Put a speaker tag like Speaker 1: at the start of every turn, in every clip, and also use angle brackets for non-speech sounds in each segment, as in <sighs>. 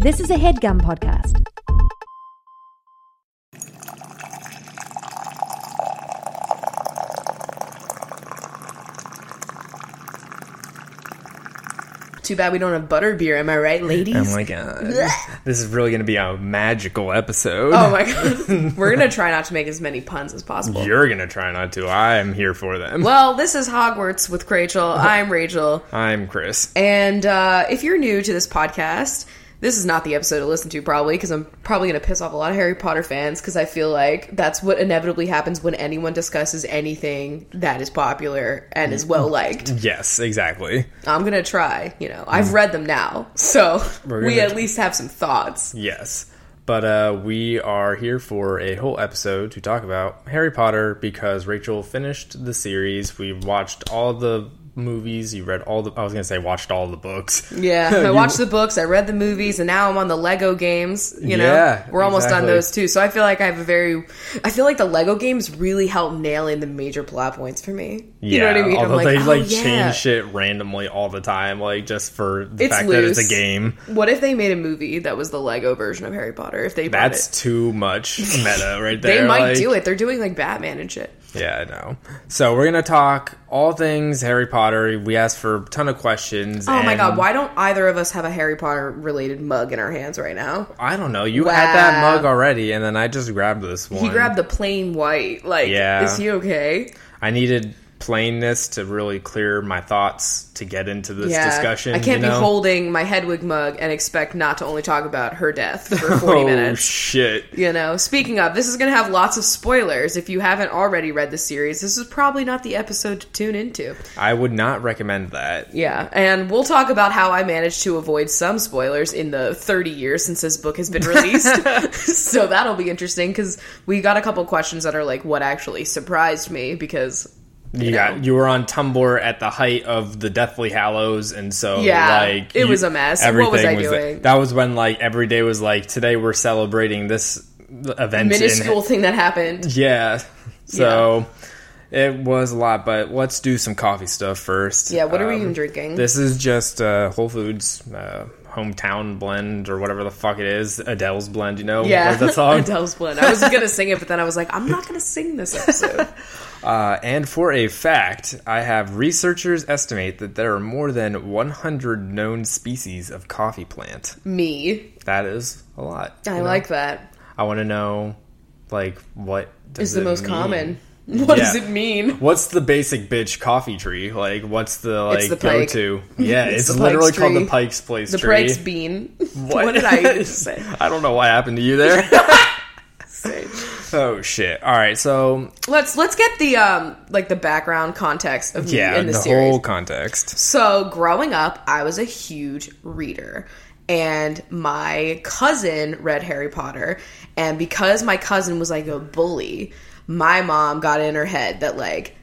Speaker 1: This is a headgum podcast.
Speaker 2: Too bad we don't have butter beer, am I right, ladies?
Speaker 3: Oh my god. this is really going to be a magical episode.
Speaker 2: <laughs> Oh my god. We're gonna try not to make as many puns as possible.
Speaker 3: You're going to try not to. I'm here for them.
Speaker 2: Well, this is Hogwarts with Rachel. I'm Rachel.
Speaker 3: I'm Chris.
Speaker 2: And uh, if you're new to this podcast, this is not the episode to listen to probably because I'm probably going to piss off a lot of Harry Potter fans because I feel like that's what inevitably happens when anyone discusses anything that is popular and is well liked.
Speaker 3: Yes, exactly.
Speaker 2: I'm going to try, you know. I've read them now, so
Speaker 3: We're gonna
Speaker 2: we at
Speaker 3: tr-
Speaker 2: least have some thoughts.
Speaker 3: Yes. But uh, we are here for a whole episode to talk about Harry Potter because Rachel finished the series. We watched all the movies. You read all the. I was going to say watched all the books. <laughs>
Speaker 2: Yeah, I
Speaker 3: You-
Speaker 2: watched the books, I read the movies, and now I'm on the Lego games. You know,
Speaker 3: Yeah,
Speaker 2: we're almost
Speaker 3: exactly.
Speaker 2: on those too. So I feel like I have a very, I feel like the Lego games really help nail in the major plot points for me. you know what I mean?
Speaker 3: Although they
Speaker 2: "Oh,
Speaker 3: like
Speaker 2: yeah."
Speaker 3: change shit randomly all the time, like just for the
Speaker 2: It's
Speaker 3: fact that
Speaker 2: loose.
Speaker 3: it's a game.
Speaker 2: What if they made a movie that was the Lego version of Harry Potter? If they bought
Speaker 3: That's
Speaker 2: it?
Speaker 3: too much meta
Speaker 2: <laughs>
Speaker 3: right
Speaker 2: they
Speaker 3: there.
Speaker 2: might
Speaker 3: like-
Speaker 2: do it. They're doing like Batman and shit.
Speaker 3: Yeah, I know. So we're gonna talk all things Harry Potter. We asked for a ton of questions.
Speaker 2: Oh my
Speaker 3: and
Speaker 2: god! Why don't either of us have a Harry Potter related mug in our hands right now?
Speaker 3: I don't know. You had that
Speaker 2: Wow.
Speaker 3: mug already, and then I just grabbed this one.
Speaker 2: He grabbed the plain white. Like,
Speaker 3: Yeah.
Speaker 2: is he okay?
Speaker 3: I needed plainness to really clear my thoughts to get into this discussion.
Speaker 2: I can't
Speaker 3: you
Speaker 2: be
Speaker 3: know?
Speaker 2: holding my Hedwig mug and expect not to only talk about her death
Speaker 3: <laughs>
Speaker 2: for 40
Speaker 3: oh,
Speaker 2: minutes.
Speaker 3: shit.
Speaker 2: You know, speaking of, this is going to have lots of spoilers. If you haven't already read the series, this is probably not the episode to tune into.
Speaker 3: I would not recommend that.
Speaker 2: Yeah, and we'll talk about how I managed to avoid some spoilers in the 30 years since this book has been
Speaker 3: <laughs>
Speaker 2: released. <laughs> so that'll be interesting because we got a couple questions that are like, what actually surprised me? Because
Speaker 3: You got you were on Tumblr at the height of the Deathly Hallows, and so
Speaker 2: Yeah,
Speaker 3: like
Speaker 2: it
Speaker 3: you-
Speaker 2: was a mess. What was I doing?
Speaker 3: That was when like every day was like today we're celebrating this event. in-
Speaker 2: minuscule thing that happened.
Speaker 3: yeah, so it was a lot. But let's do some coffee stuff first.
Speaker 2: Yeah, what are we
Speaker 3: Um,
Speaker 2: even drinking?
Speaker 3: This is just uh, Whole Foods uh, hometown blend or whatever the fuck it is. Adele's blend, you know?
Speaker 2: Yeah, <laughs>
Speaker 3: What was that song?
Speaker 2: Adele's Blend. I was gonna sing it, but then I was like, I'm not gonna sing this <laughs> episode.
Speaker 3: Uh, and for a fact, I have researchers estimate that there are more than 100 known species of coffee plant.
Speaker 2: Me,
Speaker 3: That is a lot.
Speaker 2: I
Speaker 3: you know?
Speaker 2: like that.
Speaker 3: I want to know, like, what does
Speaker 2: Is the
Speaker 3: it
Speaker 2: most
Speaker 3: mean?
Speaker 2: common. <laughs> What does
Speaker 3: Yeah.
Speaker 2: it mean?
Speaker 3: What's the basic bitch coffee tree? Like, what's the like
Speaker 2: the
Speaker 3: go
Speaker 2: pike. <laughs>
Speaker 3: to? Yeah, it's,
Speaker 2: the pike's
Speaker 3: literally called
Speaker 2: tree.
Speaker 3: the Pike's Place
Speaker 2: The
Speaker 3: tree. <laughs>
Speaker 2: Brake's bean. <laughs> What? did I even say?
Speaker 3: I don't know what happened to you there.
Speaker 2: <laughs> Say.
Speaker 3: oh shit! All right, so
Speaker 2: Let's let's get the um like the background context of me
Speaker 3: yeah,
Speaker 2: in the,
Speaker 3: the
Speaker 2: series.
Speaker 3: whole context.
Speaker 2: So, growing up, I was a huge reader. And my cousin read Harry Potter. And because my cousin was like a bully, my mom got in her head that, like,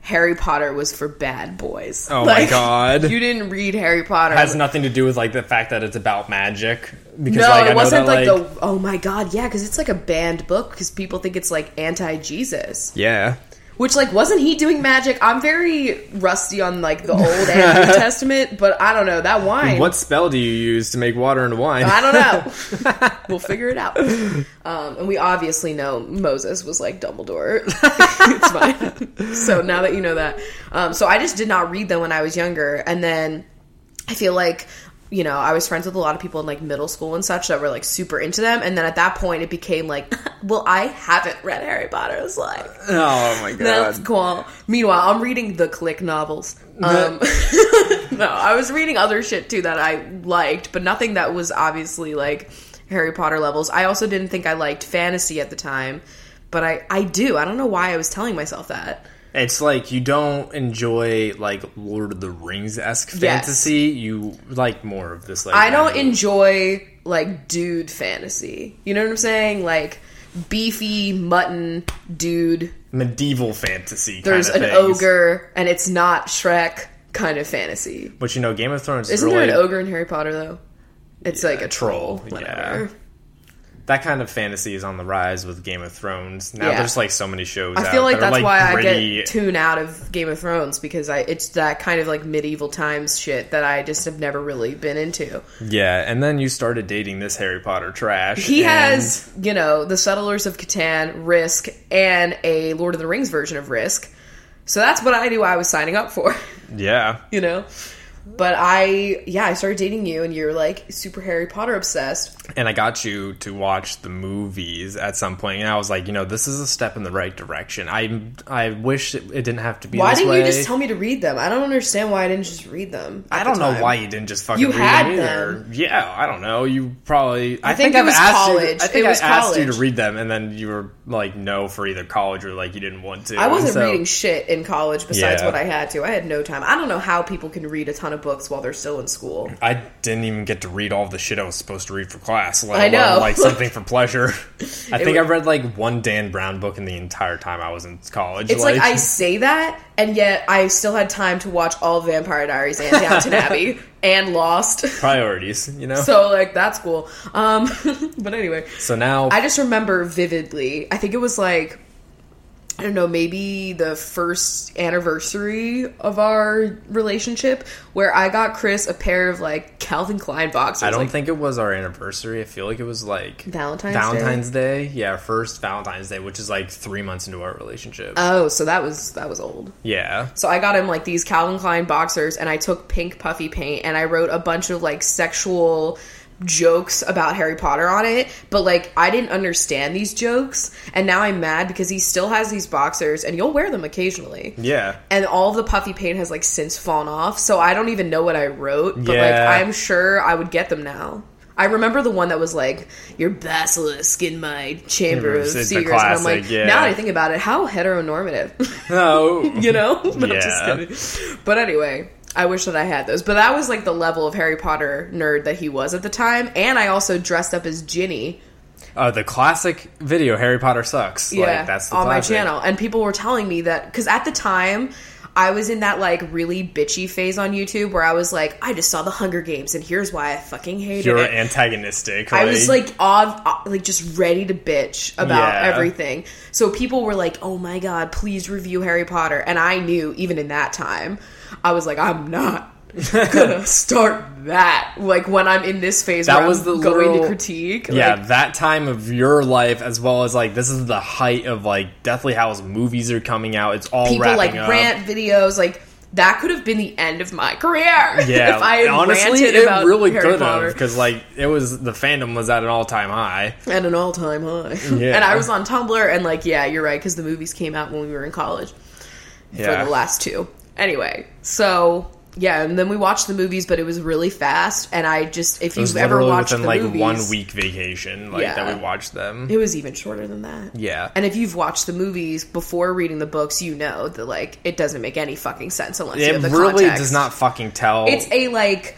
Speaker 2: Harry Potter was for bad boys.
Speaker 3: Oh my
Speaker 2: Like,
Speaker 3: God.
Speaker 2: You didn't read Harry Potter.
Speaker 3: has nothing to do with like the fact that it's about magic because
Speaker 2: no,
Speaker 3: like, I
Speaker 2: it wasn't
Speaker 3: know that,
Speaker 2: like, the. Oh my god, yeah, because it's like a banned book because people think it's like anti Jesus.
Speaker 3: yeah
Speaker 2: Which like wasn't he doing magic? I'm very rusty on like the old and
Speaker 3: <laughs>
Speaker 2: New Testament, but I don't know that wine.
Speaker 3: what spell do you use to make water into wine
Speaker 2: I don't know. we'll figure it out. Um, and we obviously know Moses was like Dumbledore. <laughs> it's fine. So now that you know that, um, so I just did not read them when I was younger, and then I feel like. You know, I was friends with a lot of people in like middle school and such that were like super into them. And then at that point, it became like, <laughs> well, I haven't read Harry Potter. It's like,
Speaker 3: <laughs> oh my
Speaker 2: that's
Speaker 3: god
Speaker 2: cool. Meanwhile, I'm reading the Click novels. Um, <laughs> no, I was reading other shit too that I liked, but nothing that was obviously like Harry Potter levels. I also didn't think I liked fantasy at the time, but I I do. I don't know why I was telling myself that.
Speaker 3: it's like you don't enjoy like Lord of the Rings esque
Speaker 2: Yes.
Speaker 3: fantasy you like more of this like
Speaker 2: I don't
Speaker 3: magic.
Speaker 2: enjoy like dude fantasy. You know what I'm saying? Like beefy mutton dude.
Speaker 3: medieval fantasy
Speaker 2: There's
Speaker 3: kind
Speaker 2: an
Speaker 3: of
Speaker 2: ogre and it's not Shrek kind of fantasy.
Speaker 3: but you know Game of Thrones
Speaker 2: Isn't
Speaker 3: is really
Speaker 2: there an ogre in Harry Potter though? It's like a troll.
Speaker 3: troll, yeah.
Speaker 2: Whatever.
Speaker 3: that kind of fantasy is on the rise with Game of Thrones. Now
Speaker 2: Yeah.
Speaker 3: there's like so many shows.
Speaker 2: I
Speaker 3: out
Speaker 2: feel like
Speaker 3: that are,
Speaker 2: that's why
Speaker 3: gritty.
Speaker 2: I get tune out of Game of Thrones because I it's that kind of like medieval times shit that I just have never really been into.
Speaker 3: yeah, and then you started dating this Harry Potter trash.
Speaker 2: He
Speaker 3: and-
Speaker 2: has, you know, the Settlers of Catan, Risk, and a Lord of the Rings version of Risk. So that's what I knew I was signing up for, <laughs>
Speaker 3: yeah.
Speaker 2: you know. But I, yeah, I started dating you, and you're like super Harry Potter obsessed.
Speaker 3: and I got you to watch the movies at some point, and I was like, you know, this is a step in the right direction. I I wish it, it didn't have to be.
Speaker 2: Why
Speaker 3: this
Speaker 2: didn't
Speaker 3: way.
Speaker 2: you just tell me to read them? I don't understand why I didn't just read them. at
Speaker 3: I
Speaker 2: the
Speaker 3: don't know
Speaker 2: time.
Speaker 3: why you didn't just fucking
Speaker 2: You
Speaker 3: read
Speaker 2: had
Speaker 3: them either.
Speaker 2: them.
Speaker 3: Yeah, I don't know. You probably. I,
Speaker 2: think
Speaker 3: think,
Speaker 2: it
Speaker 3: I've
Speaker 2: was
Speaker 3: asked
Speaker 2: college.
Speaker 3: you. I
Speaker 2: It
Speaker 3: think I
Speaker 2: was
Speaker 3: asked you to
Speaker 2: college.
Speaker 3: read them, and then you were like, no, for either college or like you didn't want to.
Speaker 2: I wasn't
Speaker 3: So-
Speaker 2: reading shit in college besides
Speaker 3: Yeah.
Speaker 2: what I had to. I had no time. I don't know how people can read a ton of books while they're still in school.
Speaker 3: I didn't even get to read all the shit I was supposed to read for class. Let
Speaker 2: I
Speaker 3: alone,
Speaker 2: know.
Speaker 3: like something for
Speaker 2: <laughs>
Speaker 3: pleasure. I think
Speaker 2: wa-
Speaker 3: I read like one Dan Brown book in the entire time I was in college.
Speaker 2: It's like, I say that, and yet I still had time to watch all Vampire Diaries and Downton
Speaker 3: <laughs>
Speaker 2: Abbey and Lost. <laughs>
Speaker 3: priorities, you know.
Speaker 2: So like that's cool. Um, <laughs> but anyway,
Speaker 3: So now,
Speaker 2: I just remember vividly. I think it was like I don't know, maybe the first anniversary of our relationship where I got Chris a pair of like Calvin Klein boxers.
Speaker 3: I don't
Speaker 2: like,
Speaker 3: think it was our anniversary. I feel like it was like
Speaker 2: Valentine's Day?
Speaker 3: Valentine's Day. Yeah, first Valentine's Day, which is like three months into our relationship.
Speaker 2: Oh, so that was that was old.
Speaker 3: yeah,
Speaker 2: So I got him like these Calvin Klein boxers and I took pink puffy paint and I wrote a bunch of like sexual jokes about Harry Potter on it, but like I didn't understand these jokes and now I'm mad because he still has these boxers and you'll wear them occasionally.
Speaker 3: yeah.
Speaker 2: And all of the puffy paint has like since fallen off, so I don't even know what I wrote, but
Speaker 3: Yeah.
Speaker 2: like I'm sure I would get them now. I remember the one that was like your basilisk in my chamber of
Speaker 3: It's the
Speaker 2: secrets, and I'm
Speaker 3: classic,
Speaker 2: like,
Speaker 3: yeah.
Speaker 2: now that I think about it, how heteronormative. <laughs>
Speaker 3: No,
Speaker 2: you know? <laughs> But I'm just
Speaker 3: Yeah.
Speaker 2: kidding. But anyway, I wish that I had those. But that was like the level of Harry Potter nerd that he was at the time. And I also dressed up as Ginny.
Speaker 3: uh, the classic video Harry Potter sucks.
Speaker 2: Yeah,
Speaker 3: like, that's the
Speaker 2: on
Speaker 3: classic.
Speaker 2: my channel. And people were telling me that because at the time. I was in that like really bitchy phase on YouTube where I was like, I just saw the Hunger Games and here's why I fucking hated
Speaker 3: You're
Speaker 2: it.
Speaker 3: antagonistic.
Speaker 2: I was like, ov- uh, like just ready to bitch about
Speaker 3: Yeah.
Speaker 2: everything. So people were like, "Oh my god, please review Harry Potter," and I knew even in that time, I was like, "I'm
Speaker 3: <laughs>
Speaker 2: not gonna start that." Like when I'm in this phase,
Speaker 3: That
Speaker 2: where
Speaker 3: was
Speaker 2: I'm
Speaker 3: the
Speaker 2: going
Speaker 3: literal-
Speaker 2: to critique.
Speaker 3: Yeah,
Speaker 2: like,
Speaker 3: that time of your life, as well as like this is the height of like Deathly Hallows movies are coming out. It's all
Speaker 2: people
Speaker 3: wrapping
Speaker 2: like
Speaker 3: up.
Speaker 2: rant videos, like. That could have been the end of my career. <laughs> Yeah, if I had
Speaker 3: honestly,
Speaker 2: ranted
Speaker 3: it
Speaker 2: about
Speaker 3: really
Speaker 2: Harry
Speaker 3: could
Speaker 2: Potter.
Speaker 3: have because like it was the fandom was at an all time high.
Speaker 2: at an all time high. <laughs>
Speaker 3: Yeah.
Speaker 2: and I was on Tumblr, and like, yeah, you're right, because the movies came out when we were in college
Speaker 3: Yeah.
Speaker 2: for the last two. Anyway, so yeah, and then we watched the movies, but it was really fast, and I just if
Speaker 3: It was
Speaker 2: you've ever
Speaker 3: literally
Speaker 2: watched
Speaker 3: within
Speaker 2: the
Speaker 3: like
Speaker 2: movies,
Speaker 3: one week vacation, like
Speaker 2: Yeah.
Speaker 3: that we watched them.
Speaker 2: it was even shorter than that.
Speaker 3: Yeah,
Speaker 2: And if you've watched the movies before reading the books, you know that like it doesn't make any fucking sense unless you
Speaker 3: it
Speaker 2: have the
Speaker 3: really
Speaker 2: context.
Speaker 3: does not fucking tell.
Speaker 2: It's a like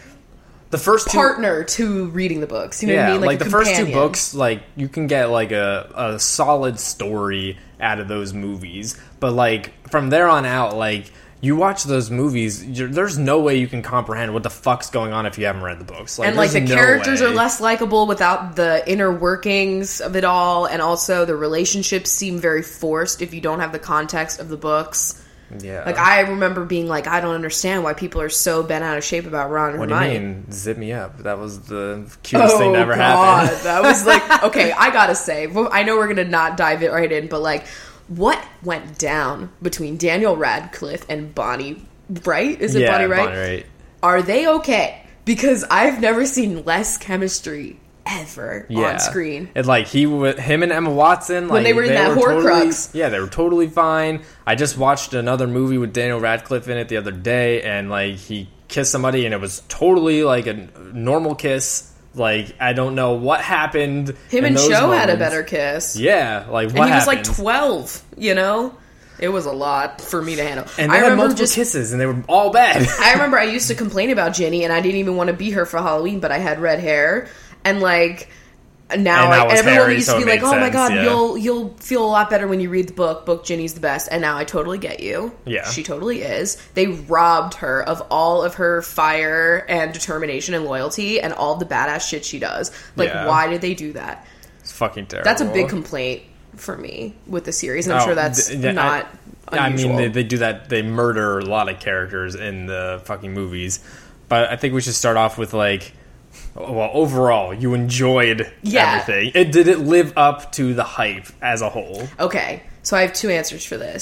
Speaker 3: the first two-
Speaker 2: partner to reading the books. You know what I
Speaker 3: yeah,
Speaker 2: mean?
Speaker 3: like,
Speaker 2: a
Speaker 3: the first two
Speaker 2: companion.
Speaker 3: books, like you can get like a a solid story out of those movies, but like from there on out, like. You watch those movies. You're, there's no way you can comprehend what the fuck's going on if you haven't read the books. Like,
Speaker 2: and like the
Speaker 3: there's no
Speaker 2: characters are
Speaker 3: way.
Speaker 2: less likable without the inner workings of it all and also the relationships seem very forced if you don't have the context of the books
Speaker 3: Yeah.
Speaker 2: like i remember being like i don't understand why people are so bent out of shape about ron and
Speaker 3: What do
Speaker 2: hermione Oh,
Speaker 3: you mean? Zip me up. That was the cutest thing that ever <laughs> happened.
Speaker 2: that was like okay. I gotta say, well, I know we're gonna not dive it right in, but like, what went down between Daniel Radcliffe and Bonnie Wright? Is it
Speaker 3: Yeah,
Speaker 2: Bonnie Wright?
Speaker 3: Bonnie Wright.
Speaker 2: Are they okay? Because I've never seen less chemistry ever on screen.
Speaker 3: And like he, wa- him and Emma Watson, like,
Speaker 2: they were in that Horcrux.
Speaker 3: Totally, yeah, they were totally fine. I just watched another movie with Daniel Radcliffe in it the other day, and like he kissed somebody, and it was totally like a normal kiss. Like I don't know what happened.
Speaker 2: Him
Speaker 3: in
Speaker 2: and
Speaker 3: those
Speaker 2: Cho had a
Speaker 3: moments.
Speaker 2: better kiss.
Speaker 3: Yeah, like
Speaker 2: and
Speaker 3: what
Speaker 2: he was
Speaker 3: happened?
Speaker 2: like twelve. You know, it was a lot for me to handle.
Speaker 3: and they
Speaker 2: I
Speaker 3: had
Speaker 2: remember
Speaker 3: multiple
Speaker 2: just
Speaker 3: kisses, and they were all bad.
Speaker 2: I remember I used to complain about Jenny, and I didn't even want to be her for Halloween, but I had red hair, and like now,
Speaker 3: And
Speaker 2: like,
Speaker 3: that was
Speaker 2: everyone
Speaker 3: Harry,
Speaker 2: used
Speaker 3: so
Speaker 2: to be
Speaker 3: it
Speaker 2: like,
Speaker 3: made
Speaker 2: "Oh my
Speaker 3: sense,
Speaker 2: god,
Speaker 3: yeah.
Speaker 2: you'll you'll feel a lot better when you read the book. Book Jenny's the best." And now I totally get you.
Speaker 3: Yeah.
Speaker 2: she totally is. They robbed her of all of her fire and determination and loyalty and all the badass shit she does. Like,
Speaker 3: Yeah.
Speaker 2: why did they do that?
Speaker 3: <laughs> It's fucking terrible.
Speaker 2: That's a big complaint for me with the series, and I'm
Speaker 3: Oh,
Speaker 2: sure that's
Speaker 3: th- th-
Speaker 2: not.
Speaker 3: I, I
Speaker 2: unusual.
Speaker 3: mean, they, they do that. They murder a lot of characters in the fucking movies. But I think we should start off with like, well, overall, you enjoyed
Speaker 2: Yeah.
Speaker 3: everything. It did it live up to the hype as a whole?
Speaker 2: Okay, so I have two answers for this.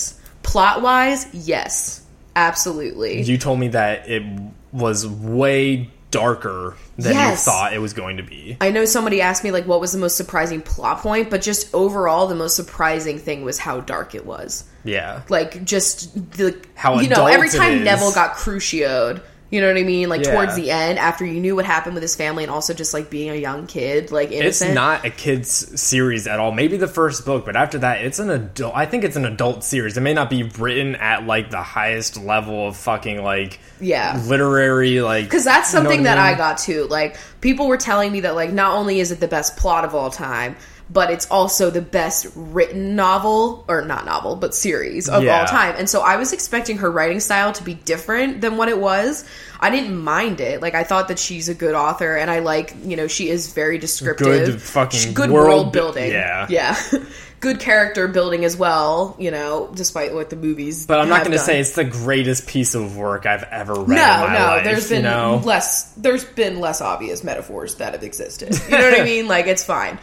Speaker 2: Plot wise, yes, absolutely.
Speaker 3: You told me that it was way darker than
Speaker 2: Yes.
Speaker 3: you thought it was going to be.
Speaker 2: I know somebody asked me like what was the most surprising plot point, but just overall, the most surprising thing was how dark it was.
Speaker 3: Yeah,
Speaker 2: Like just the
Speaker 3: How
Speaker 2: you know every
Speaker 3: adult it
Speaker 2: time
Speaker 3: is.
Speaker 2: Neville got crucioed. You know what I mean? Like
Speaker 3: Yeah.
Speaker 2: towards the end, after you knew what happened with his family, and also just like being a young kid, like
Speaker 3: it's
Speaker 2: innocent.
Speaker 3: not a kids series at all. Maybe the first book, but after that, it's an adult. I think it's an adult series. It may not be written at like the highest level of fucking like
Speaker 2: Yeah.
Speaker 3: literary like
Speaker 2: Because that's something that I,
Speaker 3: mean?
Speaker 2: got too. Like people were telling me that like not only is it the best plot of all time, but it's also the best written novel or not novel, but series of all
Speaker 3: Yeah.
Speaker 2: time. And so I was expecting her writing style to be different than what it was. I didn't mind it. Like I thought that she's a good author, and I like you know she is very descriptive,
Speaker 3: Good fucking
Speaker 2: She- good
Speaker 3: world
Speaker 2: world
Speaker 3: bu-
Speaker 2: building.
Speaker 3: yeah.
Speaker 2: yeah. <laughs> Good character building as well, you know, despite what the movies.
Speaker 3: But I'm not going to
Speaker 2: to
Speaker 3: say it's the greatest piece of work I've ever read.
Speaker 2: no,
Speaker 3: in my
Speaker 2: no.
Speaker 3: life,
Speaker 2: there's been
Speaker 3: you know?
Speaker 2: less. There's been less obvious metaphors that have existed. You know
Speaker 3: <laughs>
Speaker 2: what I mean? Like it's fine,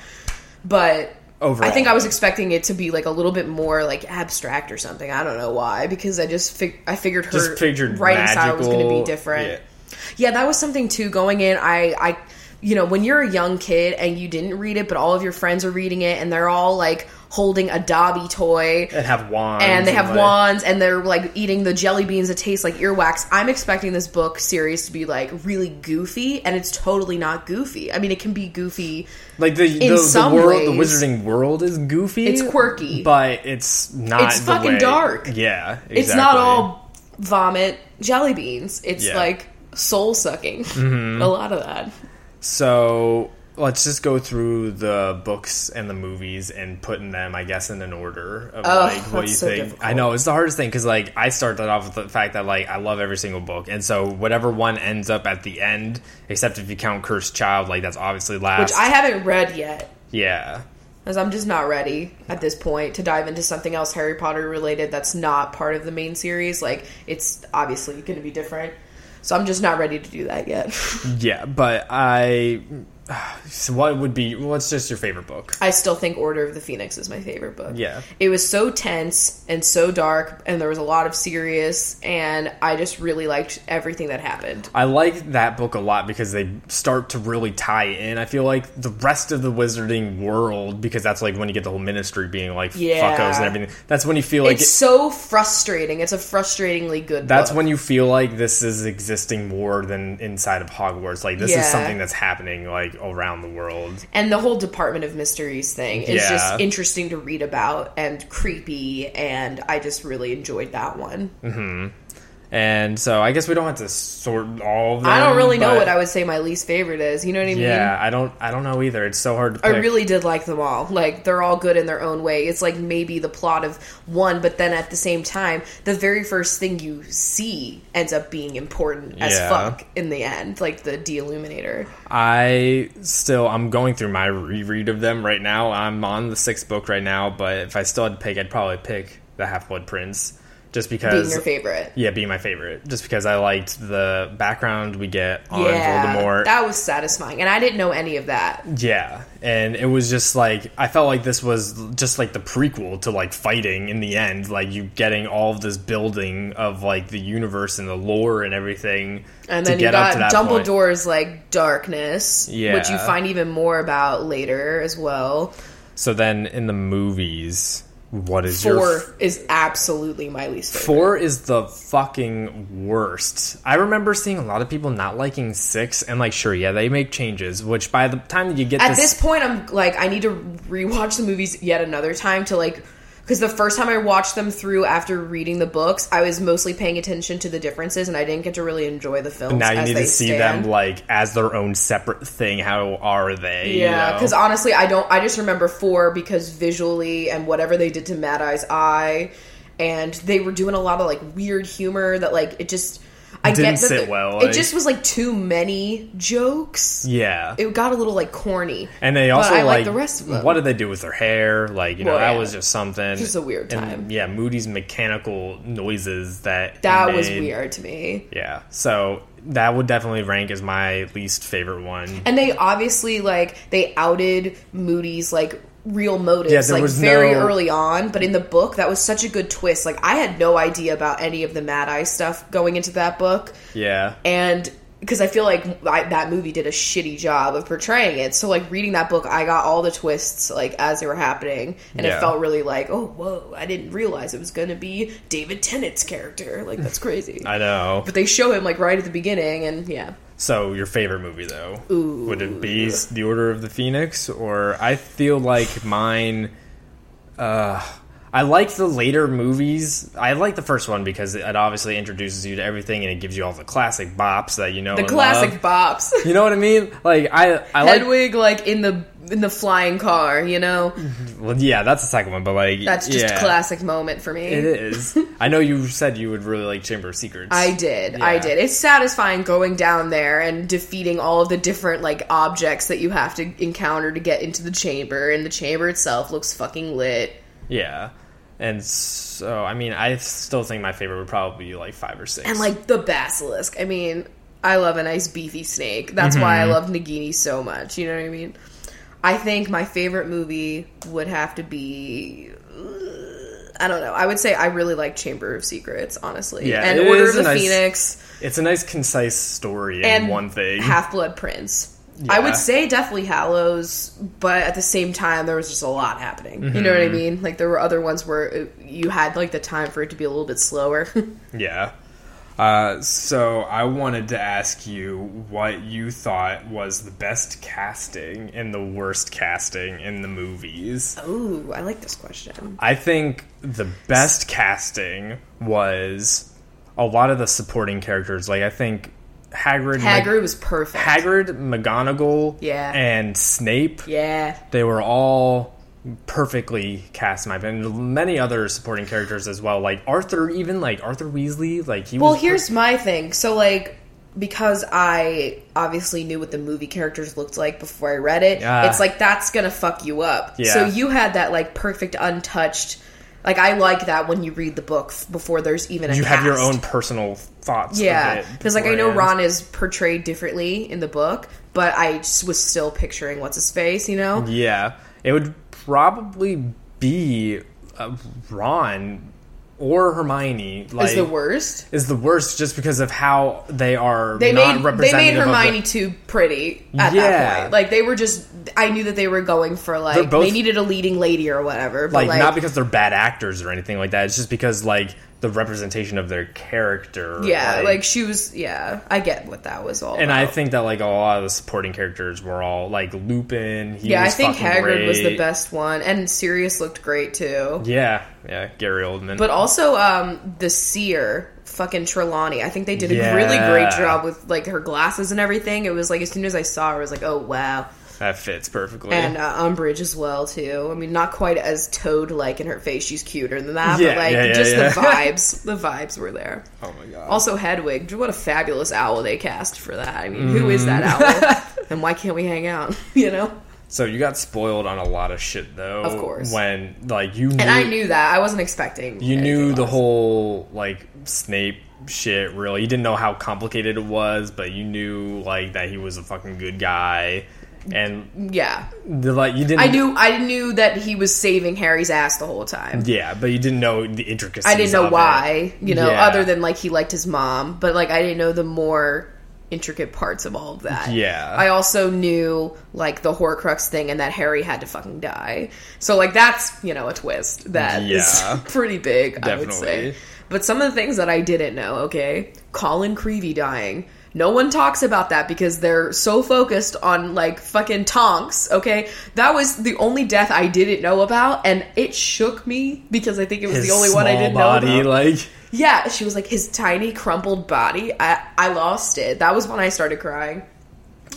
Speaker 2: but
Speaker 3: Overall.
Speaker 2: I think I was expecting it to be like a little bit more like abstract or something. I don't know why because I just fig- I figured her
Speaker 3: Just figured
Speaker 2: writing style was going to
Speaker 3: magical-
Speaker 2: be different.
Speaker 3: yeah.
Speaker 2: Yeah, that was something too going in. I, I, you know, when you're a young kid and you didn't read it, but all of your friends are reading it and they're all like holding a Dobby toy
Speaker 3: and have wands
Speaker 2: and they have
Speaker 3: like-
Speaker 2: wands and they're like eating the jelly beans that taste like earwax. I'm expecting this book series to be like really goofy, and it's totally not goofy. I mean, it can be goofy.
Speaker 3: Like the the, the
Speaker 2: some
Speaker 3: world, the
Speaker 2: ways-
Speaker 3: wizarding world is goofy.
Speaker 2: It's quirky.
Speaker 3: but it's not.
Speaker 2: It's
Speaker 3: the
Speaker 2: fucking
Speaker 3: way-
Speaker 2: dark.
Speaker 3: Yeah, exactly.
Speaker 2: It's not all vomit jelly beans. It's
Speaker 3: Yeah. Mm-hmm.
Speaker 2: like soul sucking. A lot of that.
Speaker 3: So let's just go through the books and the movies and putting them, I guess, in an order of
Speaker 2: Ugh,
Speaker 3: like
Speaker 2: Oh, that's
Speaker 3: what do you
Speaker 2: so
Speaker 3: think?
Speaker 2: difficult.
Speaker 3: I know it's the hardest thing because like I start that off with the fact that like I love every single book, and so whatever one ends up at the end, except if you count Cursed Child, like that's obviously last.
Speaker 2: Which I haven't read yet,
Speaker 3: yeah.
Speaker 2: because I'm just not ready at this point to dive into something else Harry Potter related that's not part of the main series. Like, it's obviously going to be different. So I'm just not ready to do that yet. <laughs>
Speaker 3: Yeah, but I. <sighs> So what would be? What's just your favorite book?
Speaker 2: I still think Order of the Phoenix is my favorite book.
Speaker 3: Yeah.
Speaker 2: It was so tense and so dark and there was a lot of serious and I just really liked everything that happened.
Speaker 3: I like that book a lot because they start to really tie in. I feel like the rest of the wizarding world, because that's like when you get the whole ministry being like
Speaker 2: Yeah.
Speaker 3: fuckos and everything. That's when you feel like
Speaker 2: it's so frustrating. It's a frustratingly good
Speaker 3: that's
Speaker 2: book.
Speaker 3: when you feel like this is existing more than inside of Hogwarts. Like this
Speaker 2: Yeah.
Speaker 3: is something that's happening like around the world.
Speaker 2: and the whole Department of Mysteries thing is
Speaker 3: Yeah.
Speaker 2: just interesting to read about and creepy and I just really enjoyed that one.
Speaker 3: And so I guess we don't have to sort all of them.
Speaker 2: I don't really know
Speaker 3: but-
Speaker 2: what I would say my least favorite is. You know what I mean?
Speaker 3: Yeah, I don't I don't know either. It's so hard to
Speaker 2: I
Speaker 3: pick.
Speaker 2: really did like them all. Like they're all good in their own way. It's like maybe the plot of one, but then at the same time, the very first thing you see ends up being important as
Speaker 3: Yeah.
Speaker 2: fuck in the end. Like the Deilluminator.
Speaker 3: I still I'm going through my reread of them right now. I'm on the sixth book right now, but if I still had to pick, I'd probably pick the Half Blood Prince, just because.
Speaker 2: Being your favorite.
Speaker 3: Yeah, being my favorite, just because I liked the background we get on
Speaker 2: Yeah,
Speaker 3: Voldemort.
Speaker 2: that was satisfying, and I didn't know any of that.
Speaker 3: yeah, and it was just like I felt like this was just like the prequel to like fighting in the end, like you getting all of this building of like the universe and the lore and everything.
Speaker 2: And
Speaker 3: to
Speaker 2: then you
Speaker 3: get up to
Speaker 2: got
Speaker 3: that point.
Speaker 2: Dumbledore's like darkness, which you
Speaker 3: Yeah.
Speaker 2: find even more about later as well.
Speaker 3: So then in the movies, what is your
Speaker 2: Four is absolutely my least favorite.
Speaker 3: Four is the fucking worst. I remember seeing a lot of people not liking six, and like, sure, yeah, they make changes. Which by the time that you get
Speaker 2: at
Speaker 3: this,
Speaker 2: this, point i'm like i need to rewatch the movies yet another time to like because the first time i watched them through after reading the books i was mostly paying attention to the differences and i didn't get to really enjoy the films
Speaker 3: now you
Speaker 2: as
Speaker 3: need
Speaker 2: they
Speaker 3: to see
Speaker 2: stand.
Speaker 3: them like as their own separate thing. How are they?
Speaker 2: yeah
Speaker 3: you know?
Speaker 2: because honestly i don't i just remember four because visually and whatever they did to mad eye's eye and they were doing a lot of like weird humor that like it just I
Speaker 3: Didn't
Speaker 2: get that
Speaker 3: sit
Speaker 2: the-
Speaker 3: well,
Speaker 2: it
Speaker 3: like-
Speaker 2: just was like too many jokes.
Speaker 3: Yeah.
Speaker 2: It got a little like corny.
Speaker 3: and they
Speaker 2: But
Speaker 3: also
Speaker 2: I
Speaker 3: like,
Speaker 2: like the rest of them.
Speaker 3: what did they do with their hair? Like you know
Speaker 2: Well,
Speaker 3: that
Speaker 2: yeah.
Speaker 3: was just something.
Speaker 2: Just a weird
Speaker 3: And,
Speaker 2: time.
Speaker 3: yeah, Moody's mechanical noises that
Speaker 2: that
Speaker 3: he
Speaker 2: was
Speaker 3: made.
Speaker 2: weird to me.
Speaker 3: Yeah, so that would definitely rank as my least favorite one.
Speaker 2: And they obviously like they outed Moody's like real motives
Speaker 3: Yeah, there
Speaker 2: like
Speaker 3: was
Speaker 2: very
Speaker 3: no-
Speaker 2: early on, but in the book that was such a good twist. Like I had no idea about any of the Mad Eye stuff going into that book.
Speaker 3: Yeah,
Speaker 2: and because I feel like I, that movie did a shitty job of portraying it. So like reading that book, I got all the twists like as they were happening, and
Speaker 3: Yeah.
Speaker 2: it felt really like, oh whoa, I didn't realize it was gonna be David Tennant's character. Like that's crazy.
Speaker 3: I know.
Speaker 2: but they show him like right at the beginning, and yeah,
Speaker 3: So your favorite movie though? Would it be s- The Order of the Phoenix or I feel like mine uh I like the later movies. I like the first one because it obviously introduces you to everything and it gives you all the classic bops that you know.
Speaker 2: the
Speaker 3: and
Speaker 2: classic
Speaker 3: love.
Speaker 2: bops. <laughs>
Speaker 3: You know what I mean? Like I I like
Speaker 2: Hedwig like in the in the flying car, you know.
Speaker 3: well, yeah, that's the second one, but like
Speaker 2: That's just
Speaker 3: Mm-hmm. yeah,
Speaker 2: a classic moment for me. <laughs>
Speaker 3: It is. I know you said you would really like Chamber of Secrets.
Speaker 2: I did. I
Speaker 3: Yeah.
Speaker 2: did. It's satisfying going down there and defeating all of the different like objects that you have to encounter to get into the chamber and the chamber itself looks fucking lit.
Speaker 3: Yeah. And so I mean, I still think my favorite would probably be like 5 or 6.
Speaker 2: And like the basilisk. I mean, I love a nice beefy snake. That's why I
Speaker 3: Mm-hmm.
Speaker 2: love Nagini so much. You know what I mean? I think my favorite movie would have to be uh, I don't know. I would say I really like Chamber of Secrets, honestly.
Speaker 3: Yeah,
Speaker 2: and
Speaker 3: it
Speaker 2: Order
Speaker 3: is
Speaker 2: of the
Speaker 3: a nice-
Speaker 2: Phoenix.
Speaker 3: It's a nice, concise story in
Speaker 2: and
Speaker 3: one thing.
Speaker 2: Half Blood Prince. I
Speaker 3: Yeah.
Speaker 2: would say Deathly Hallows, but at the same time, there was just a lot happening. You know what
Speaker 3: Mm-hmm.
Speaker 2: I mean? Like there were other ones where it, you had like the time for it to be a little bit slower. <laughs>
Speaker 3: yeah. Uh, so I wanted to ask you what you thought was the best casting and the worst casting in the movies.
Speaker 2: Ooh, I like this question.
Speaker 3: I think the best casting was a lot of the supporting characters. Like I think Hagrid, Mag-
Speaker 2: Hagrid was perfect.
Speaker 3: Hagrid, McGonagall,
Speaker 2: Yeah.
Speaker 3: and Snape.
Speaker 2: yeah,
Speaker 3: they were all perfectly cast in my opinion. Many other supporting characters as well, like Arthur, even like Arthur Weasley, like he
Speaker 2: Well,
Speaker 3: was.
Speaker 2: here's my thing. So, like, because I obviously knew what the movie characters looked like before I read it,
Speaker 3: Yeah.
Speaker 2: it's like that's gonna fuck you up.
Speaker 3: Yeah.
Speaker 2: So you had that like perfect, untouched. Like I like that when you read the book f- before there's even a
Speaker 3: you have your
Speaker 2: cast.
Speaker 3: own personal thoughts. of
Speaker 2: Yeah,
Speaker 3: it
Speaker 2: because like I know
Speaker 3: beforehand.
Speaker 2: Ron is portrayed differently in the book, but I just was still picturing what's his face, you know.
Speaker 3: Yeah, it would probably be uh, Ron or Hermione. Like
Speaker 2: Is the worst.
Speaker 3: is the worst just because of how they are
Speaker 2: They made they
Speaker 3: not
Speaker 2: made
Speaker 3: representative of the-
Speaker 2: Hermione too pretty at
Speaker 3: Yeah.
Speaker 2: that point. Like they were just. I knew that they were going for like
Speaker 3: both-
Speaker 2: they needed a leading lady or whatever. But
Speaker 3: like,
Speaker 2: like,
Speaker 3: not because they're bad actors or anything like that. It's just because like the representation of their character.
Speaker 2: yeah, like she was. Yeah, I get what that was all.
Speaker 3: And I
Speaker 2: about.
Speaker 3: think that like a lot of the supporting characters were all like Lupin. He
Speaker 2: yeah, I
Speaker 3: was
Speaker 2: think
Speaker 3: fucking
Speaker 2: Hagrid was the
Speaker 3: great.
Speaker 2: best one, and Sirius looked great too.
Speaker 3: Yeah, yeah, Gary Oldman.
Speaker 2: But also, um, the seer, fucking Trelawney. I think they did a really
Speaker 3: Yeah.
Speaker 2: great job with like her glasses and everything. It was like as soon as I saw her, I was like, oh wow.
Speaker 3: that fits perfectly.
Speaker 2: And uh, Umbridge as well too. I mean, not quite as toad like in her face. She's cuter than that,
Speaker 3: Yeah,
Speaker 2: but like
Speaker 3: yeah, yeah,
Speaker 2: just
Speaker 3: yeah. <laughs>
Speaker 2: the vibes. The vibes were there.
Speaker 3: oh my god.
Speaker 2: Also, Hedwig. What a fabulous owl they cast for that. I mean,
Speaker 3: Mm-hmm.
Speaker 2: who is that
Speaker 3: <laughs>
Speaker 2: owl? and why can't we hang out? <laughs> You know.
Speaker 3: so you got spoiled on a lot of shit though.
Speaker 2: Of course.
Speaker 3: When like you knew,
Speaker 2: And I knew that. I wasn't expecting.
Speaker 3: you knew
Speaker 2: anything
Speaker 3: the
Speaker 2: else.
Speaker 3: whole like Snape shit really. You didn't know how complicated it was, but you knew like that he was a fucking good guy. And
Speaker 2: Yeah.
Speaker 3: the, like you didn't
Speaker 2: I knew I knew that he was saving Harry's ass the whole time.
Speaker 3: Yeah, but you didn't know the intricacies.
Speaker 2: I didn't know
Speaker 3: of it.
Speaker 2: why, you know,
Speaker 3: Yeah.
Speaker 2: other than like he liked his mom, but like I didn't know the more intricate parts of all of that.
Speaker 3: Yeah.
Speaker 2: I also knew like the Horcrux thing and that Harry had to fucking die. So like that's, you know, a twist that is
Speaker 3: Yeah.
Speaker 2: <laughs> pretty big, I would
Speaker 3: Definitely.
Speaker 2: say. But some of the things that I didn't know, okay? Colin Creevy dying. No one talks about that because they're so focused on like fucking Tonks, okay? That was the only death I didn't know about and it shook me because I think it was
Speaker 3: His
Speaker 2: the only one I
Speaker 3: small
Speaker 2: didn't
Speaker 3: body,
Speaker 2: know about.
Speaker 3: Like
Speaker 2: Yeah, she was like his tiny crumpled body. I I lost it. That was when I started crying.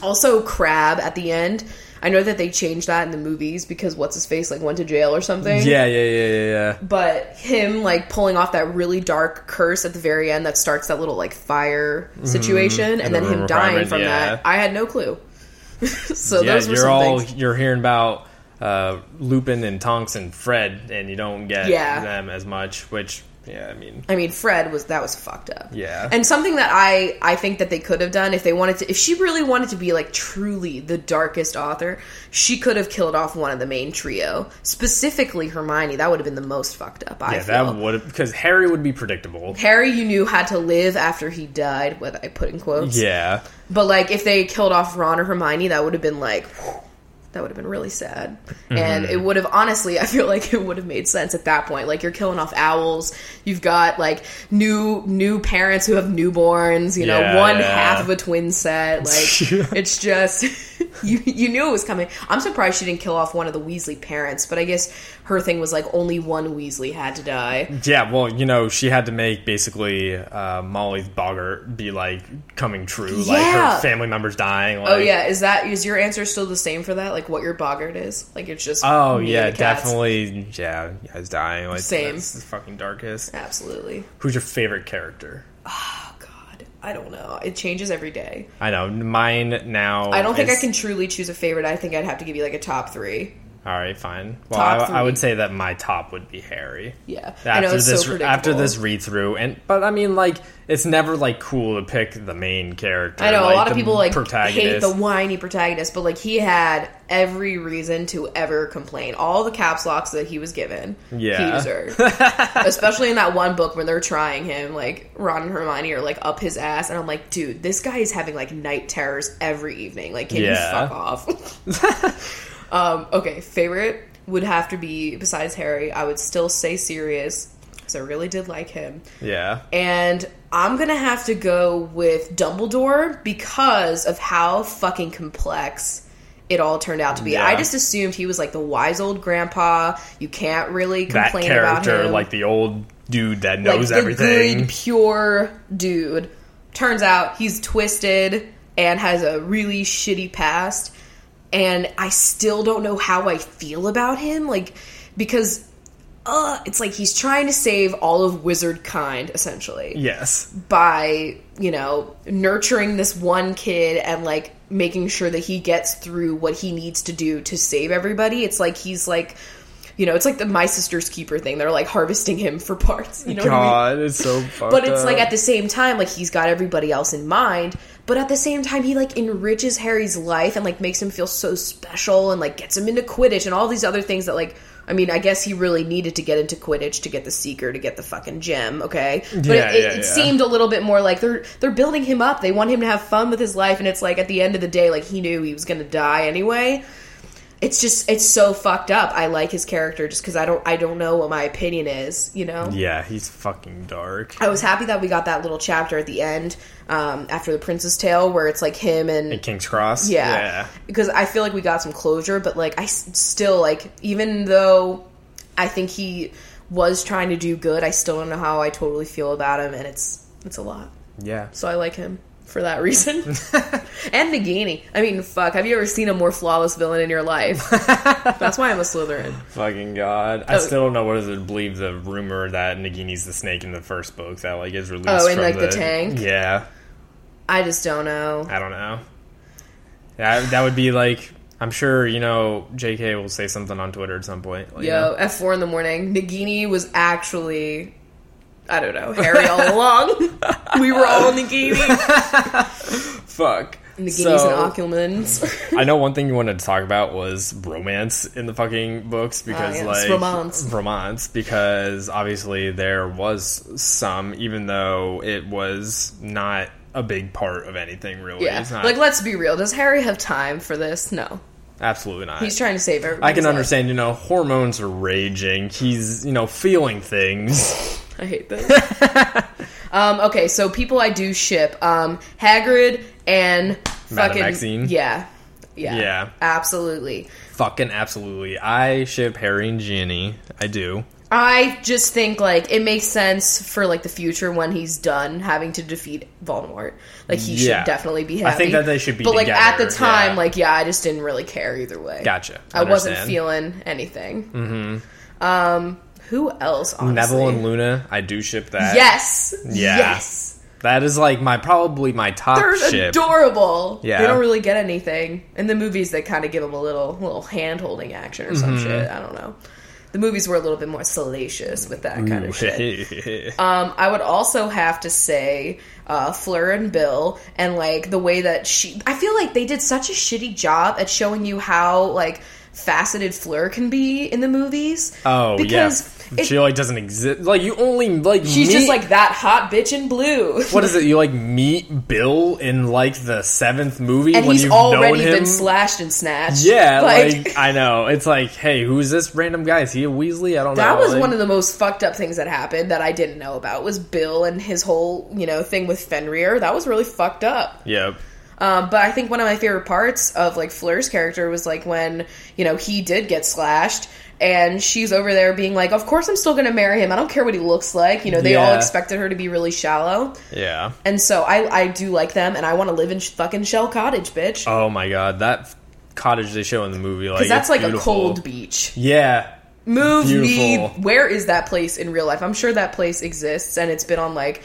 Speaker 2: Also, Crab at the end. I know that they changed that in the movies because what's his face like went to jail or something.
Speaker 3: Yeah, yeah, yeah, yeah, yeah.
Speaker 2: But him like pulling off that really dark curse at the very end that starts that little like fire situation, and,
Speaker 3: Mm-hmm. the
Speaker 2: then him
Speaker 3: room
Speaker 2: dying
Speaker 3: refinement,
Speaker 2: from
Speaker 3: yeah.
Speaker 2: that. I had no clue. <laughs> so
Speaker 3: yeah,
Speaker 2: those were
Speaker 3: you're
Speaker 2: some
Speaker 3: all
Speaker 2: things.
Speaker 3: you're hearing about uh, Lupin and Tonks and Fred, and you don't get
Speaker 2: Yeah.
Speaker 3: them as much. Which, yeah, I mean,
Speaker 2: I mean, Fred was that was fucked up.
Speaker 3: Yeah.
Speaker 2: And something that I I think that they could have done if they wanted to, if she really wanted to be like truly the darkest author, she could have killed off one of the main trio, specifically Hermione. That would have been the most fucked up. I
Speaker 3: yeah,
Speaker 2: feel.
Speaker 3: that would because Harry would be predictable.
Speaker 2: Harry, you knew had to live after he died. What I put in quotes.
Speaker 3: Yeah,
Speaker 2: But like, if they killed off Ron or Hermione, that would have been like, that would have been really sad. And
Speaker 3: Mm-hmm.
Speaker 2: it would have honestly, <laughs> I feel like it would have made sense at that point. Like you're killing off owls. You've got like new new parents who have newborns. You know,
Speaker 3: Yeah,
Speaker 2: one
Speaker 3: yeah.
Speaker 2: half of a twin
Speaker 3: <laughs>
Speaker 2: set. Like it's just <laughs> you you knew it was coming. I'm surprised she didn't kill off one of the Weasley parents. But I guess her thing was like only one Weasley had to die.
Speaker 3: yeah. Well, you know, she had to make basically uh, Molly's bogger be like coming true, like
Speaker 2: Yeah.
Speaker 3: her family members dying. Like,
Speaker 2: Oh yeah, is that is your answer still the same for that? Like what your boggart is? Like it's just
Speaker 3: Oh
Speaker 2: me and
Speaker 3: yeah,
Speaker 2: the cats?
Speaker 3: definitely. Yeah, yeah, it's dying. Like,
Speaker 2: Same.
Speaker 3: That's the fucking darkest.
Speaker 2: Absolutely.
Speaker 3: Who's your favorite character?
Speaker 2: Oh God, I don't know. It changes every day.
Speaker 3: I know mine now.
Speaker 2: I don't think I
Speaker 3: is-
Speaker 2: can truly choose a favorite. I think I'd have to give you like a top three.
Speaker 3: All right, fine. Well, I,
Speaker 2: Top
Speaker 3: I would
Speaker 2: three.
Speaker 3: say that my top would be Harry.
Speaker 2: Yeah, I
Speaker 3: After
Speaker 2: know it's
Speaker 3: this,
Speaker 2: so predictable.
Speaker 3: after this read through, and but I mean, like, it's never like cool to pick the main character.
Speaker 2: I know
Speaker 3: like,
Speaker 2: a lot of
Speaker 3: the
Speaker 2: people like hate
Speaker 3: protagonist.
Speaker 2: the whiny protagonist, but like he had every reason to ever complain. All the caps locks that he was given, he
Speaker 3: Yeah. <laughs>
Speaker 2: deserved. Especially in that one book when they're trying him, like Ron and Hermione are like up his ass, and I'm like, dude, this guy is having like night terrors every evening. Like, can
Speaker 3: Yeah.
Speaker 2: you fuck off? <laughs> um, okay, favorite would have to be besides Harry. I would still say Sirius because I really did like him
Speaker 3: yeah,
Speaker 2: and I'm gonna have to go with Dumbledore because of how fucking complex it all turned out to be.
Speaker 3: Yeah.
Speaker 2: I just assumed he was like the wise old grandpa. You can't really
Speaker 3: that
Speaker 2: complain about
Speaker 3: character,
Speaker 2: him.
Speaker 3: like the old dude that
Speaker 2: Like,
Speaker 3: knows
Speaker 2: the
Speaker 3: everything.
Speaker 2: good, pure dude. Turns out he's twisted and has a really shitty past. And I still don't know how I feel about him. Like, because, uh, it's like he's trying to save all of wizard kind, essentially
Speaker 3: Yes,
Speaker 2: by you know nurturing this one kid and like making sure that he gets through what he needs to do to save everybody it's like he's like you know it's like the my sister's keeper thing they're like harvesting him for parts you know what I mean?
Speaker 3: God, it's so.
Speaker 2: but it's like at the same time like he's got everybody else in mind but at the same time he like enriches harry's life and like makes him feel so special and like gets him into quidditch and all these other things that like i mean i guess he really needed to get into quidditch to get the seeker to get the fucking gem okay but
Speaker 3: Yeah,
Speaker 2: it, it,
Speaker 3: yeah,
Speaker 2: it
Speaker 3: yeah.
Speaker 2: seemed a little bit more like they're they're building him up they want him to have fun with his life and it's like at the end of the day like he knew he was gonna die anyway it's just it's so fucked up i like his character just because i don't i don't know what my opinion is you know
Speaker 3: yeah, he's fucking dark.
Speaker 2: I was happy that we got that little chapter at the end um, after the Prince's Tale where it's like him and.
Speaker 3: In King's Cross.
Speaker 2: yeah. Because I feel like we got some closure, but like I s- still like even though I think he was trying to do good, I still don't know how I totally feel about him and it's it's a lot.
Speaker 3: yeah,
Speaker 2: So I like him for that <laughs> reason. and Nagini. I mean, fuck, have you ever seen a more flawless villain in your life? <laughs> That's why I'm a Slytherin.
Speaker 3: Fucking god!
Speaker 2: Oh.
Speaker 3: I still don't know whether to believe the rumor that Nagini's the snake in the first book that like is released.
Speaker 2: Oh, in,
Speaker 3: from
Speaker 2: like, the tank?
Speaker 3: Yeah,
Speaker 2: I just don't know.
Speaker 3: I don't know. That that would be like I'm sure you know J.K. will say something on Twitter at some point. like, you
Speaker 2: Yo,
Speaker 3: know.
Speaker 2: at four in the morning, Nagini was actually, I don't know, Harry all
Speaker 3: <laughs>
Speaker 2: along. we were all Nagini.
Speaker 3: fuck.
Speaker 2: Nagini's
Speaker 3: So,
Speaker 2: and Oculmans.
Speaker 3: <laughs> I know one thing you wanted to talk about was romance in the fucking books because
Speaker 2: Ah, yes,
Speaker 3: like
Speaker 2: romance.
Speaker 3: romance because obviously there was some even though it was not a big part of anything
Speaker 2: <laughs>
Speaker 3: really.
Speaker 2: yeah.
Speaker 3: It's not-
Speaker 2: Like, let's be real. Does Harry have time for this? No.
Speaker 3: absolutely not.
Speaker 2: He's trying to save everybody.
Speaker 3: I can understand, you know, hormones are raging. He's, you know, feeling things. <laughs>
Speaker 2: I hate this. um, okay, so people I do ship um, Hagrid and
Speaker 3: Madame
Speaker 2: fucking.
Speaker 3: Maxine?
Speaker 2: Yeah. Yeah.
Speaker 3: Yeah.
Speaker 2: Absolutely.
Speaker 3: Fucking absolutely. I ship Harry and Ginny. I do.
Speaker 2: I just think like it makes sense for like the future when he's done having to defeat Voldemort. Like he
Speaker 3: Yeah.
Speaker 2: should definitely be
Speaker 3: I
Speaker 2: happy.
Speaker 3: think that they should be
Speaker 2: But like at the
Speaker 3: together,
Speaker 2: time,
Speaker 3: yeah.
Speaker 2: like yeah, I just didn't really care either way.
Speaker 3: Gotcha.
Speaker 2: I wasn't
Speaker 3: Understand.
Speaker 2: feeling anything. Mm-hmm. Um, who else? Honestly,
Speaker 3: Neville and Luna. I do ship that.
Speaker 2: Yes.
Speaker 3: Yeah.
Speaker 2: Yes.
Speaker 3: That is like my probably my top
Speaker 2: They're
Speaker 3: ship.
Speaker 2: adorable.
Speaker 3: Yeah.
Speaker 2: They don't really get anything in the movies. They kind of give them a little little hand holding action or
Speaker 3: Mm-hmm.
Speaker 2: some shit. I don't know. The movies were a little bit more salacious with that
Speaker 3: <laughs>
Speaker 2: kind of shit. Um, I would also have to say uh, Fleur and Bill, and like the way that she. I feel like they did such a shitty job at showing you how like faceted Fleur can be in the movies.
Speaker 3: oh
Speaker 2: because
Speaker 3: yeah.
Speaker 2: it-
Speaker 3: she like doesn't exist. Like you only like
Speaker 2: she's
Speaker 3: meet-
Speaker 2: just like that hot bitch in blue. <laughs>
Speaker 3: what is it? You like meet Bill in like the seventh movie
Speaker 2: And
Speaker 3: when
Speaker 2: he's
Speaker 3: you've
Speaker 2: already
Speaker 3: known him.
Speaker 2: been slashed and snatched.
Speaker 3: yeah,
Speaker 2: <laughs>
Speaker 3: like, I know. It's like, hey, who's this random guy? Is he a Weasley? I don't know.
Speaker 2: that was
Speaker 3: Like,
Speaker 2: one of the most fucked up things that happened that I didn't know about was Bill and his whole you know thing with Fenrir. That was really fucked up.
Speaker 3: Yep.
Speaker 2: Um, but I think one of my favorite parts of like Fleur's character was like when you know he did get slashed, and she's over there being like, "Of course I'm still going to marry him. I don't care what he looks like." You know, they all
Speaker 3: Yeah.
Speaker 2: expected her to be really shallow,
Speaker 3: Yeah.
Speaker 2: and so I I do like them, and I want to live in sh- fucking Shell Cottage, bitch, because
Speaker 3: Oh my god, that cottage they show in the movie, like
Speaker 2: that's
Speaker 3: it's
Speaker 2: like
Speaker 3: beautiful.
Speaker 2: a cold beach.
Speaker 3: Yeah.
Speaker 2: Move
Speaker 3: Beautiful.
Speaker 2: me. Where is that place in real life? I'm sure that place exists, and it's been on like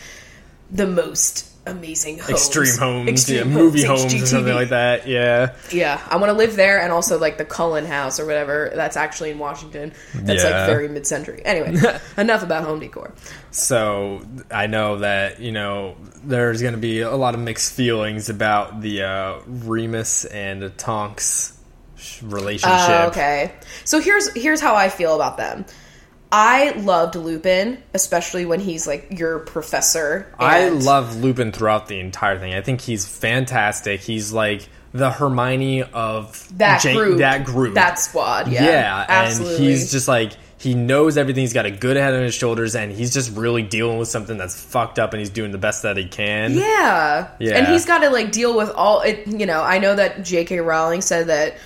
Speaker 2: the most amazing homes.
Speaker 3: Extreme homes,
Speaker 2: Extreme
Speaker 3: yeah, movie homes,
Speaker 2: homes
Speaker 3: or something
Speaker 2: HGTV.
Speaker 3: like that. Yeah,
Speaker 2: Yeah, I want to live there, and also like the Cullen House or whatever that's actually in Washington. That's
Speaker 3: Yeah.
Speaker 2: like very mid-century.
Speaker 3: <laughs>
Speaker 2: Anyway, enough about home decor.
Speaker 3: So I know that you know there's going to be a lot of mixed feelings about the uh, Remus and Tonks sh- relationship.
Speaker 2: Oh, okay, so here's here's how I feel about them. I loved Lupin, especially when he's like your professor.
Speaker 3: I
Speaker 2: and-
Speaker 3: love Lupin throughout the entire thing. I think he's fantastic. He's like the Hermione of
Speaker 2: that
Speaker 3: Ja-
Speaker 2: group,
Speaker 3: That group.
Speaker 2: that squad. Yeah,
Speaker 3: yeah,
Speaker 2: absolutely.
Speaker 3: and he's just like he knows everything. He's got a good head on his shoulders, and he's just really dealing with something that's fucked up, and he's doing the best that he can.
Speaker 2: Yeah.
Speaker 3: Yeah.
Speaker 2: And he's got to like deal with all it. You know, I know that J.K. Rowling said that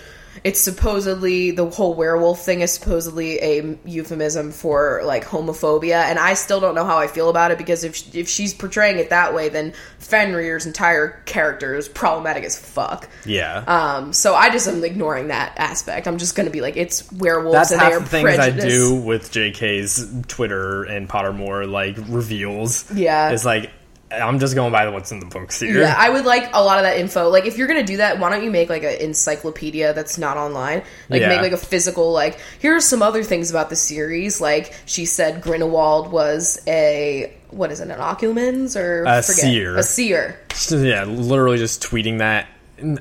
Speaker 2: it's supposedly the whole werewolf thing is supposedly a euphemism for like homophobia, and I still don't know how I feel about it because if sh- if she's portraying it that way, then Fenrir's entire character is problematic as fuck.
Speaker 3: yeah.
Speaker 2: Um, so I just am ignoring that aspect. I'm just gonna be like, it's werewolves
Speaker 3: That's
Speaker 2: and
Speaker 3: half
Speaker 2: they are
Speaker 3: the things I
Speaker 2: prejudiced.
Speaker 3: do with JK's Twitter and Pottermore like reveals.
Speaker 2: Yeah.
Speaker 3: It's like I'm just going by what's in the books here. <laughs>
Speaker 2: Yeah, I would like a lot of that info. Like, if you're gonna do that, why don't you make like an encyclopedia that's not online? Like,
Speaker 3: Yeah.
Speaker 2: make like a physical. Like, here are some other things about the series. Like, she said Grindelwald was a what is it, an oculmens or
Speaker 3: A seer.
Speaker 2: a seer.
Speaker 3: yeah, literally just tweeting that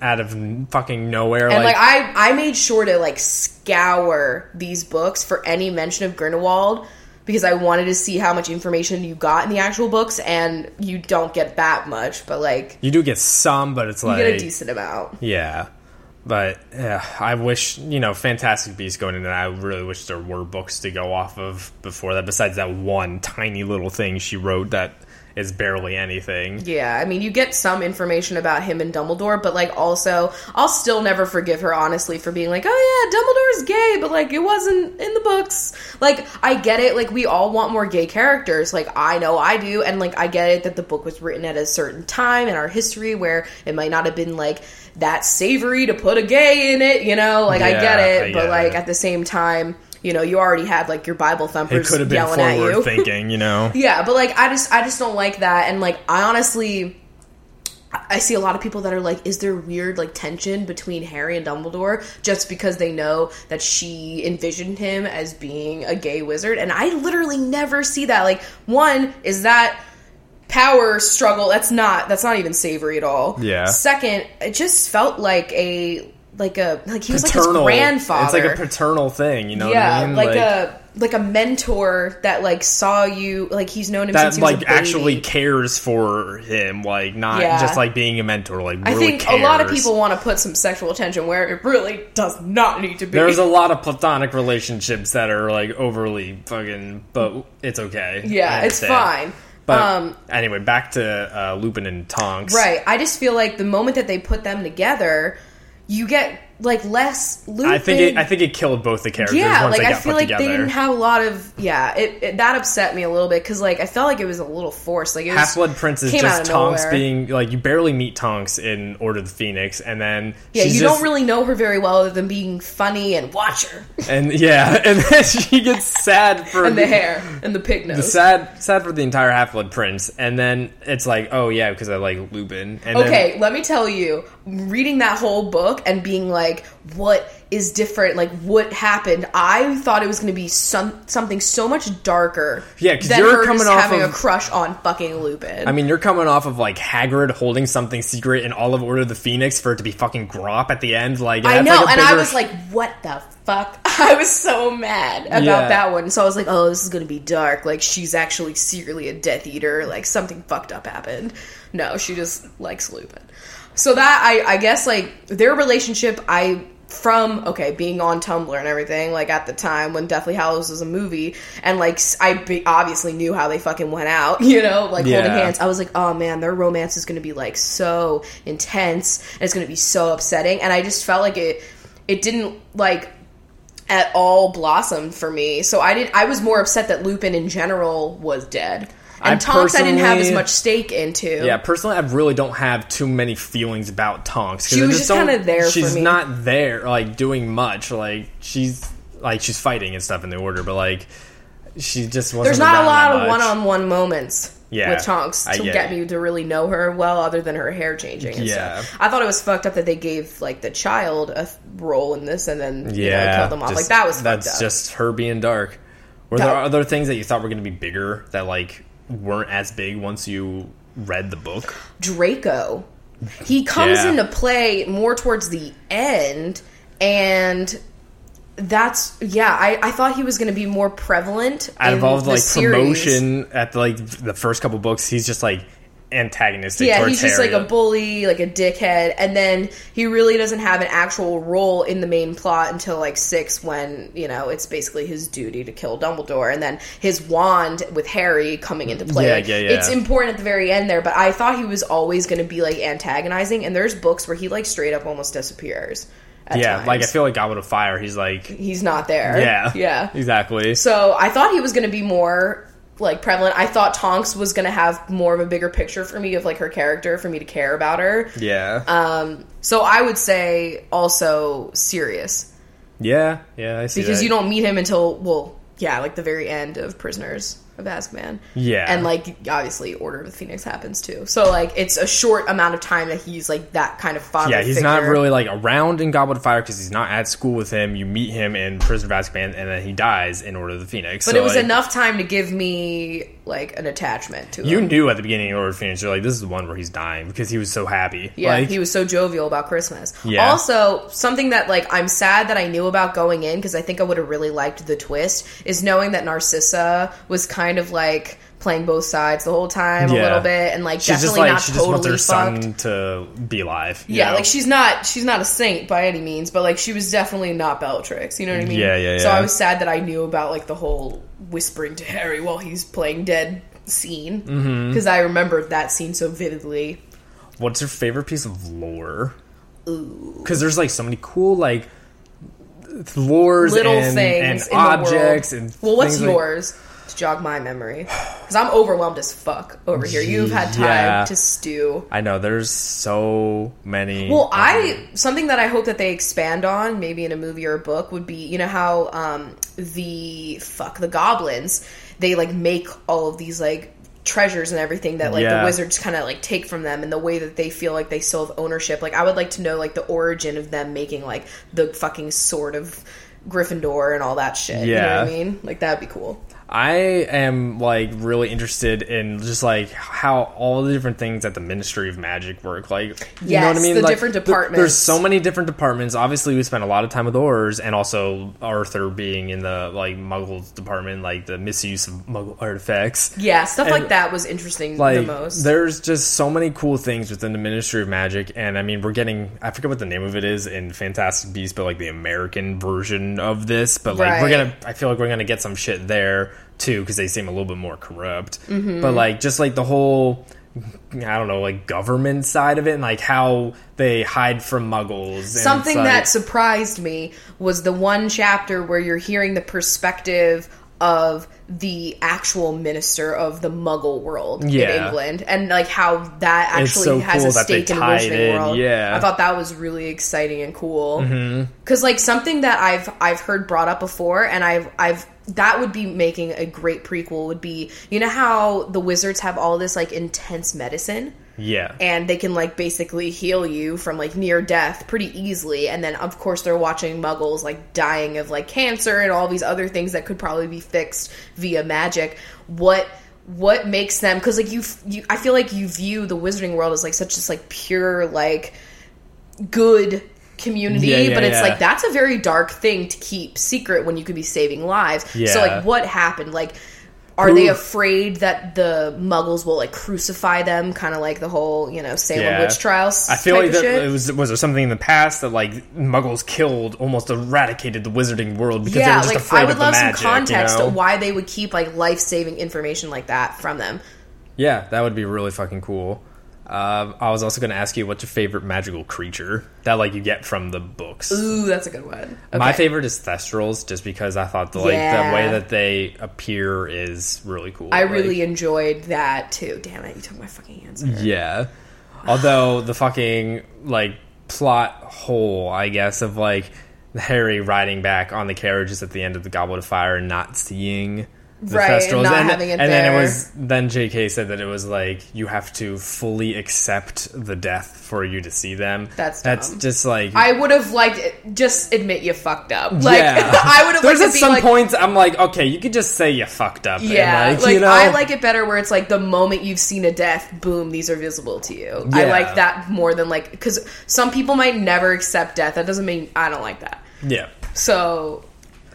Speaker 3: out of fucking nowhere.
Speaker 2: And
Speaker 3: like,
Speaker 2: like, I, I made sure to like scour these books for any mention of Grindelwald because I wanted to see how much information you got in the actual books, and you don't get that much, but like,
Speaker 3: you do get some, but it's
Speaker 2: you get a
Speaker 3: like
Speaker 2: decent amount.
Speaker 3: yeah. But yeah, I wish you know Fantastic Beasts going into that. I really wish there were books to go off of before that. Besides that one tiny little thing she wrote that is barely anything.
Speaker 2: Yeah, I mean, you get some information about him and Dumbledore, but like also, I'll still never forgive her honestly for being like, "Oh yeah, Dumbledore's gay," but like it wasn't in the books. Like I get it, like we all want more gay characters. Like I know I do, and like I get it that the book was written at a certain time in our history where it might not have been like that savory to put a gay in it, you know? Like I
Speaker 3: Yeah,
Speaker 2: get it,
Speaker 3: I
Speaker 2: but
Speaker 3: get
Speaker 2: like
Speaker 3: it.
Speaker 2: at the same time, you know, you already had like your Bible
Speaker 3: It
Speaker 2: thumpers
Speaker 3: could have been
Speaker 2: yelling at you. <laughs>
Speaker 3: forward thinking, you know.
Speaker 2: Yeah, but like I just I just don't like that and like I honestly I see a lot of people that are like is there weird like tension between Harry and Dumbledore just because they know that she envisioned him as being a gay wizard and I literally never see that like one is that power struggle that's not that's not even savory at all.
Speaker 3: Yeah.
Speaker 2: Second, it just felt like a like a like he was
Speaker 3: paternal
Speaker 2: like his grandfather
Speaker 3: It's like a paternal thing, you know what
Speaker 2: yeah,
Speaker 3: I mean?
Speaker 2: like, a like a mentor that like saw you like he's known him
Speaker 3: that
Speaker 2: since he was
Speaker 3: like
Speaker 2: a baby.
Speaker 3: actually cares for him, like not
Speaker 2: Yeah.
Speaker 3: just like being a mentor, like
Speaker 2: I
Speaker 3: really
Speaker 2: think a lot of
Speaker 3: cares.
Speaker 2: people want to put some sexual attention where it really does not need to be.
Speaker 3: There's a lot of platonic relationships that are like overly fucking, but it's okay.
Speaker 2: <laughs> yeah,
Speaker 3: I
Speaker 2: it's
Speaker 3: understand.
Speaker 2: fine.
Speaker 3: But
Speaker 2: Um,
Speaker 3: anyway, back to uh, Lupin and Tonks.
Speaker 2: Right. I just feel like the moment that they put them together, you get like less Lupin.
Speaker 3: I think it, I think it killed both the characters
Speaker 2: yeah,
Speaker 3: once
Speaker 2: like
Speaker 3: they
Speaker 2: I
Speaker 3: got
Speaker 2: feel
Speaker 3: put
Speaker 2: like they
Speaker 3: together.
Speaker 2: didn't have a lot of yeah. It, it that upset me a little bit because like I felt like it was a little forced. Like it was
Speaker 3: Half Blood Prince is
Speaker 2: came out
Speaker 3: just
Speaker 2: of
Speaker 3: Tonks
Speaker 2: nowhere.
Speaker 3: being like you barely meet Tonks in Order of the Phoenix, and then
Speaker 2: Yeah,
Speaker 3: she's
Speaker 2: you
Speaker 3: just-
Speaker 2: don't really know her very well other than being funny and watcher
Speaker 3: and yeah, <laughs> and then she gets sad for
Speaker 2: and the hair and the pig
Speaker 3: the
Speaker 2: nose.
Speaker 3: sad sad for the entire Half Blood Prince, and then it's like oh yeah because I like Lupin. And then-
Speaker 2: Okay, let me tell you, reading that whole book and being like, what is different? Like, what happened? I thought it was going to be some something so much darker.
Speaker 3: Yeah, 'cause
Speaker 2: than
Speaker 3: you're
Speaker 2: her
Speaker 3: coming
Speaker 2: just
Speaker 3: off
Speaker 2: having
Speaker 3: of-
Speaker 2: a crush on fucking Lupin.
Speaker 3: I mean, you're coming off of like Hagrid holding something secret in all of Order of the Phoenix for it to be fucking Grop at the end. Like,
Speaker 2: I
Speaker 3: that's,
Speaker 2: know,
Speaker 3: like, a
Speaker 2: and I
Speaker 3: bigger-
Speaker 2: was like, what the fuck? <laughs> I was so mad about
Speaker 3: Yeah.
Speaker 2: that one. So I was like, oh, this is gonna be dark. Like, she's actually secretly a Death Eater. Like, something fucked up happened. No, she just likes Lupin. So that, I, I guess, like, their relationship, I. From okay, being on Tumblr and everything, like at the time when Deathly Hallows was a movie, and like s- I be- obviously knew how they fucking went out, <laughs> you know, like holding
Speaker 3: Yeah.
Speaker 2: hands. I was like, oh man, their romance is going to be like so intense and it's going to be so upsetting. And I just felt like it, it didn't like at all blossom for me. So I didn't, I was more upset that Lupin in general was dead. And
Speaker 3: I
Speaker 2: Tonks I didn't have as
Speaker 3: personally-
Speaker 2: much stake into.
Speaker 3: Yeah, personally, I really don't have too many feelings about Tonks. 'cause
Speaker 2: She
Speaker 3: I
Speaker 2: was just
Speaker 3: don't-
Speaker 2: kinda there for
Speaker 3: She's
Speaker 2: me.
Speaker 3: not there, like doing much. Like she's like she's fighting and stuff in the Order, but like she just wasn't.
Speaker 2: There's not
Speaker 3: around
Speaker 2: a
Speaker 3: that
Speaker 2: lot of
Speaker 3: much.
Speaker 2: one-on-one moments
Speaker 3: Yeah,
Speaker 2: with Tonks
Speaker 3: I
Speaker 2: to
Speaker 3: get
Speaker 2: get,
Speaker 3: it.
Speaker 2: me to really know her well, other than her hair changing. And
Speaker 3: Yeah.
Speaker 2: stuff. I thought it was fucked up that they gave like the child a th- role in this, and then you know,
Speaker 3: Yeah,
Speaker 2: killed them off.
Speaker 3: just-
Speaker 2: like that was fucked
Speaker 3: that's
Speaker 2: up.
Speaker 3: just her being dark. Were
Speaker 2: That-
Speaker 3: there other things that you thought were going to be bigger that like weren't as big once you read the book?
Speaker 2: Draco. He comes
Speaker 3: Yeah.
Speaker 2: into play more towards the end, and that's yeah. I, I thought he was going to be more prevalent.
Speaker 3: out
Speaker 2: in
Speaker 3: of all the
Speaker 2: the
Speaker 3: like
Speaker 2: series.
Speaker 3: promotion at the, like the first couple books, he's just like antagonistic.
Speaker 2: Yeah,
Speaker 3: towards
Speaker 2: he's just like a
Speaker 3: Harriet.
Speaker 2: bully, like a dickhead, and then he really doesn't have an actual role in the main plot until like six, when you know it's basically his duty to kill Dumbledore, and then his wand with Harry coming into play.
Speaker 3: Yeah,
Speaker 2: Like,
Speaker 3: yeah, yeah.
Speaker 2: It's important at the very end there, but I thought he was always going to be like antagonizing, and there's books where he like straight up almost disappears. At
Speaker 3: yeah. Like I
Speaker 2: times.
Speaker 3: feel like Goblet of Fire. He's like
Speaker 2: he's not there.
Speaker 3: yeah,
Speaker 2: <laughs> yeah.
Speaker 3: exactly.
Speaker 2: So I thought he was going to be more like prevalent. I thought Tonks was going to have more of a bigger picture for me of like her character, for me to care about her. Um,
Speaker 3: yeah,
Speaker 2: uh, So I would say also serious
Speaker 3: yeah, yeah. I see
Speaker 2: because
Speaker 3: that.
Speaker 2: you don't meet him until well, yeah, like the very end of Prisoners of Azkaban.
Speaker 3: Yeah.
Speaker 2: and like obviously Order of the Phoenix happens too. So like it's a short amount of time that he's like that kind of father.
Speaker 3: Yeah, he's
Speaker 2: figure.
Speaker 3: not really like around in Goblet of Fire because he's not at school with him. You meet him in Prison of Azkaban, and then he dies in Order of the Phoenix.
Speaker 2: But
Speaker 3: So,
Speaker 2: it was
Speaker 3: like,
Speaker 2: enough time to give me like an attachment to
Speaker 3: You
Speaker 2: him.
Speaker 3: knew at the beginning of Order of the Phoenix, you're like, this is the one where he's dying because he was so happy.
Speaker 2: Yeah,
Speaker 3: like,
Speaker 2: he was so jovial about Christmas.
Speaker 3: Yeah.
Speaker 2: Also, something that like I'm sad that I knew about going in because I think I would have really liked the twist is knowing that Narcissa was kind of like playing both sides the whole time a
Speaker 3: Yeah.
Speaker 2: little bit and like
Speaker 3: she's just
Speaker 2: definitely
Speaker 3: like
Speaker 2: not
Speaker 3: she just
Speaker 2: totally
Speaker 3: wants her
Speaker 2: fucked.
Speaker 3: son to be alive. you
Speaker 2: yeah,
Speaker 3: know?
Speaker 2: like she's not she's not a saint by any means, but like she was definitely not Bellatrix. You know what I mean?
Speaker 3: Yeah, yeah,
Speaker 2: So
Speaker 3: yeah.
Speaker 2: I was sad that I knew about like the whole whispering to Harry while he's playing dead scene because
Speaker 3: Mm-hmm.
Speaker 2: I remembered that scene so vividly.
Speaker 3: What's your favorite piece of lore? Because there's like so many cool like lores,
Speaker 2: little
Speaker 3: and,
Speaker 2: things
Speaker 3: and
Speaker 2: in
Speaker 3: objects,
Speaker 2: the world.
Speaker 3: and
Speaker 2: well, what's
Speaker 3: things like-
Speaker 2: yours to jog my memory? Because I'm overwhelmed as fuck over here. You've had time
Speaker 3: Yeah.
Speaker 2: to stew.
Speaker 3: I know there's so many.
Speaker 2: Well,
Speaker 3: um,
Speaker 2: I something that I hope that they expand on, maybe in a movie or a book, would be you know how um, the fuck the goblins they like make all of these like treasures and everything that like
Speaker 3: Yeah.
Speaker 2: the wizards kind of like take from them and the way that they feel like they still have ownership like i would like to know like the origin of them making like the fucking sword of gryffindor and all that shit you know what
Speaker 3: Yeah.
Speaker 2: i mean like that'd be cool
Speaker 3: I am like really interested in just like how all the different things at the Ministry of Magic work. Like, you know what I
Speaker 2: Yes,
Speaker 3: mean?
Speaker 2: the
Speaker 3: Like,
Speaker 2: different
Speaker 3: th-
Speaker 2: departments.
Speaker 3: there's so many different departments. Obviously, we spent a lot of time with Oars and also Arthur being in the like Muggles department, like the misuse of Muggle artifacts.
Speaker 2: yeah stuff
Speaker 3: And,
Speaker 2: like that was interesting
Speaker 3: like
Speaker 2: the most
Speaker 3: there's just so many cool things within the ministry of magic and i mean we're getting i forget what the name of it is in fantastic beasts but like the american version of this but like we're
Speaker 2: Right.
Speaker 3: gonna i feel like we're gonna get
Speaker 2: Mm-hmm.
Speaker 3: some shit there too because they seem a little bit more corrupt but like just like the whole I don't know, like government side of it and like how they hide from muggles. And it's
Speaker 2: Something
Speaker 3: like-
Speaker 2: that surprised me was the one chapter where you're hearing the perspective of the actual minister of the Muggle world in
Speaker 3: Yeah.
Speaker 2: England, and like how that
Speaker 3: It's
Speaker 2: actually
Speaker 3: so
Speaker 2: has
Speaker 3: cool
Speaker 2: a
Speaker 3: that they
Speaker 2: stake in
Speaker 3: tied
Speaker 2: Wizarding
Speaker 3: in,
Speaker 2: World.
Speaker 3: yeah. Mm-hmm.
Speaker 2: I thought that was really exciting and cool. Because like something that I've I've heard brought up before, and I've I've that would be making a great prequel. Would be you know how the wizards have all this like intense medicine
Speaker 3: yeah,
Speaker 2: and they can like basically heal you from like near death pretty easily and then of course they're watching muggles like dying of like cancer and all these other things that could probably be fixed via magic what what makes them cuz like you, f- you I feel like you view the wizarding world as like such this like pure like good community
Speaker 3: Yeah, yeah,
Speaker 2: but it's
Speaker 3: yeah.
Speaker 2: like that's a very dark thing to keep secret when you could be saving lives so
Speaker 3: Yeah.
Speaker 2: like what happened like are
Speaker 3: Who-
Speaker 2: they afraid that the muggles will like crucify them kind of like the whole you know salem
Speaker 3: yeah.
Speaker 2: witch trials
Speaker 3: I feel
Speaker 2: type
Speaker 3: like
Speaker 2: of
Speaker 3: that
Speaker 2: shit?
Speaker 3: it was was there something in the past that like muggles killed, almost eradicated the wizarding world because they were
Speaker 2: yeah
Speaker 3: just
Speaker 2: like
Speaker 3: afraid
Speaker 2: i would
Speaker 3: of the
Speaker 2: love
Speaker 3: magic.
Speaker 2: some context
Speaker 3: you know?
Speaker 2: of why they would keep like life-saving information like that from them
Speaker 3: Yeah, that would be really fucking cool. Um, I was also going to ask you what's your favorite magical creature that like you get from the books.
Speaker 2: ooh that's a good one
Speaker 3: My
Speaker 2: Okay.
Speaker 3: favorite is Thestrals, just because I thought the like
Speaker 2: Yeah.
Speaker 3: the way that they appear is really cool.
Speaker 2: i
Speaker 3: Like,
Speaker 2: really enjoyed that too damn it you took my fucking answer
Speaker 3: yeah. Although the fucking like plot hole, I guess, of like Harry riding back on the carriages at the end of the Goblet of Fire and not seeing the
Speaker 2: Right, and
Speaker 3: Thestrals,
Speaker 2: not
Speaker 3: and,
Speaker 2: having it
Speaker 3: and then
Speaker 2: there.
Speaker 3: it was then J.K. said that it was like you have to fully accept the death for you to see them.
Speaker 2: That's
Speaker 3: that's
Speaker 2: dumb.
Speaker 3: just like
Speaker 2: I would have liked just admit you fucked up. Like
Speaker 3: yeah.
Speaker 2: <laughs> I would have liked
Speaker 3: There's
Speaker 2: to
Speaker 3: at
Speaker 2: be
Speaker 3: some
Speaker 2: like,
Speaker 3: points I'm like, okay, you could just say you fucked up. and,
Speaker 2: Yeah, like,
Speaker 3: like, you know,
Speaker 2: I like it better where it's like the moment you've seen a death, boom, these are visible to you. I
Speaker 3: Yeah.
Speaker 2: like that more than like because some people might never accept death. That doesn't mean I don't like that.
Speaker 3: Yeah.
Speaker 2: So,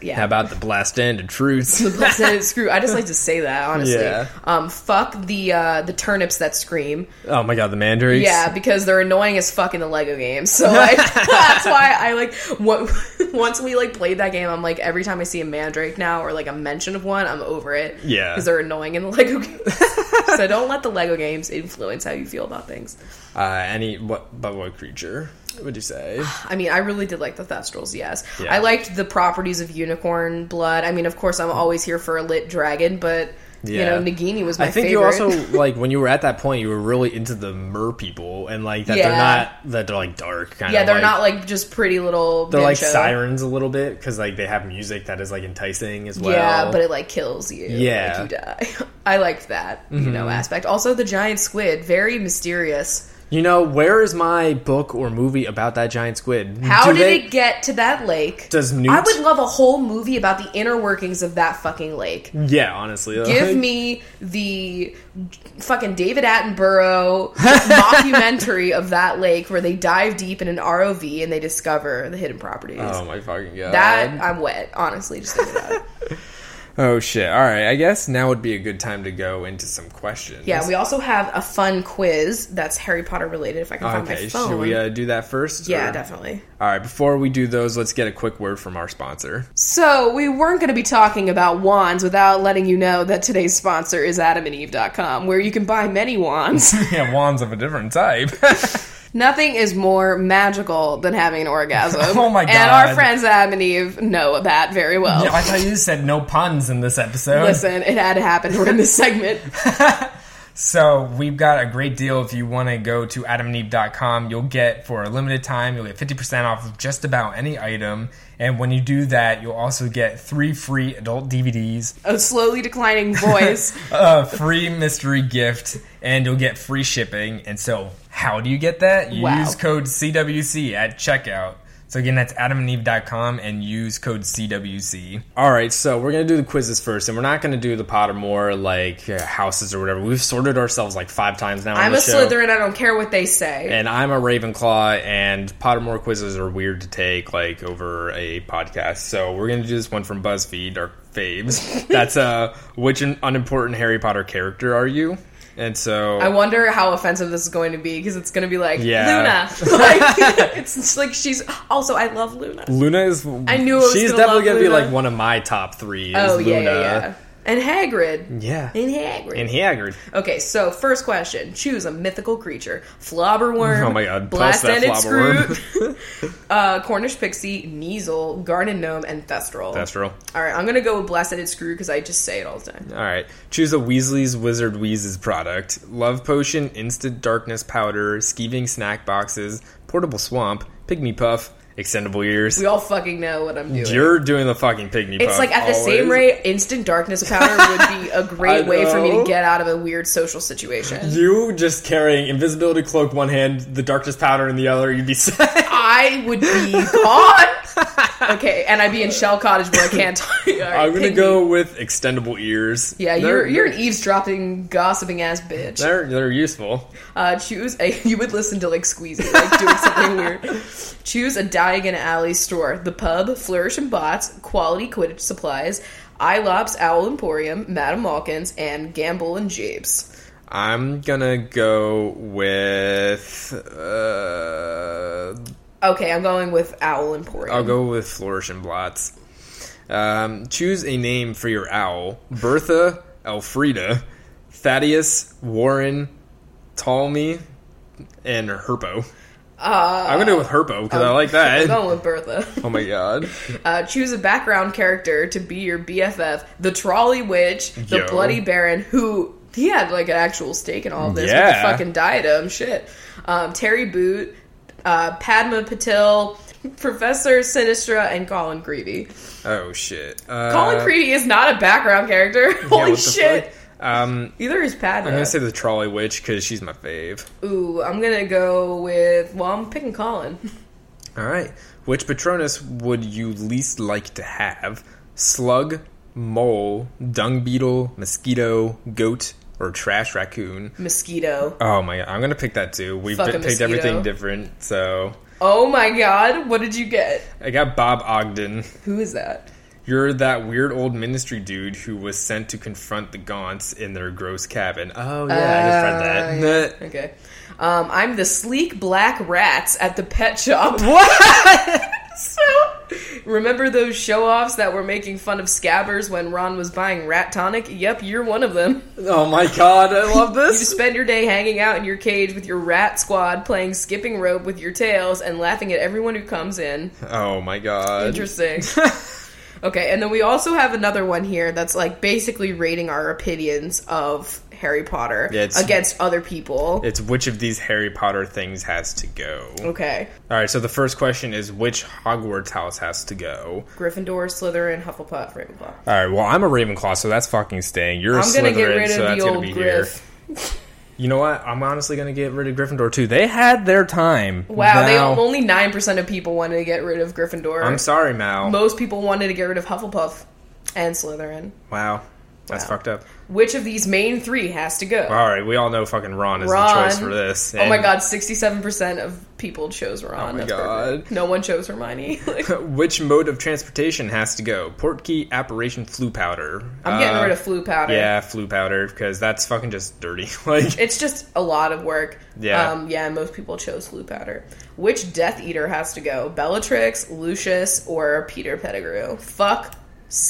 Speaker 2: yeah. <laughs>
Speaker 3: How about the blast end of truths? <laughs>
Speaker 2: Listen, screw. I just like to say that honestly.
Speaker 3: Yeah.
Speaker 2: Um, fuck the uh, the turnips that scream.
Speaker 3: oh my god, the mandrakes.
Speaker 2: Yeah, because they're annoying as fuck in the Lego games. So
Speaker 3: <laughs>
Speaker 2: like, that's why I like what, <laughs> once we like played that game. I'm like every time I see a mandrake now or like a mention of one, I'm over it.
Speaker 3: Yeah.
Speaker 2: because they're annoying in the Lego
Speaker 3: <laughs>
Speaker 2: games. so don't let the Lego games influence how you feel about things.
Speaker 3: Uh, any what? But what creature would you say?
Speaker 2: I mean, I really did like the Thestrals. Yes,
Speaker 3: Yeah.
Speaker 2: I liked the properties of unicorn blood. I mean, of course, I'm always here for a lit dragon, but you
Speaker 3: Yeah.
Speaker 2: know, Nagini was my.
Speaker 3: I think
Speaker 2: favorite.
Speaker 3: you also like when you were at that point, you were really into the mer people and like that
Speaker 2: Yeah.
Speaker 3: they're not that they're like dark. Kind
Speaker 2: yeah,
Speaker 3: of,
Speaker 2: they're
Speaker 3: like,
Speaker 2: not like just pretty little.
Speaker 3: They're like
Speaker 2: mancho.
Speaker 3: sirens a little bit because like they have music that is like enticing as well.
Speaker 2: Yeah, but it like kills you.
Speaker 3: Yeah. Mm-hmm.
Speaker 2: like, you die. <laughs> I liked that you know aspect. Also, the giant squid, very mysterious.
Speaker 3: you know where is my book or movie about that giant squid?
Speaker 2: How
Speaker 3: Do
Speaker 2: did
Speaker 3: they-
Speaker 2: it get to that lake?
Speaker 3: Does Newt-
Speaker 2: I would love a whole movie about the inner workings of that fucking lake.
Speaker 3: Yeah, honestly,
Speaker 2: Give me the fucking David Attenborough
Speaker 3: <laughs>
Speaker 2: mockumentary of that lake where they dive deep in an ROV and they discover the hidden properties.
Speaker 3: <laughs> Oh my fucking god.
Speaker 2: that I'm wet, honestly. Just thinking about
Speaker 3: <laughs>
Speaker 2: it.
Speaker 3: Oh shit. All right. I guess now would be a good time to go into some questions.
Speaker 2: Yeah, we also have a fun quiz that's Harry Potter related. If I can find
Speaker 3: Okay.
Speaker 2: my phone,
Speaker 3: Should we uh, do that first?
Speaker 2: Yeah,
Speaker 3: or-
Speaker 2: definitely.
Speaker 3: All right. Before we do those, let's get a quick word from our sponsor.
Speaker 2: So, we weren't going to be talking about wands without letting you know that today's sponsor is adamandeve.com, where you can buy many
Speaker 3: <laughs>
Speaker 2: wands.
Speaker 3: <laughs> yeah, wands of a different type.
Speaker 2: Nothing is more magical than having an orgasm.
Speaker 3: <laughs> Oh my
Speaker 2: And our
Speaker 3: God.
Speaker 2: friends at Adam and Eve know that very well.
Speaker 3: thought you said no puns in this episode.
Speaker 2: Listen, it had to happen. We're in this segment.
Speaker 3: So we've got a great deal if you want to go to adamandeve.com. You'll get for a limited time, you'll get 50% off of just about any item. And when you do that, you'll also get three free adult DVDs,
Speaker 2: A slowly declining
Speaker 3: <laughs>
Speaker 2: voice.
Speaker 3: a free mystery gift, and you'll get free shipping. And so, how do you get that? You
Speaker 2: Wow.
Speaker 3: use code CWC at checkout. So again, that's adamandeve.com and use code CWC. All right, so we're gonna do the quizzes first, and we're not gonna do the Pottermore like uh, houses or whatever. We've sorted ourselves like five times now. on
Speaker 2: I'm a
Speaker 3: the show.
Speaker 2: Slytherin. I don't care what they say.
Speaker 3: and I'm a Ravenclaw, and Pottermore quizzes are weird to take like over a podcast. So we're gonna do this one from BuzzFeed, our
Speaker 2: <laughs>
Speaker 3: faves. That's uh, which un- unimportant Harry Potter character are you? And so
Speaker 2: I wonder how offensive this is going to be because it's going to be like
Speaker 3: Yeah. <laughs>
Speaker 2: Luna. Like, <laughs> it's just like she's also I love Luna.
Speaker 3: Luna is.
Speaker 2: knew I was
Speaker 3: she's
Speaker 2: gonna
Speaker 3: definitely
Speaker 2: love
Speaker 3: gonna be
Speaker 2: Luna.
Speaker 3: like one of my top three. Is
Speaker 2: Oh
Speaker 3: Luna.
Speaker 2: yeah, yeah, yeah. And Hagrid.
Speaker 3: Yeah.
Speaker 2: And Hagrid.
Speaker 3: And Hagrid.
Speaker 2: Okay, so first question: Choose a mythical creature: flobberworm,
Speaker 3: Oh my God, bust that
Speaker 2: blast-ended
Speaker 3: flobberworm.
Speaker 2: scroot, <laughs> uh, Cornish pixie, Neasel, garden gnome, and Thestral.
Speaker 3: Thestral.
Speaker 2: All right, I'm gonna go with blast-ended screw because I just say it all the time.
Speaker 3: All right. Choose a Weasley's Wizard Wheezes product. Love potion, instant darkness powder, skeeving snack boxes, portable swamp, pygmy puff, extendable ears.
Speaker 2: We all fucking know what I'm doing.
Speaker 3: You're doing the fucking pygmy puff.
Speaker 2: it's like at the same
Speaker 3: always.
Speaker 2: rate, instant darkness powder would be
Speaker 3: <laughs>
Speaker 2: a great
Speaker 3: I
Speaker 2: way for me to
Speaker 3: know.
Speaker 2: get out of a weird social situation.
Speaker 3: You just carrying invisibility cloak one hand, the darkness powder in the other, you'd be <laughs> set.
Speaker 2: I would be gone. okay, and I'd be in shell cottage where I can't talk. All right,
Speaker 3: I'm gonna
Speaker 2: pygmy.
Speaker 3: go with extendable ears.
Speaker 2: Yeah,
Speaker 3: They're-
Speaker 2: you're you're an eavesdropping, gossiping ass bitch.
Speaker 3: They're they're useful.
Speaker 2: Uh, choose a. <laughs> You would listen to like Squeezy, like doing something weird. Choose a Diagon Alley store: the pub, Flourish and Bots, Quality Quidditch Supplies, ILOPS Owl Emporium, Madame Malkins, and Gamble and Japes.
Speaker 3: I'm gonna go with. Uh,
Speaker 2: Okay, I'm going with Owl Emporium.
Speaker 3: I'll go with Flourish and Blots. Um, choose a name for your owl: Bertha, Elfrida, Thaddeus, Warren, Ptolemy, and Herpo. Uh, I'm gonna go with Herpo because I like
Speaker 2: I'm
Speaker 3: that.
Speaker 2: going with Bertha. <laughs>
Speaker 3: Oh my god!
Speaker 2: Uh, choose a background character to be your BFF: the trolley witch, the
Speaker 3: Yo.
Speaker 2: bloody baron, who he had like an actual stake in all of this
Speaker 3: Yeah.
Speaker 2: with the fucking diadem, shit. Um, Terry Boot, uh, Padma Patil, Professor Sinistra, and Colin Creevy.
Speaker 3: Oh shit! Uh,
Speaker 2: Colin Creevy is not a background character.
Speaker 3: <laughs> yeah,
Speaker 2: Holy
Speaker 3: what the
Speaker 2: shit!
Speaker 3: fuck? Um,
Speaker 2: Either is Padma.
Speaker 3: I'm gonna say the trolley witch because she's my fave.
Speaker 2: Ooh, I'm gonna go with. Well, I'm picking Colin. <laughs>
Speaker 3: All right. Which Patronus would you least like to have? Slug, mole, dung beetle, mosquito, goat, or trash raccoon?
Speaker 2: Mosquito.
Speaker 3: Oh my god, I'm gonna pick that too. We've
Speaker 2: Fuck a
Speaker 3: picked
Speaker 2: mosquito.
Speaker 3: everything different, so
Speaker 2: Oh my god, what did you get?
Speaker 3: I got Bob Ogden.
Speaker 2: Who is that?
Speaker 3: You're that weird old ministry dude who was sent to confront the Gaunts in their gross cabin. Oh yeah, I just read that.
Speaker 2: Okay. Um, I'm the sleek black rats at the pet
Speaker 3: <laughs>
Speaker 2: shop. <laughs> so, remember those show offs that were making fun of scabbers when Ron was buying rat tonic? Yep, you're one of
Speaker 3: <laughs>
Speaker 2: them.
Speaker 3: Oh my god, I
Speaker 2: <laughs>
Speaker 3: love
Speaker 2: Uh, You
Speaker 3: this.
Speaker 2: spend your day hanging out in your cage with your rat squad, playing skipping rope with your tails, and laughing at everyone who comes
Speaker 3: <laughs>
Speaker 2: in.
Speaker 3: Oh my god. <laughs>
Speaker 2: Interesting. okay, and then we also have another one here that's like basically rating our opinions of Harry Potter
Speaker 3: Yeah, it's-
Speaker 2: against other people.
Speaker 3: It's which of these Harry Potter things has to go.
Speaker 2: Okay.
Speaker 3: All right, so the first question is which Hogwarts house has to go?
Speaker 2: Gryffindor, Slytherin, Hufflepuff, Ravenclaw.
Speaker 3: All right, well, I'm a Ravenclaw, so that's fucking staying. You're a
Speaker 2: I'm gonna
Speaker 3: Slytherin,
Speaker 2: get rid of
Speaker 3: so
Speaker 2: the
Speaker 3: that's going to
Speaker 2: old
Speaker 3: be
Speaker 2: Griff.
Speaker 3: here. You know what? I'm honestly going to get rid of Gryffindor too. They had their time.
Speaker 2: Wow, they
Speaker 3: Now-
Speaker 2: only nine percent of people wanted to get rid of Gryffindor.
Speaker 3: I'm sorry, Mal.
Speaker 2: Most people wanted to get rid of Hufflepuff and Slytherin.
Speaker 3: wow, that's
Speaker 2: Wow.
Speaker 3: fucked up.
Speaker 2: Which of these main three has to go?
Speaker 3: All right, we all know fucking Ron is the
Speaker 2: Ron.
Speaker 3: choice for this.
Speaker 2: Oh my
Speaker 3: And Oh
Speaker 2: god, sixty-seven percent of people chose Ron.
Speaker 3: my
Speaker 2: That's perfect.
Speaker 3: God.
Speaker 2: no one chose Hermione. <laughs> Like,
Speaker 3: <laughs> Which mode of transportation has to go? Portkey, Apparition, Flu Powder.
Speaker 2: I'm getting
Speaker 3: Uh,
Speaker 2: rid of flu powder.
Speaker 3: Yeah, Flu Powder, because that's fucking just dirty. <laughs> like,
Speaker 2: It's just a lot of work.
Speaker 3: Yeah.
Speaker 2: Um, yeah, most people chose flu powder. Which Death Eater has to go? Bellatrix, Lucius, or Peter Pettigrew? Fuck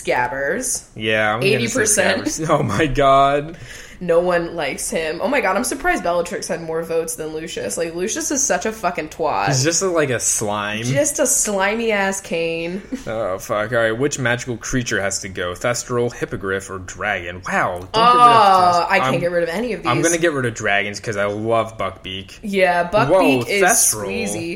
Speaker 2: scabbers.
Speaker 3: yeah, I'm gonna say
Speaker 2: 80%.
Speaker 3: Scabbers. <laughs> Oh my god.
Speaker 2: No one likes him. Oh my god, I'm surprised Bellatrix had more votes than Lucius. Like, Lucius is such a fucking
Speaker 3: It's
Speaker 2: twat.
Speaker 3: just a, like a slime.
Speaker 2: Just a slimy ass cane.
Speaker 3: Oh fuck! All right, which magical creature has to go? Thestral, hippogriff, or dragon? Wow! Don't
Speaker 2: Oh,
Speaker 3: get rid
Speaker 2: I
Speaker 3: of Thestral.
Speaker 2: can't
Speaker 3: I'm-
Speaker 2: get rid of any of these.
Speaker 3: I'm gonna get rid of dragons because I love Buckbeak.
Speaker 2: yeah,
Speaker 3: Whoa,
Speaker 2: Buckbeak is
Speaker 3: Thestral.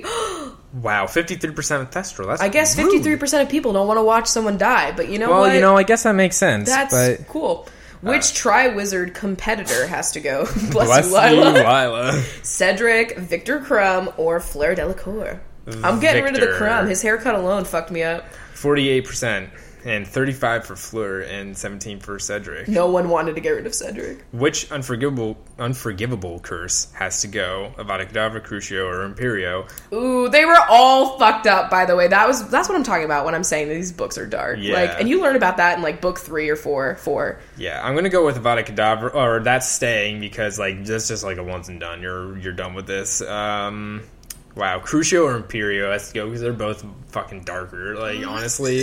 Speaker 2: squeezy.
Speaker 3: Wow, 53% of Thestral.
Speaker 2: <gasps>
Speaker 3: That's
Speaker 2: I guess
Speaker 3: rude.
Speaker 2: 53% of people don't want to watch someone die, but you know
Speaker 3: Well,
Speaker 2: what?
Speaker 3: you know, I guess that makes sense.
Speaker 2: That's
Speaker 3: but uh,
Speaker 2: cool. Which Triwizard competitor has to
Speaker 3: <laughs>
Speaker 2: go? Bless,
Speaker 3: bless
Speaker 2: you, Lila. <laughs>
Speaker 3: you, Lila.
Speaker 2: Cedric, Victor Crumb, or Flair Delacour? I'm getting rid of the
Speaker 3: Victor.
Speaker 2: Crumb. His haircut alone fucked me up.
Speaker 3: 48%. And 35 for Fleur and 17 for Cedric.
Speaker 2: No one wanted to get rid of Cedric.
Speaker 3: Which unforgivable unforgivable curse has to go? Avada Kedavra, Crucio, or Imperio?
Speaker 2: Ooh, they were all fucked up. By the way, that was that's what I'm talking about when I'm saying that these books are dark.
Speaker 3: Yeah.
Speaker 2: Like, and you learn about that in like book three or four. Four.
Speaker 3: Yeah, I'm gonna go with Avada Kedavra, or that's staying because like that's just like a once and done. You're you're done with this. Um,
Speaker 2: Mm. <laughs>
Speaker 3: wow, Crucio or Imperio has to go because they're both fucking darker. Like honestly,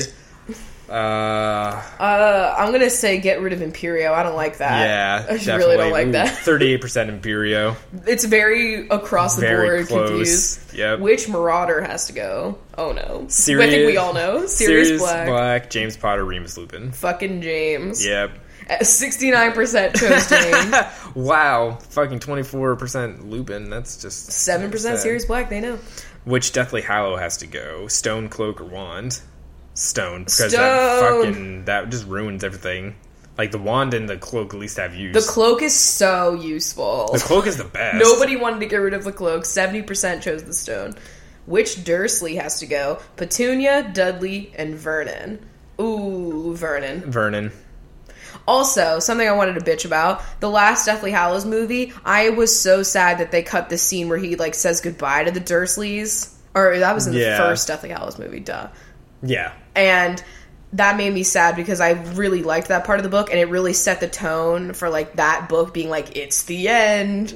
Speaker 3: Uh,
Speaker 2: Uh, I'm gonna say get rid of Imperio. I don't like that.
Speaker 3: yeah,
Speaker 2: <laughs> I just really don't like that. <laughs>
Speaker 3: Thirty-eight percent Imperio.
Speaker 2: It's very across the
Speaker 3: Very
Speaker 2: board
Speaker 3: close.
Speaker 2: confused.
Speaker 3: Yep.
Speaker 2: Which Marauder has to go? Oh no, I think
Speaker 3: Sirius-
Speaker 2: we all know. Sirius,
Speaker 3: Sirius
Speaker 2: Black,
Speaker 3: Black. James Potter, Remus Lupin.
Speaker 2: fucking James.
Speaker 3: Yep.
Speaker 2: sixty nine percent
Speaker 3: <laughs>
Speaker 2: chose James.
Speaker 3: wow, fucking twenty-four percent Lupin. That's just
Speaker 2: Seven percent Sirius Black. They know.
Speaker 3: Which Deathly Hallow has to go? Stone, cloak, or wand? Stone,
Speaker 2: Stone.
Speaker 3: because that fucking that just ruins everything. Like the wand and the cloak at least have use.
Speaker 2: The cloak is so useful.
Speaker 3: The cloak is the best.
Speaker 2: Nobody wanted to get rid of the cloak. Seventy percent chose the stone. Which Dursley has to go? Petunia, Dudley, and Vernon. Ooh, Vernon.
Speaker 3: Vernon.
Speaker 2: Also, something I wanted to bitch about the last Deathly Hallows movie. I was so sad that they cut the scene where he like says goodbye to the Dursleys, or that was in the
Speaker 3: Yeah.
Speaker 2: first Deathly Hallows movie. Duh.
Speaker 3: Yeah.
Speaker 2: And that made me sad because I really liked that part of the book, and it really set the tone for like that book being like it's the end.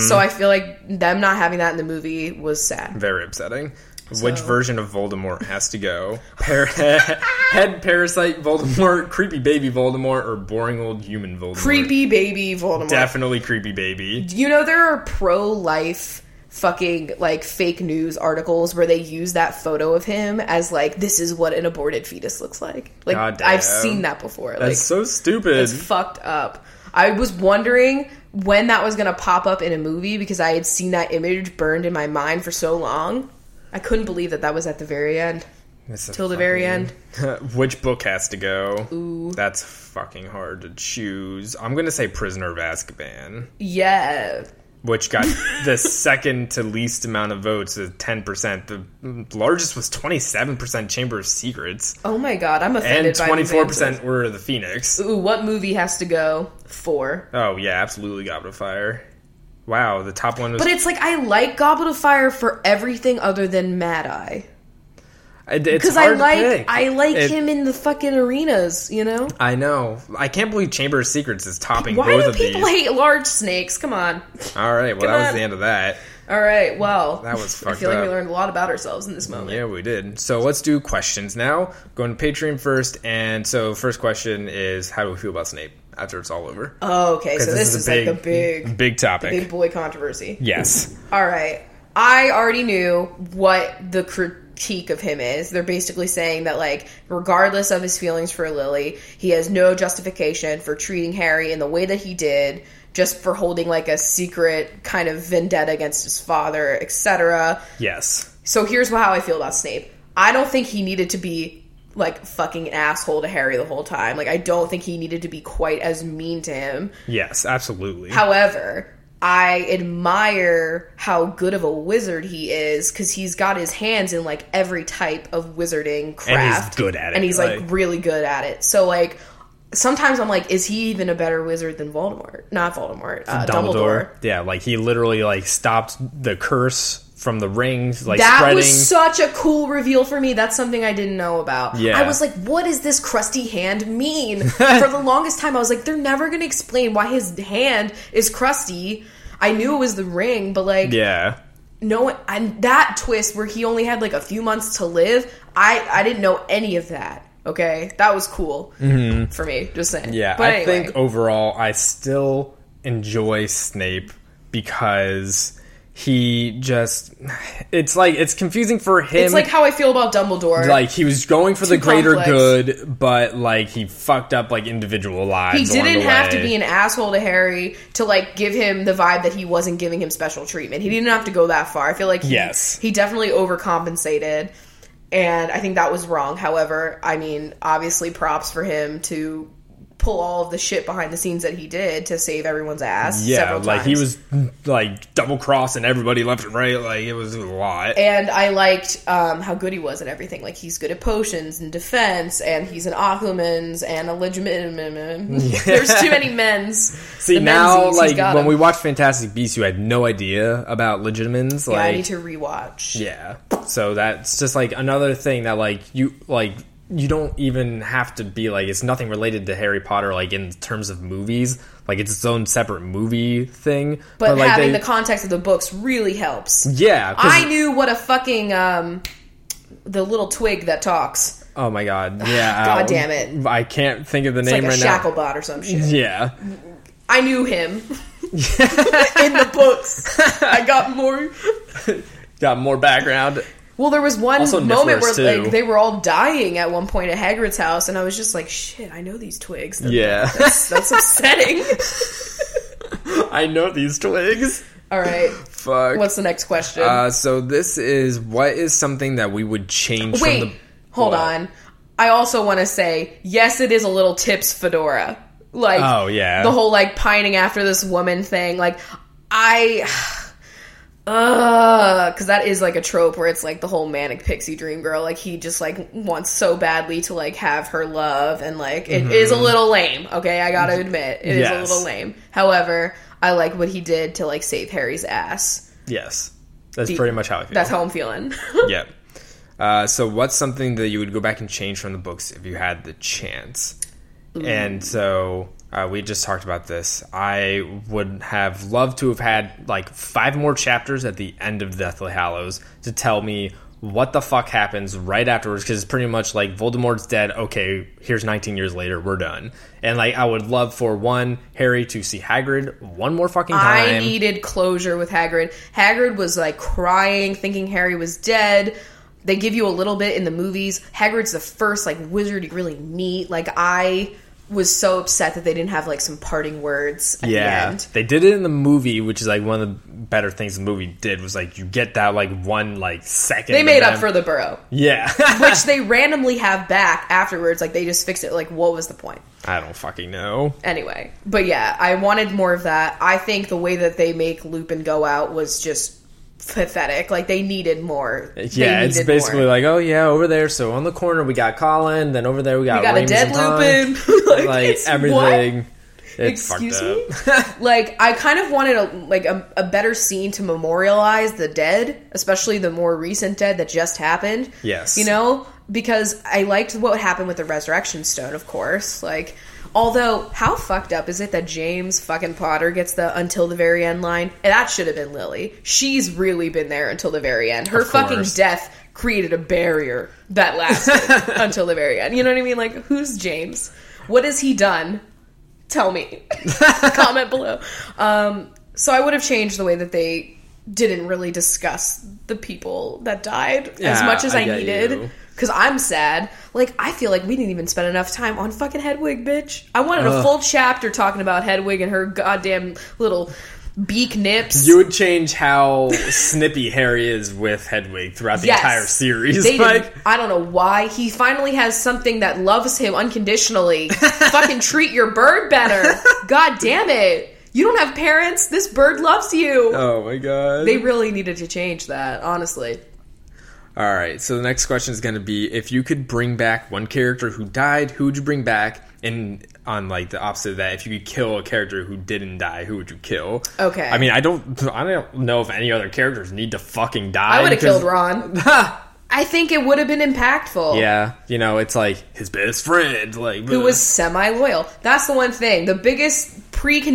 Speaker 2: So I feel like them not having that in the movie was sad.
Speaker 3: Very upsetting. Which version of Voldemort has to go? Par- <laughs> head parasite Voldemort, creepy baby Voldemort, or boring old human Voldemort?
Speaker 2: Creepy baby Voldemort.
Speaker 3: Definitely creepy baby.
Speaker 2: you know there are pro-life fucking like fake news articles where they use that photo of him as like this is what an aborted fetus looks like like
Speaker 3: Goddamn.
Speaker 2: i've seen that before like
Speaker 3: That's so stupid.
Speaker 2: it's fucked up i was wondering when that was gonna pop up in a movie because i had seen that image burned in my mind for so long i couldn't believe that that was at the very end
Speaker 3: It's a
Speaker 2: till the very end
Speaker 3: <laughs> Which book has to go? Ooh. That's fucking hard to choose. I'm going to say Prisoner of Azkaban,
Speaker 2: yeah <laughs>
Speaker 3: which got the second to least amount of votes, the 10%. The largest was 27% Chamber of Secrets,
Speaker 2: oh my god i'm
Speaker 3: and
Speaker 2: offended by these
Speaker 3: 24% Order of the Phoenix.
Speaker 2: answers. ooh what movie has to go for
Speaker 3: Oh, yeah, absolutely Goblet of Fire. Wow, the top one was.
Speaker 2: But it's like I like Goblet of Fire for everything other than Mad Eye
Speaker 3: it, it's
Speaker 2: because I
Speaker 3: hard to
Speaker 2: like
Speaker 3: pick.
Speaker 2: I like
Speaker 3: It-
Speaker 2: him in the fucking arenas, you know.
Speaker 3: I know. I can't believe Chamber of Secrets is topping
Speaker 2: Why
Speaker 3: both
Speaker 2: do
Speaker 3: of these.
Speaker 2: people hate large snakes? Come on.
Speaker 3: All right, well,
Speaker 2: Come
Speaker 3: that was
Speaker 2: on.
Speaker 3: the end of that.
Speaker 2: All right, well,
Speaker 3: That was
Speaker 2: I
Speaker 3: fucked
Speaker 2: feel like we
Speaker 3: up.
Speaker 2: learned a lot about ourselves in this moment.
Speaker 3: Yeah, we did. So let's do questions now. Going to Patreon first, and so first question is, how do we feel about Snape after it's all over?
Speaker 2: Oh, okay, so
Speaker 3: 'Cause
Speaker 2: this, is, like the
Speaker 3: big,
Speaker 2: big
Speaker 3: topic.
Speaker 2: big boy controversy.
Speaker 3: yes,
Speaker 2: All right. I already knew what the critique of him is. They're basically saying that, like, regardless of his feelings for Lily, he has no justification for treating Harry in the way that he did, just for holding, like, a secret kind of vendetta against his father, etc.
Speaker 3: yes.
Speaker 2: So here's how I feel about Snape. I don't think he needed to be like fucking an asshole to Harry the whole time. Like I don't think he needed to be quite as mean to him.
Speaker 3: Yes, absolutely.
Speaker 2: However, I admire how good of a wizard he is because he's got his hands in like every type of wizarding craft,
Speaker 3: good at it,
Speaker 2: and he's like,
Speaker 3: like-
Speaker 2: really good at it. So like, sometimes I'm like, is he even a better wizard than Voldemort? Not Voldemort, uh, Dumbledore.
Speaker 3: Yeah, like he literally like stopped the curse from the rings, like
Speaker 2: That
Speaker 3: spreading.
Speaker 2: was such a cool reveal for me. That's something I didn't know about.
Speaker 3: Yeah.
Speaker 2: I was like, what does this crusty hand
Speaker 3: <laughs>
Speaker 2: mean? for the longest time, I was like, they're never going to explain why his hand is crusty. I knew it was the ring, but like,
Speaker 3: yeah,
Speaker 2: no one and that twist where he only had like a few months to live i i didn't know any of that okay that was cool for me just saying
Speaker 3: Mm-hmm. yeah.
Speaker 2: but
Speaker 3: I
Speaker 2: anyway,
Speaker 3: think overall, I still enjoy Snape because he just. It's like it's confusing for him.
Speaker 2: it's like how i feel about dumbledore
Speaker 3: like he was going for the greater
Speaker 2: complex.
Speaker 3: good, but like he fucked up like individual lives.
Speaker 2: he
Speaker 3: along
Speaker 2: didn't
Speaker 3: the
Speaker 2: have to
Speaker 3: way.
Speaker 2: be an asshole to harry to like give him the vibe that he wasn't giving him special treatment he didn't have to go that far i feel like he,
Speaker 3: Yes.
Speaker 2: he definitely overcompensated and i think that was wrong however i mean obviously props for him to pull all of the shit behind the scenes that he did to save everyone's ass
Speaker 3: yeah,
Speaker 2: several
Speaker 3: like
Speaker 2: times.
Speaker 3: he was like double crossing everybody left and right. Like it was a lot.
Speaker 2: and I liked um, how good he was at everything. Like he's good at potions and defense, and he's an Ahumans and a
Speaker 3: <laughs>
Speaker 2: legitimate. There's too many men's.
Speaker 3: See
Speaker 2: The
Speaker 3: now,
Speaker 2: Menzies, he's
Speaker 3: like
Speaker 2: got
Speaker 3: when
Speaker 2: 'em.
Speaker 3: we watched Fantastic Beasts, you had no idea about Legitimans.
Speaker 2: Yeah, I
Speaker 3: like
Speaker 2: need to rewatch.
Speaker 3: yeah, so that's just like another thing that like you like you don't even have to be like it's nothing related to Harry Potter like in terms of movies. Like it's its own separate movie thing.
Speaker 2: But
Speaker 3: like
Speaker 2: having
Speaker 3: they-
Speaker 2: the context of the books really helps.
Speaker 3: yeah, 'cause-
Speaker 2: I knew what a fucking um, the little twig that talks.
Speaker 3: Oh my god. <laughs> Yeah.
Speaker 2: God
Speaker 3: um,
Speaker 2: damn it.
Speaker 3: I can't think of the
Speaker 2: It's like
Speaker 3: name
Speaker 2: a
Speaker 3: right now.
Speaker 2: Shacklebot or some
Speaker 3: <laughs>
Speaker 2: shit.
Speaker 3: Yeah.
Speaker 2: I knew him <laughs>
Speaker 3: <laughs>
Speaker 2: in the books. I got more.
Speaker 3: Got more background.
Speaker 2: Well, there was one
Speaker 3: Also
Speaker 2: moment where
Speaker 3: Niferous, too.
Speaker 2: like they were all dying at one point at Hagrid's house, and I was just like, "Shit, I know these twigs."
Speaker 3: Yeah. <laughs>
Speaker 2: that's, that's upsetting. <laughs>
Speaker 3: I know these twigs.
Speaker 2: all right,
Speaker 3: Fuck.
Speaker 2: what's the next question?
Speaker 3: uh, so this is what is something that we would change
Speaker 2: Wait,
Speaker 3: from the
Speaker 2: hold
Speaker 3: What?
Speaker 2: on. I also want to say, yes, it is a little tips fedora. Like,
Speaker 3: Oh, yeah.
Speaker 2: the whole like pining after this woman thing. Like, I, <sighs> uh, because that is like a trope where it's like the whole manic pixie dream girl. Like he just like wants so badly to like have her love, and like it is a little lame. Okay, I gotta admit, it is
Speaker 3: Mm-hmm. Yes.
Speaker 2: a little lame. However, I like what he did to like save Harry's ass.
Speaker 3: Yes. That's pretty much how I feel.
Speaker 2: That's how I'm feeling. <laughs>
Speaker 3: <laughs> yeah. Uh, so what's something that you would go back and change from the books if you had the chance? And so uh, we just talked about this. I would have loved to have had like five more chapters at the end of Deathly Hallows to tell me what the fuck happens right afterwards because it's pretty much like Voldemort's dead. Okay, here's 19 years later, we're done. And like I would love for one Harry to see Hagrid one more fucking time.
Speaker 2: I needed closure with Hagrid. Hagrid was like crying, thinking Harry was dead. They give you a little bit in the movies. Hagrid's the first like wizard you really meet. Like I was so upset that they didn't have like some parting words at the end.
Speaker 3: They did it in the movie, which is like one of the better things the movie did was like you get that like one like second.
Speaker 2: They
Speaker 3: of
Speaker 2: made up
Speaker 3: them-
Speaker 2: for the burrow, <laughs>
Speaker 3: Yeah.
Speaker 2: which they randomly have back afterwards. Like they just fixed it. Like what was the point?
Speaker 3: I don't fucking know.
Speaker 2: Anyway, but yeah, I wanted more of that. I think the way that they make Lupin go out was just pathetic. Like they needed more. They
Speaker 3: Yeah, it's
Speaker 2: needed
Speaker 3: basically
Speaker 2: more.
Speaker 3: like, oh yeah, over there. So on the corner we got Colin, then over there we got
Speaker 2: We got a
Speaker 3: Remus
Speaker 2: dead
Speaker 3: and Tom.
Speaker 2: Lupin. <laughs>
Speaker 3: like
Speaker 2: Like, it's- what?
Speaker 3: everything. It's fucked
Speaker 2: Excuse
Speaker 3: up.
Speaker 2: me.
Speaker 3: <laughs>
Speaker 2: like I kind of wanted a like a, a better scene to memorialize the dead, especially the more recent dead that just happened.
Speaker 3: Yes.
Speaker 2: you know because I liked what happened with the resurrection stone, of course. Like, although how fucked up is it that James fucking Potter gets the until the very end line? And that should have been Lily. She's really been there until the very end. Her
Speaker 3: Of course.
Speaker 2: fucking death created a barrier that
Speaker 3: <laughs>
Speaker 2: lasted until the very end. You know what I mean? Like, who's James? What has he done? tell
Speaker 3: <laughs>
Speaker 2: me. Comment below. Um, so I would have changed the way that they didn't really discuss the people that died as
Speaker 3: Yeah,
Speaker 2: much as
Speaker 3: I
Speaker 2: I,
Speaker 3: get
Speaker 2: needed.
Speaker 3: you.
Speaker 2: Because I'm sad. Like, I feel like we didn't even spend enough time on fucking Hedwig, bitch. I wanted a
Speaker 3: Ugh.
Speaker 2: full chapter talking about Hedwig and her goddamn little beak nips.
Speaker 3: You would change how <laughs> snippy Harry is with Hedwig throughout the
Speaker 2: Yes.
Speaker 3: entire series.
Speaker 2: They
Speaker 3: <laughs> like
Speaker 2: didn't- I don't know why. He finally has something that loves him
Speaker 3: <laughs>
Speaker 2: unconditionally. Fucking treat your bird better. God damn it. You don't have parents. This bird loves you.
Speaker 3: Oh my god.
Speaker 2: They really needed to change that, honestly.
Speaker 3: All right. So the next question is going to be: If you could bring back one character who died, who would you bring back? And on like the opposite of that, if you could kill a character who didn't die, who would you kill?
Speaker 2: Okay.
Speaker 3: I mean, I don't, I don't know if any other characters need to fucking die.
Speaker 2: I would have
Speaker 3: because-
Speaker 2: killed
Speaker 3: <laughs>
Speaker 2: Ron. I think it would have been impactful.
Speaker 3: Yeah, you know, it's like his best friend, like
Speaker 2: Who was semi loyal. That's the one thing. The biggest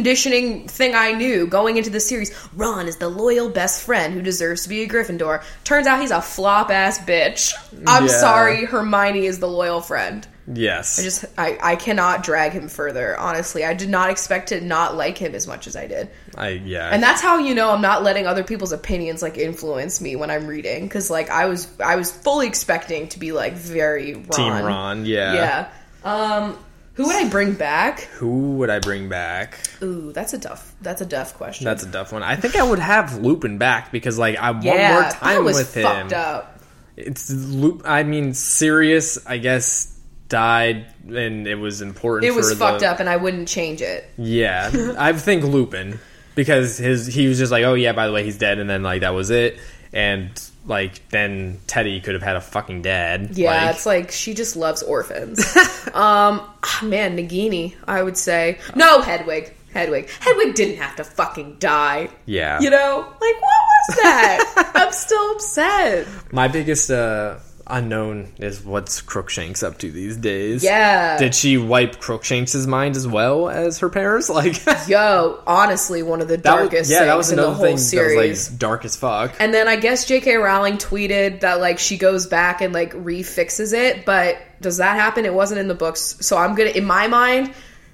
Speaker 2: preconditioning thing I knew going into the series Ron is the loyal best friend who deserves to be a Gryffindor. Turns out he's a flop ass bitch. I'm
Speaker 3: Yeah.
Speaker 2: sorry, Hermione is the loyal friend.
Speaker 3: <laughs> yes.
Speaker 2: I just, I, I cannot drag him further, honestly. I did not expect to not like him as much as I did.
Speaker 3: I yeah.
Speaker 2: and that's how you know i'm not letting other people's opinions like influence me when i'm reading because like i was i was fully expecting to be like very ron.
Speaker 3: Team Ron. Yeah.
Speaker 2: yeah um who would i bring back
Speaker 3: Who would I bring back?
Speaker 2: ooh that's a tough that's a tough question
Speaker 3: That's a tough one. I think I would have Lupin back because like I
Speaker 2: yeah,
Speaker 3: one more time
Speaker 2: that was
Speaker 3: with him.
Speaker 2: fucked up
Speaker 3: it's loop i mean serious i guess died and it was important
Speaker 2: it was
Speaker 3: for
Speaker 2: fucked
Speaker 3: the,
Speaker 2: up and i wouldn't change it <laughs>
Speaker 3: yeah i think lupin because his he was just like oh yeah by the way he's dead and then like that was it and like then teddy could have had a fucking dad
Speaker 2: yeah
Speaker 3: like,
Speaker 2: it's like she just loves
Speaker 3: <laughs>
Speaker 2: orphans um ah, man nagini i would say no hedwig hedwig hedwig didn't have to fucking die
Speaker 3: yeah
Speaker 2: you know like what was that i'm still upset
Speaker 3: my biggest uh unknown is what's Crookshanks up to these days.
Speaker 2: Yeah.
Speaker 3: Did she wipe Crookshanks's mind as well as her parents? <laughs> Like that
Speaker 2: Yo, honestly, one of the
Speaker 3: was,
Speaker 2: darkest
Speaker 3: yeah,
Speaker 2: things
Speaker 3: that was
Speaker 2: in the
Speaker 3: another
Speaker 2: whole
Speaker 3: thing
Speaker 2: series.
Speaker 3: that was like dark as fuck.
Speaker 2: And then I guess J.K. Rowling tweeted that like she goes back and like refixes it, but does that happen? It wasn't in the books, so I'm gonna in my mind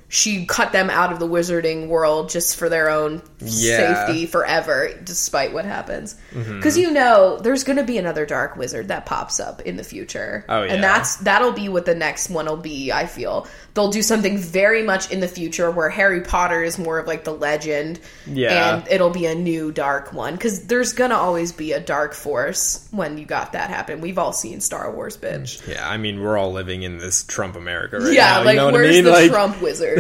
Speaker 2: she cut them out of the wizarding world just for their own
Speaker 3: Yeah. Mm-hmm.
Speaker 2: safety forever, despite what happens. Because you know there's gonna be another dark wizard that pops up in the future,
Speaker 3: Oh, yeah.
Speaker 2: and that's that'll be what the next one will be. I feel they'll do something very much in the future where Harry Potter is more of like the legend,
Speaker 3: Yeah.
Speaker 2: and it'll be a new dark one because there's gonna always be a dark force when you got that happen. We've all seen Star Wars, bitch.
Speaker 3: yeah, I mean we're all living in this Trump America right
Speaker 2: yeah,
Speaker 3: now. Mm. you
Speaker 2: like
Speaker 3: know what I
Speaker 2: where's
Speaker 3: mean?
Speaker 2: the
Speaker 3: Like- <laughs>
Speaker 2: Trump wizard?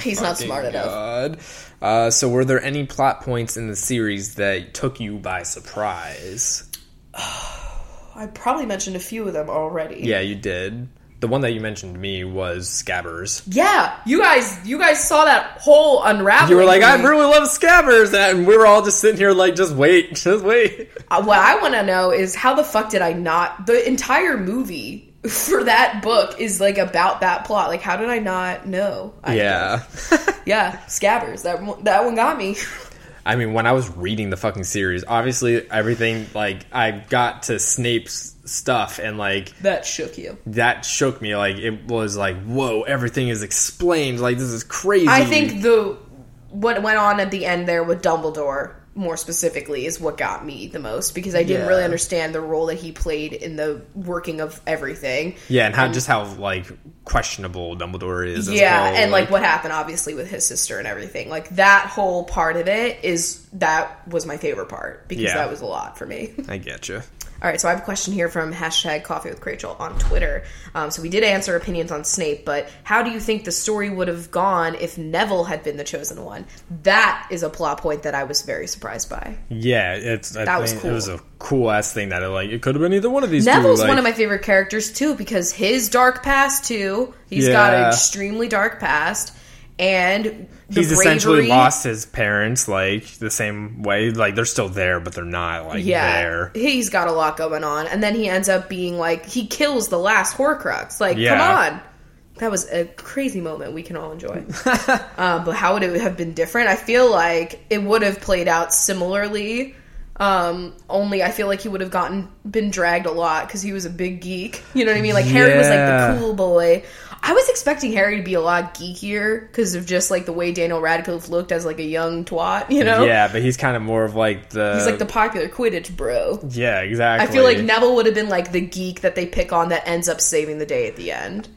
Speaker 2: He's not
Speaker 3: Fucking
Speaker 2: smart enough.
Speaker 3: God. Uh, so, were there any plot points in the series that took you by surprise?
Speaker 2: I probably mentioned a few of them already.
Speaker 3: Yeah, you did. The one that you mentioned to me was Scabbers.
Speaker 2: Yeah, you guys, you guys saw that whole unraveling.
Speaker 3: You were like, I
Speaker 2: for me.
Speaker 3: really love Scabbers, and we were all just sitting here like, just wait, <laughs> just wait.
Speaker 2: Uh, what I want to know is how the fuck did I not? The entire movie <laughs> for that book is like about that plot. Like, how did I not know? I
Speaker 3: <laughs> yeah.
Speaker 2: yeah, Scabbers. That one- that one got me. <laughs>
Speaker 3: I mean, when I was reading the fucking series, obviously everything like I got to Snape's stuff and like
Speaker 2: that shook you.
Speaker 3: that shook me. Like it was like, whoa, everything is explained. Like this is crazy.
Speaker 2: I think the what went on at the end there with Dumbledore more specifically is what got me the most because I didn't
Speaker 3: Yeah.
Speaker 2: really understand the role that he played in the working of everything.
Speaker 3: Yeah, and how just how like questionable Dumbledore is. as
Speaker 2: yeah,
Speaker 3: well,
Speaker 2: and like, what happened obviously with his sister and everything. Like that whole part of it is that was my favorite part because
Speaker 3: Yeah.
Speaker 2: that was a lot for me. <laughs>
Speaker 3: I get you.
Speaker 2: All right, so I have a question here from hashtag Coffee with Rachel on Twitter. Um, so we did answer opinions on Snape, but how do you think the story would have gone if Neville had been the chosen one? That is a plot point that I was very surprised by.
Speaker 3: Yeah, it's I
Speaker 2: That was
Speaker 3: think
Speaker 2: cool.
Speaker 3: it was a cool ass thing that it, like it could have been either one of these. two,
Speaker 2: Neville's
Speaker 3: like-
Speaker 2: one of my favorite characters too because his dark past too. He's got
Speaker 3: Yeah.
Speaker 2: an extremely dark past, and the
Speaker 3: He's essentially
Speaker 2: bravery-
Speaker 3: lost his parents, like the same way. Like they're still there, but they're not like
Speaker 2: Yeah,
Speaker 3: there.
Speaker 2: he's got a lot going on, and then he ends up being like he kills the last Horcrux. Like,
Speaker 3: Yeah.
Speaker 2: come on, that was a crazy moment we can all
Speaker 3: <laughs>
Speaker 2: enjoy. um, but how would it have been different? I feel like it would have played out similarly. Um, only I feel like he would have gotten been dragged a lot because he was a big geek. You know what I mean? Like Harry was like
Speaker 3: Yeah.
Speaker 2: the cool boy. I was expecting Harry to be a lot geekier because of just like the way Daniel Radcliffe looked as like a young twat. You know?
Speaker 3: Yeah, but he's kind of more of like the.
Speaker 2: He's like the popular Quidditch bro.
Speaker 3: yeah, exactly.
Speaker 2: I feel like Neville would have been like the geek that they pick on that ends up saving the day at the end.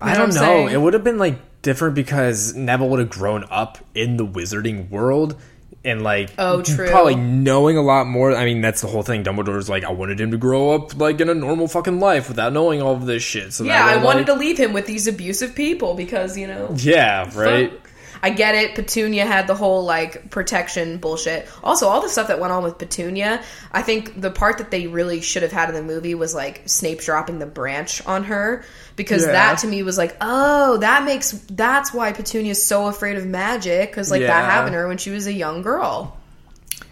Speaker 3: I
Speaker 2: know
Speaker 3: don't
Speaker 2: what
Speaker 3: know.
Speaker 2: I'm saying?
Speaker 3: It would have been like different because Neville would have grown up in the wizarding world and like
Speaker 2: Oh, true.
Speaker 3: probably knowing a lot more. I mean, that's the whole thing. Dumbledore's like, I wanted him to grow up like in a normal fucking life without knowing all of this shit. So
Speaker 2: Yeah,
Speaker 3: that
Speaker 2: I
Speaker 3: way,
Speaker 2: wanted to
Speaker 3: like-
Speaker 2: leave him with these abusive people because, you know.
Speaker 3: Yeah, right.
Speaker 2: fuck. I get it. Petunia had the whole like protection bullshit. Also, all the stuff that went on with Petunia, I think the part that they really should have had in the movie was like Snape dropping the branch on her because
Speaker 3: Yeah.
Speaker 2: that to me was like, oh, that makes that's why Petunia's so afraid of magic because like
Speaker 3: Yeah.
Speaker 2: that happened to her when she was a young girl.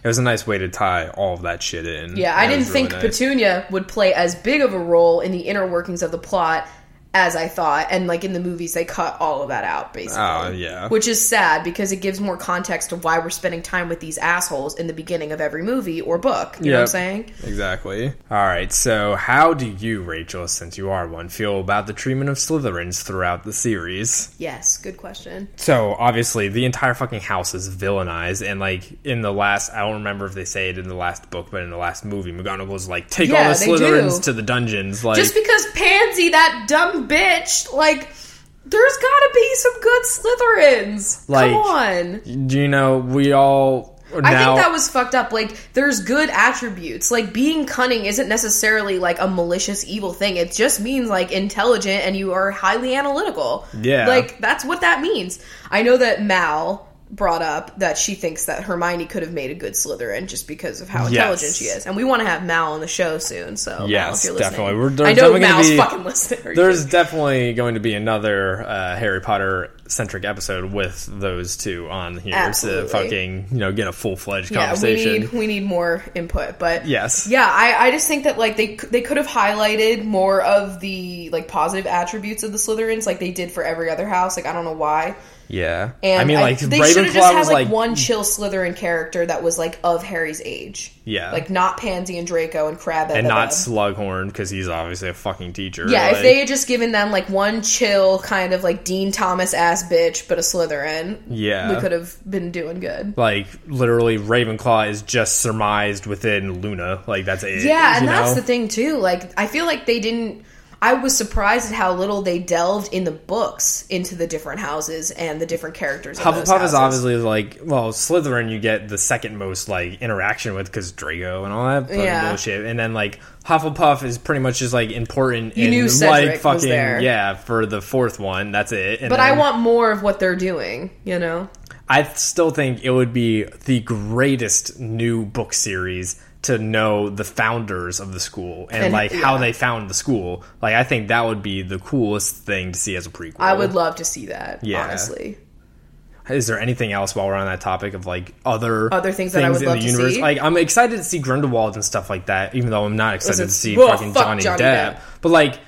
Speaker 3: It was a nice way to tie all of that shit in.
Speaker 2: Yeah, I
Speaker 3: That
Speaker 2: didn't
Speaker 3: was really
Speaker 2: think
Speaker 3: nice.
Speaker 2: Petunia would play as big of a role in the inner workings of the plot as I thought, and like in the movies, they cut all of that out basically.
Speaker 3: Oh, yeah.
Speaker 2: which is sad because it gives more context to why we're spending time with these assholes in the beginning of every movie or book. You know what I'm
Speaker 3: Yep.
Speaker 2: saying?
Speaker 3: Exactly. All right. So, how do you, Rachel, since you are one, feel about the treatment of Slytherins throughout the series?
Speaker 2: Yes, good question.
Speaker 3: So obviously, the entire fucking house is villainized, and like in the last, I don't remember if they say it in the last book, but in the last movie, McGonagall's like take all
Speaker 2: Yeah,
Speaker 3: the
Speaker 2: they do.
Speaker 3: Slytherins to the dungeons. Like,
Speaker 2: Just because Pansy, that dumb bitch, like. There's gotta be some good Slytherins.
Speaker 3: Like,
Speaker 2: Come on.
Speaker 3: do you know, we all are
Speaker 2: I
Speaker 3: now.
Speaker 2: think that was fucked up. Like, there's good attributes. Like, being cunning isn't necessarily like a malicious evil thing. It just means like intelligent and you are highly analytical.
Speaker 3: Yeah.
Speaker 2: Like, that's what that means. I know that Mal brought up that she thinks that Hermione could have made a good Slytherin just because of how intelligent she is. And we want to have Mal on the show soon, so Mal, if
Speaker 3: Yes,
Speaker 2: you're listening-
Speaker 3: definitely. We're- there's
Speaker 2: I know <laughs>
Speaker 3: definitely gonna
Speaker 2: Mal's
Speaker 3: be-
Speaker 2: fucking listening. Are you
Speaker 3: There's definitely going to be another uh, Harry Potter centric episode with those two on here
Speaker 2: Absolutely.
Speaker 3: to fucking you know get a full fledged
Speaker 2: Yeah, we <laughs>
Speaker 3: conversation.
Speaker 2: need we need more input, but
Speaker 3: Yes.
Speaker 2: yeah, I, I just think that like they c- they could have highlighted more of the like positive attributes of the Slytherins, like they did for every other house. Like I don't know why.
Speaker 3: yeah,
Speaker 2: And
Speaker 3: I mean like
Speaker 2: they should have
Speaker 3: Ravenclaw
Speaker 2: just had
Speaker 3: was
Speaker 2: like,
Speaker 3: like,
Speaker 2: one chill Slytherin character that was like of Harry's age.
Speaker 3: Yeah.
Speaker 2: like not Pansy and Draco and Crabbe
Speaker 3: and
Speaker 2: blah,
Speaker 3: not
Speaker 2: blah.
Speaker 3: Slughorn because he's obviously a fucking teacher.
Speaker 2: Yeah, if
Speaker 3: like-
Speaker 2: they had just given them like one chill kind of like Dean Thomas ass bitch, but a Slytherin,
Speaker 3: Yeah.
Speaker 2: we could have been doing good.
Speaker 3: like literally Ravenclaw is just surmised within Luna. Like that's it.
Speaker 2: Yeah, and
Speaker 3: you
Speaker 2: that's
Speaker 3: know?
Speaker 2: the thing too. Like, I feel like they didn't. I was surprised at how little they delved in the books into the different houses and the different characters. in those
Speaker 3: Hufflepuff is
Speaker 2: houses.
Speaker 3: obviously like well, Slytherin you get the second most like interaction with because Drago and all that fucking
Speaker 2: Yeah.
Speaker 3: bullshit, and then like Hufflepuff is pretty much just like important.
Speaker 2: You
Speaker 3: and,
Speaker 2: knew Cedric
Speaker 3: like
Speaker 2: was
Speaker 3: fucking
Speaker 2: there.
Speaker 3: yeah for the fourth one. That's it. And
Speaker 2: But I
Speaker 3: then
Speaker 2: want more of what they're doing. You know,
Speaker 3: I still think it would be the greatest new book series to know the founders of the school and,
Speaker 2: And-
Speaker 3: like how
Speaker 2: yeah.
Speaker 3: they found the school. Like I think that would be the coolest thing to see as a prequel.
Speaker 2: I would love to see that.
Speaker 3: Yeah.
Speaker 2: Honestly,
Speaker 3: Is there anything else while we're on that topic of like other
Speaker 2: Other things that I would love to see?
Speaker 3: Like I'm excited to see Grindelwald and stuff like that, even though I'm not excited
Speaker 2: Listen,
Speaker 3: to see
Speaker 2: well,
Speaker 3: fucking
Speaker 2: fuck
Speaker 3: Johnny,
Speaker 2: Johnny
Speaker 3: Depp.
Speaker 2: Depp.
Speaker 3: But like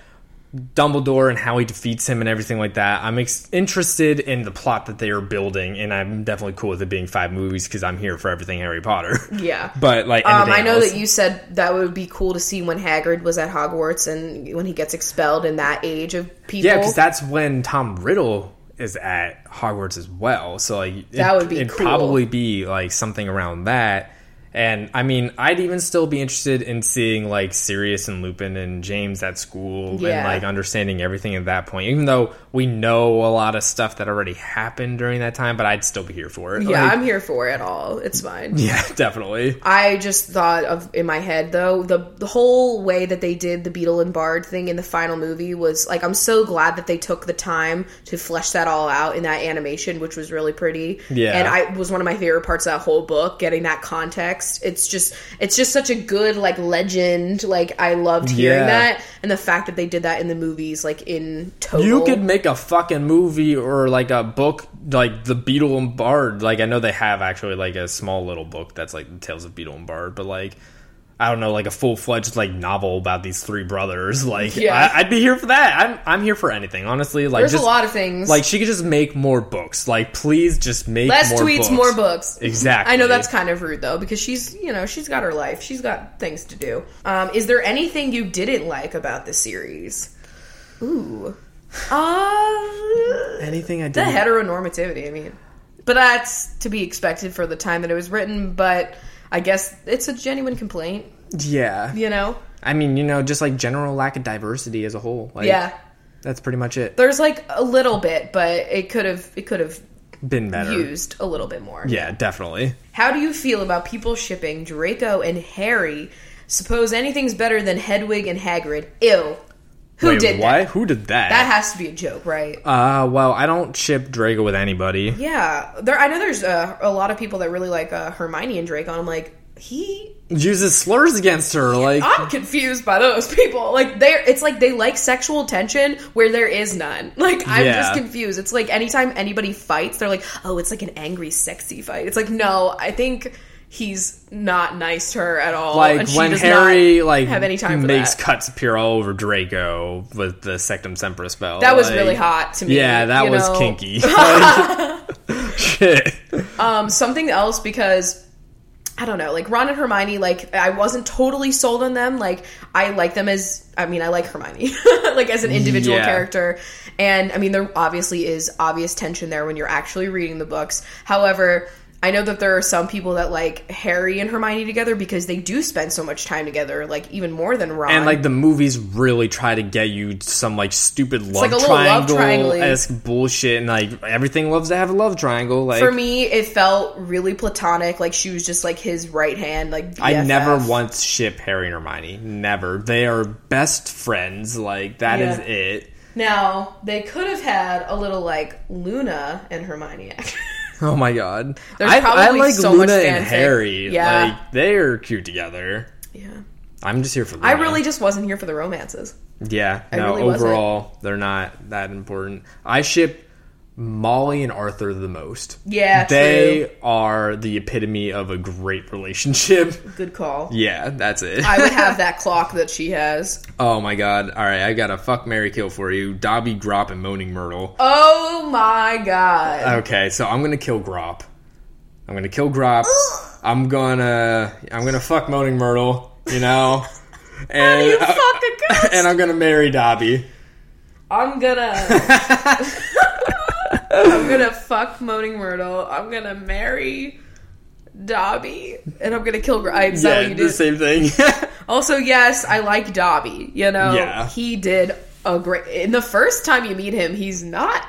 Speaker 3: Dumbledore and how he defeats him and everything like that. I'm ex- interested in the plot that they are building, and I'm definitely cool with it being five movies because I'm here for everything Harry Potter.
Speaker 2: yeah.
Speaker 3: <laughs> But like,
Speaker 2: Um, I
Speaker 3: anything
Speaker 2: know
Speaker 3: else-
Speaker 2: that you said that would be cool to see when Hagrid was at Hogwarts and when he gets expelled in that age of people.
Speaker 3: yeah, because that's when Tom Riddle is at Hogwarts as well. So like, it,
Speaker 2: That would be
Speaker 3: it'd
Speaker 2: cool.
Speaker 3: probably be like something around that. And I mean, I'd even still be interested in seeing like Sirius and Lupin and James at school and
Speaker 2: Yeah.
Speaker 3: like understanding everything at that point. Even though we know a lot of stuff that already happened during that time, but I'd still be here for it.
Speaker 2: yeah,
Speaker 3: Like,
Speaker 2: I'm here for it all. It's fine.
Speaker 3: <laughs> yeah, definitely.
Speaker 2: I just thought of in my head though the the whole way that they did the Beetle and Bard thing in the final movie was like I'm so glad that they took the time to flesh that all out in that animation, which was really pretty.
Speaker 3: Yeah.
Speaker 2: and I was one of my favorite parts of that whole book, getting that context. It's just it's just such a good like legend. Like I loved hearing
Speaker 3: Yeah.
Speaker 2: that, and the fact that they did that in the movies, like in total.
Speaker 3: You could make a fucking movie or like a book, like the Beetle and Bard. Like I know they have actually like a small little book that's like the Tales of Beetle and Bard, but like I don't know, like a full fledged like novel about these three brothers. <laughs> Like
Speaker 2: Yeah.
Speaker 3: I, I'd be here for that. I'm I'm here for anything, honestly. Like
Speaker 2: There's
Speaker 3: just
Speaker 2: a lot of things.
Speaker 3: like she could just make more books. Like please just make
Speaker 2: Less
Speaker 3: more
Speaker 2: tweets,
Speaker 3: books.
Speaker 2: more books.
Speaker 3: Exactly.
Speaker 2: I know that's kind of rude though, because she's you know she's got her life, she's got things to do. Um, is there anything you didn't like about the series? Ooh, uh,
Speaker 3: anything I
Speaker 2: the
Speaker 3: did.
Speaker 2: heteronormativity. I mean, but that's to be expected for the time that it was written. But I guess it's a genuine complaint,
Speaker 3: yeah.
Speaker 2: you know.
Speaker 3: I mean, you know, just like general lack of diversity as a whole. Like,
Speaker 2: Yeah,
Speaker 3: that's pretty much it.
Speaker 2: there's like a little bit, but it could have it could have
Speaker 3: Been better.
Speaker 2: used a little bit more.
Speaker 3: Yeah, definitely.
Speaker 2: How do you feel about people shipping Draco and Harry? Suppose anything's better than Hedwig and Hagrid. Ew. Who
Speaker 3: Wait,
Speaker 2: did
Speaker 3: why?
Speaker 2: that?
Speaker 3: Who did that?
Speaker 2: That has to be a joke, right?
Speaker 3: Uh, well, I don't ship Drago with anybody.
Speaker 2: yeah. There. I know there's uh, a lot of people that really like uh, Hermione and Draco. And I'm like, he.
Speaker 3: Uses slurs against her, like
Speaker 2: I'm confused by those people. Like they, are it's like they like sexual tension where there is none. <laughs> Like I'm
Speaker 3: Yeah.
Speaker 2: just confused. It's like anytime anybody fights, they're like, oh, it's like an angry, sexy fight. It's like no, I think he's not nice to her at all.
Speaker 3: like
Speaker 2: and she
Speaker 3: when
Speaker 2: does
Speaker 3: Harry
Speaker 2: not
Speaker 3: like
Speaker 2: have any time for
Speaker 3: makes
Speaker 2: that.
Speaker 3: cuts appear all over Draco with the Sectum Sempra spell.
Speaker 2: That was
Speaker 3: like-
Speaker 2: really hot to me.
Speaker 3: Yeah, that
Speaker 2: you
Speaker 3: was
Speaker 2: know? <laughs>
Speaker 3: kinky. Like, <laughs> shit.
Speaker 2: Um, something else because I don't know, like Ron and Hermione, like I wasn't totally sold on them. Like I like them as, I mean, I like Hermione, <laughs> like as an individual
Speaker 3: Yeah.
Speaker 2: character, and I mean, there obviously is obvious tension there when you're actually reading the books. However. I know that there are some people that like Harry and Hermione together because they do spend so much time together, like even more than Ron.
Speaker 3: And like the movies really try to get you some like stupid love
Speaker 2: like a little love
Speaker 3: triangle
Speaker 2: triangle.
Speaker 3: esque bullshit, and like everything loves to have a love triangle. Like
Speaker 2: for me, it felt really platonic. Like she was just like his right hand. Like
Speaker 3: I never
Speaker 2: BFF.
Speaker 3: once ship Harry and Hermione. Never. They are best friends. Like that is
Speaker 2: Yeah.
Speaker 3: it.
Speaker 2: Now they could have had a little like Luna and Hermione. action. <laughs>
Speaker 3: <laughs> Oh my god.
Speaker 2: There's
Speaker 3: I, I
Speaker 2: probably
Speaker 3: like
Speaker 2: so
Speaker 3: Luna
Speaker 2: much
Speaker 3: and
Speaker 2: fanfic.
Speaker 3: Harry.
Speaker 2: Yeah.
Speaker 3: Like they're cute together.
Speaker 2: yeah,
Speaker 3: I'm just here for Luna.
Speaker 2: I really just wasn't here for the romances.
Speaker 3: Yeah. No,
Speaker 2: really wasn't.
Speaker 3: overall, they're not that important. I ship Molly and Arthur the most.
Speaker 2: Yeah,
Speaker 3: They are the epitome of a great relationship. <laughs>
Speaker 2: Good call.
Speaker 3: Yeah, that's it.
Speaker 2: I would have that clock that she has.
Speaker 3: <laughs> oh my god. All right, I got a fuck Mary kill for you. Dobby, Grop, and Moaning Myrtle.
Speaker 2: <laughs> Oh my god.
Speaker 3: Okay, so I'm gonna kill Grop. I'm gonna kill
Speaker 2: <gasps>
Speaker 3: Grop. I'm gonna I'm gonna fuck Moaning Myrtle,
Speaker 2: <laughs>
Speaker 3: you know? And uh,
Speaker 2: you fuck a <laughs> ghost?
Speaker 3: <laughs> and I'm gonna marry Dobby.
Speaker 2: I'm <laughs> gonna. I'm gonna fuck Moaning Myrtle. I'm gonna marry Dobby, and I'm gonna kill Grimes. Is that
Speaker 3: Yeah,
Speaker 2: what you
Speaker 3: the
Speaker 2: did?
Speaker 3: same thing.
Speaker 2: Also, yes, I like Dobby. You know,
Speaker 3: Yeah.
Speaker 2: he did a great. In the first time you meet him, he's not.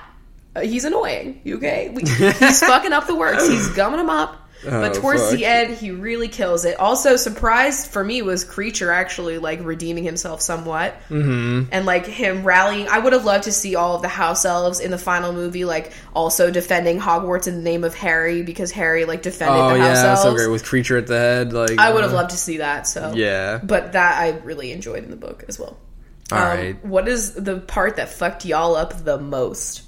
Speaker 2: uh, he's annoying. you Okay, We-
Speaker 3: <laughs>
Speaker 2: he's fucking up the works. He's gumming him up. But
Speaker 3: Oh,
Speaker 2: towards
Speaker 3: fuck.
Speaker 2: the end, he really kills it. Also, surprised for me was Creature actually like redeeming himself somewhat, mm-hmm. and like him rallying. I would have loved to see all of the house elves in the final movie, like also defending Hogwarts in the name of Harry because Harry like defended
Speaker 3: <laughs> oh
Speaker 2: the house
Speaker 3: yeah,
Speaker 2: elves.
Speaker 3: so great with creature at the head, like uh,
Speaker 2: I would have loved to see that. So
Speaker 3: Yeah.
Speaker 2: but that I really enjoyed in the book as well.
Speaker 3: All
Speaker 2: Um,
Speaker 3: right.
Speaker 2: What is the part that fucked y'all up the most?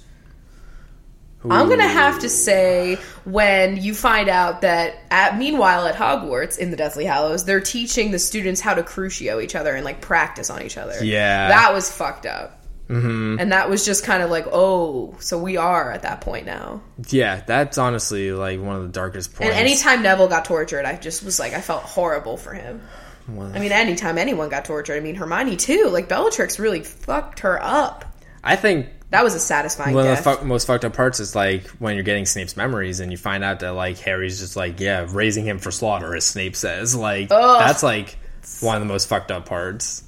Speaker 2: I'm gonna have to say when you find out that at meanwhile at Hogwarts in the Deathly Hallows they're teaching the students how to crucio each other and like practice on each other.
Speaker 3: Yeah.
Speaker 2: that was fucked up, mm-hmm. and that was just kind of like oh, so we are at that point now.
Speaker 3: Yeah, that's honestly like one of the darkest points.
Speaker 2: And anytime Neville got tortured, I just was like I felt horrible for him.
Speaker 3: Well,
Speaker 2: I mean, anytime anyone got tortured, I mean Hermione too. Like Bellatrix really fucked her up.
Speaker 3: I think
Speaker 2: That was a satisfying
Speaker 3: one of
Speaker 2: death.
Speaker 3: the fuck, most fucked up parts is like when you're getting Snape's memories and you find out that like Harry's just like yeah raising him for slaughter as Snape says like that's like one of the most fucked up parts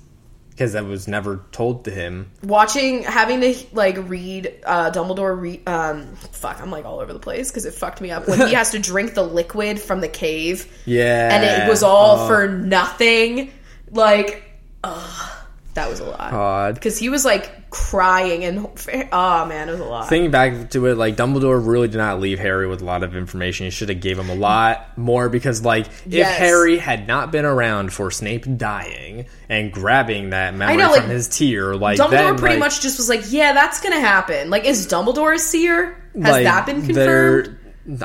Speaker 3: because that was never told to him.
Speaker 2: Watching, having to like read uh, Dumbledore. Re- um, fuck, I'm like all over the place because it fucked me up when
Speaker 3: <laughs>
Speaker 2: he has to drink the liquid from the cave,
Speaker 3: Yeah, Oh.
Speaker 2: and it was all for nothing. Like, ugh, that was a lot
Speaker 3: God.
Speaker 2: because he was like crying and oh man, it was a lot.
Speaker 3: Thinking back to it, like Dumbledore really did not leave Harry with a lot of information. He should have gave him a lot more because, like, if
Speaker 2: Yes.
Speaker 3: Harry had not been around for Snape dying and grabbing that memory
Speaker 2: know,
Speaker 3: from
Speaker 2: like,
Speaker 3: his tear, like
Speaker 2: Dumbledore
Speaker 3: then,
Speaker 2: pretty
Speaker 3: like,
Speaker 2: much just was like, "Yeah, that's gonna happen." Like, is Dumbledore a seer? Has
Speaker 3: like,
Speaker 2: that been
Speaker 3: they're-
Speaker 2: confirmed?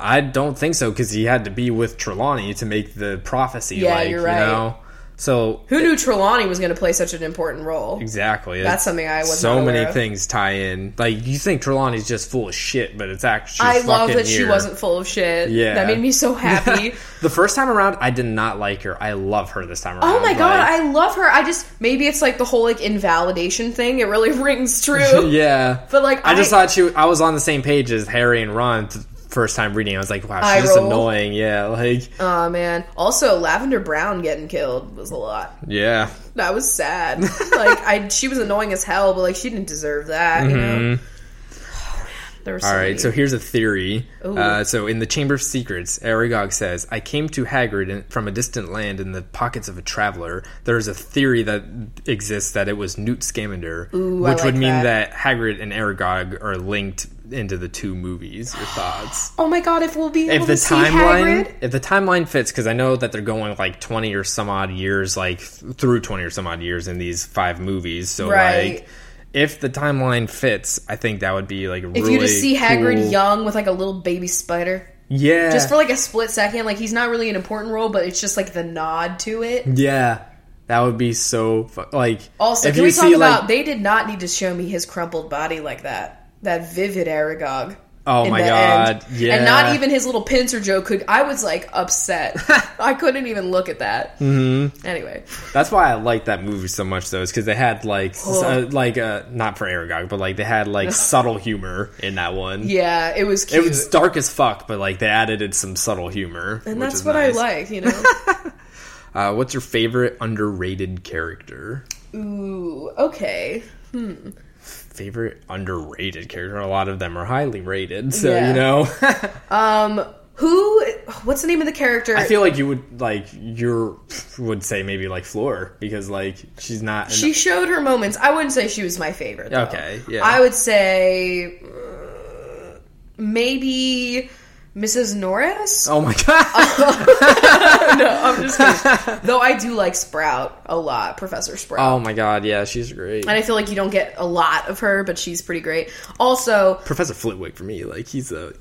Speaker 3: I don't think so because he had to be with Trelawney to make the prophecy.
Speaker 2: Yeah,
Speaker 3: like,
Speaker 2: you're
Speaker 3: you
Speaker 2: right.
Speaker 3: know? So
Speaker 2: Who knew Trelawney was gonna play such an important role?
Speaker 3: exactly,
Speaker 2: That's something I was
Speaker 3: So
Speaker 2: not aware
Speaker 3: many
Speaker 2: of.
Speaker 3: things tie in. Like you think Trelawney's just full of shit, but it's actually
Speaker 2: I love
Speaker 3: fucking
Speaker 2: that she
Speaker 3: here.
Speaker 2: wasn't full of shit.
Speaker 3: Yeah.
Speaker 2: That made me so
Speaker 3: <laughs>
Speaker 2: happy.
Speaker 3: the first time around, I did not like her. I love her this time around.
Speaker 2: oh my
Speaker 3: Like,
Speaker 2: god, I love her. I just maybe it's like the whole like invalidation thing. It really <laughs>
Speaker 3: <laughs>
Speaker 2: rings true.
Speaker 3: yeah.
Speaker 2: But like
Speaker 3: I, just thought she. I was on the same page as Harry and Ron. th- First time reading, I was like, "Wow,
Speaker 2: Eye
Speaker 3: she's just
Speaker 2: roll.
Speaker 3: annoying." Yeah, like,
Speaker 2: Oh man. Also, Lavender Brown getting killed was a lot.
Speaker 3: yeah,
Speaker 2: That was sad. like I she was annoying as hell, but like she didn't deserve that, you know. <sighs> Oh, There were so
Speaker 3: Mm-hmm. All
Speaker 2: many-
Speaker 3: right, so here's a theory.
Speaker 2: Ooh.
Speaker 3: Uh, so in the Chamber of Secrets, Aragog says, "I came to Hagrid in, from a distant land in the pockets of a traveler." There is a theory that exists that it was Newt Scamander,
Speaker 2: I
Speaker 3: which
Speaker 2: like
Speaker 3: would mean
Speaker 2: that.
Speaker 3: that. Hagrid and Aragog are linked into the two movies. Your thoughts?
Speaker 2: Oh my god, <gasps> if we'll be able
Speaker 3: if the
Speaker 2: to see
Speaker 3: timeline,
Speaker 2: Hagrid.
Speaker 3: if the timeline fits, because I know that they're going like twenty or some odd years, like th- through twenty or some odd years in these five movies. So
Speaker 2: Right.
Speaker 3: like. If the timeline fits, I think that would be like really
Speaker 2: If you just see Hagrid
Speaker 3: cool-
Speaker 2: young with like a little baby spider.
Speaker 3: yeah,
Speaker 2: Just for like a split second, like he's not really an important role, but it's just like the nod to it.
Speaker 3: Yeah, that would be so fu- like.
Speaker 2: Also,
Speaker 3: if
Speaker 2: can
Speaker 3: you
Speaker 2: we talk
Speaker 3: see
Speaker 2: about
Speaker 3: like,
Speaker 2: they did not need to show me his crumpled body like that. That vivid Aragog.
Speaker 3: Oh
Speaker 2: in
Speaker 3: my
Speaker 2: the
Speaker 3: God, yeah.
Speaker 2: And not even his little pincer joke could. I was like
Speaker 3: <laughs>
Speaker 2: upset. I couldn't even look at that. Mm-hmm. Anyway,
Speaker 3: that's why I like that movie so much though, is because they had like s-
Speaker 2: Oh.
Speaker 3: uh, like uh, not for Aragog, but like they
Speaker 2: <laughs>
Speaker 3: had like subtle humor in that one.
Speaker 2: yeah, it was
Speaker 3: It
Speaker 2: cute,
Speaker 3: was dark as fuck, but like they added in some subtle humor,
Speaker 2: and
Speaker 3: which
Speaker 2: that's
Speaker 3: is
Speaker 2: what
Speaker 3: nice.
Speaker 2: I like. You know.
Speaker 3: <laughs> Uh, what's your favorite underrated character?
Speaker 2: Ooh, okay.
Speaker 3: Favorite underrated character? A lot of them are highly rated, so
Speaker 2: Yeah.
Speaker 3: you know. <laughs>
Speaker 2: Um, Who? What's the name of the character?
Speaker 3: I feel like you would like you would say maybe like Floor because like she's not. an-
Speaker 2: she showed her moments. I wouldn't say she was my favorite. Though.
Speaker 3: Okay, yeah.
Speaker 2: I would say uh, maybe Mrs. Norris.
Speaker 3: Oh my
Speaker 2: <laughs>
Speaker 3: god!
Speaker 2: I'm just kidding. Though I do like Sprout a lot, Professor Sprout.
Speaker 3: Oh my god! Yeah, she's great.
Speaker 2: and I feel like you don't get a lot of her, but she's pretty great. Also,
Speaker 3: Professor Flitwick for me, like he's a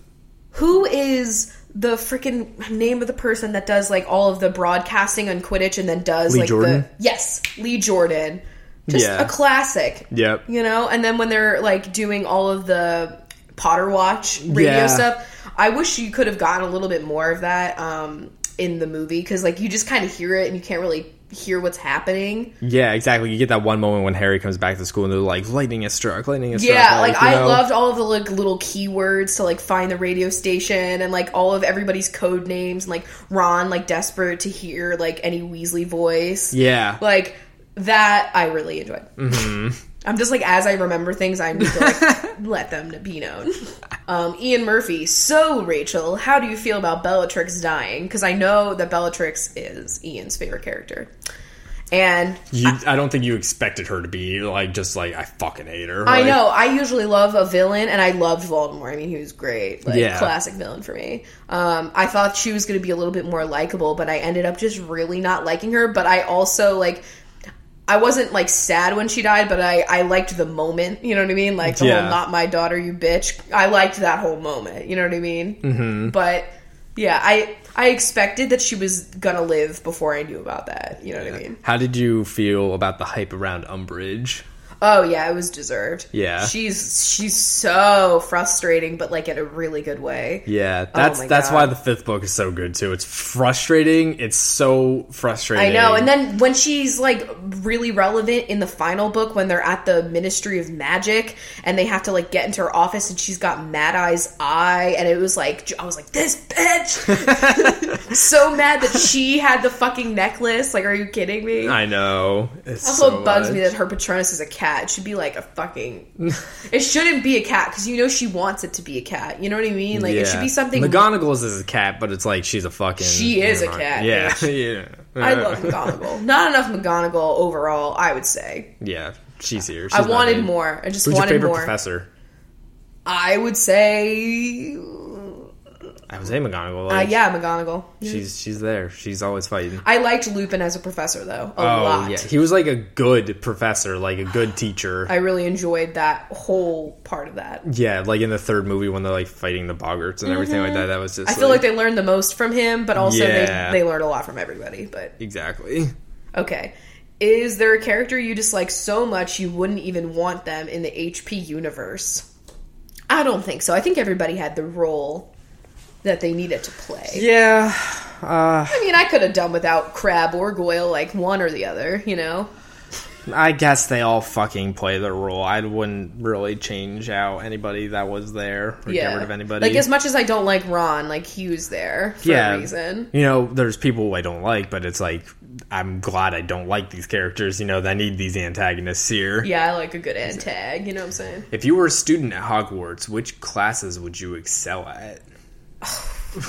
Speaker 2: who is the freaking name of the person that does like all of the broadcasting on Quidditch and then does
Speaker 3: Lee
Speaker 2: like
Speaker 3: Jordan?
Speaker 2: the yes Lee Jordan, just
Speaker 3: Yeah.
Speaker 2: a classic.
Speaker 3: Yep.
Speaker 2: you know. And then when they're like doing all of the Potter Watch radio
Speaker 3: Yeah.
Speaker 2: stuff, I wish you could have gotten a little bit more of that um, in the movie because like you just kind of hear it and you can't really hear what's happening.
Speaker 3: yeah, exactly. You get that one moment when Harry comes back to school and they're like, "Lightning has struck! Lightning has struck!"
Speaker 2: Yeah, like,
Speaker 3: you
Speaker 2: I
Speaker 3: know?
Speaker 2: loved all of the like little keywords to like find the radio station and like all of everybody's code names and like Ron like desperate to hear like any Weasley voice.
Speaker 3: Yeah,
Speaker 2: Like that I really enjoyed. I'm just like as I remember things I need to like let them be known. Um, Ian Murphy, so Rachel, how do you feel about Bellatrix dying? Because I know that Bellatrix is Ian's favorite character. And
Speaker 3: you, I don't think you expected her to be like just like I fucking hate her.
Speaker 2: I
Speaker 3: Like,
Speaker 2: know. I usually love a villain, and I loved Voldemort. I mean, he was great, like
Speaker 3: Yeah.
Speaker 2: classic villain for me. Um, I thought she was going to be a little bit more likable, but I ended up just really not liking her. But I also like, I wasn't like sad when she died, but I I liked the moment. You know what I mean? Like the
Speaker 3: Yeah.
Speaker 2: whole "not my daughter, you bitch." I liked that whole moment. You know what I mean? Mm-hmm. But yeah, I I expected that she was gonna live before I knew about that. You know what I mean?
Speaker 3: How did you feel about the hype around Umbridge?
Speaker 2: Oh yeah, it was deserved.
Speaker 3: Yeah.
Speaker 2: she's she's so frustrating, but like in a really good way.
Speaker 3: Yeah, that's
Speaker 2: Oh my
Speaker 3: that's
Speaker 2: God.
Speaker 3: why the fifth book is so good too. It's frustrating. It's so frustrating.
Speaker 2: I know. And then when she's like really relevant in the final book, when they're at the Ministry of Magic and they have to like get into her office, and she's got Mad Eye's eye, and it was like I was like this bitch, <laughs>
Speaker 3: <laughs>
Speaker 2: so mad that she had the fucking necklace. Like, are you kidding me?
Speaker 3: I know. It's
Speaker 2: also
Speaker 3: so
Speaker 2: bugs me
Speaker 3: much.
Speaker 2: that her Patronus is a cat. It should be like a fucking.
Speaker 3: <laughs>
Speaker 2: it shouldn't be a cat because you know she wants it to be a cat. You know what I mean? Like it should be something.
Speaker 3: McGonagall's is a cat, but it's like she's a fucking.
Speaker 2: She is a
Speaker 3: never
Speaker 2: cat,
Speaker 3: mind. Yeah, <laughs> yeah.
Speaker 2: I love McGonagall. Not enough McGonagall overall, I would say.
Speaker 3: Yeah, she's here.
Speaker 2: I
Speaker 3: She's not
Speaker 2: wanted
Speaker 3: here.
Speaker 2: more. I just
Speaker 3: Who's your
Speaker 2: wanted
Speaker 3: favorite
Speaker 2: more.
Speaker 3: professor?
Speaker 2: I would say,
Speaker 3: I would say McGonagall.
Speaker 2: uh,
Speaker 3: Like,
Speaker 2: yeah, McGonagall.
Speaker 3: she's she's there. She's always fighting.
Speaker 2: I liked Lupin as a professor though a
Speaker 3: oh
Speaker 2: lot.
Speaker 3: yeah, he was like a good professor, like a good teacher.
Speaker 2: I really enjoyed that whole part of that.
Speaker 3: yeah, like in the third movie when they're like fighting the Boggarts and everything like that. That was just.
Speaker 2: Mm-hmm. I feel like they learned the most from him, but also
Speaker 3: Yeah.
Speaker 2: they, they learned a lot from everybody. But
Speaker 3: exactly.
Speaker 2: Okay. Is there a character you dislike so much you wouldn't even want them in the HP universe? I don't think so. I think everybody had the role that they needed to play.
Speaker 3: Yeah,
Speaker 2: I mean, I could have done without Crab or Goyle, like one or the other, you know?
Speaker 3: I guess they all fucking play their role. I wouldn't really change out anybody that was there or
Speaker 2: Yeah.
Speaker 3: get rid of anybody.
Speaker 2: Like, as much as I don't like Ron, like, he was there for a reason.
Speaker 3: You know, there's people I don't like, but it's like I'm glad I don't like these characters. You know, that need these antagonists here.
Speaker 2: Yeah, I like a good end tag, you know what I'm
Speaker 3: <laughs>
Speaker 2: saying?
Speaker 3: If you were a student at Hogwarts, which classes would you excel at?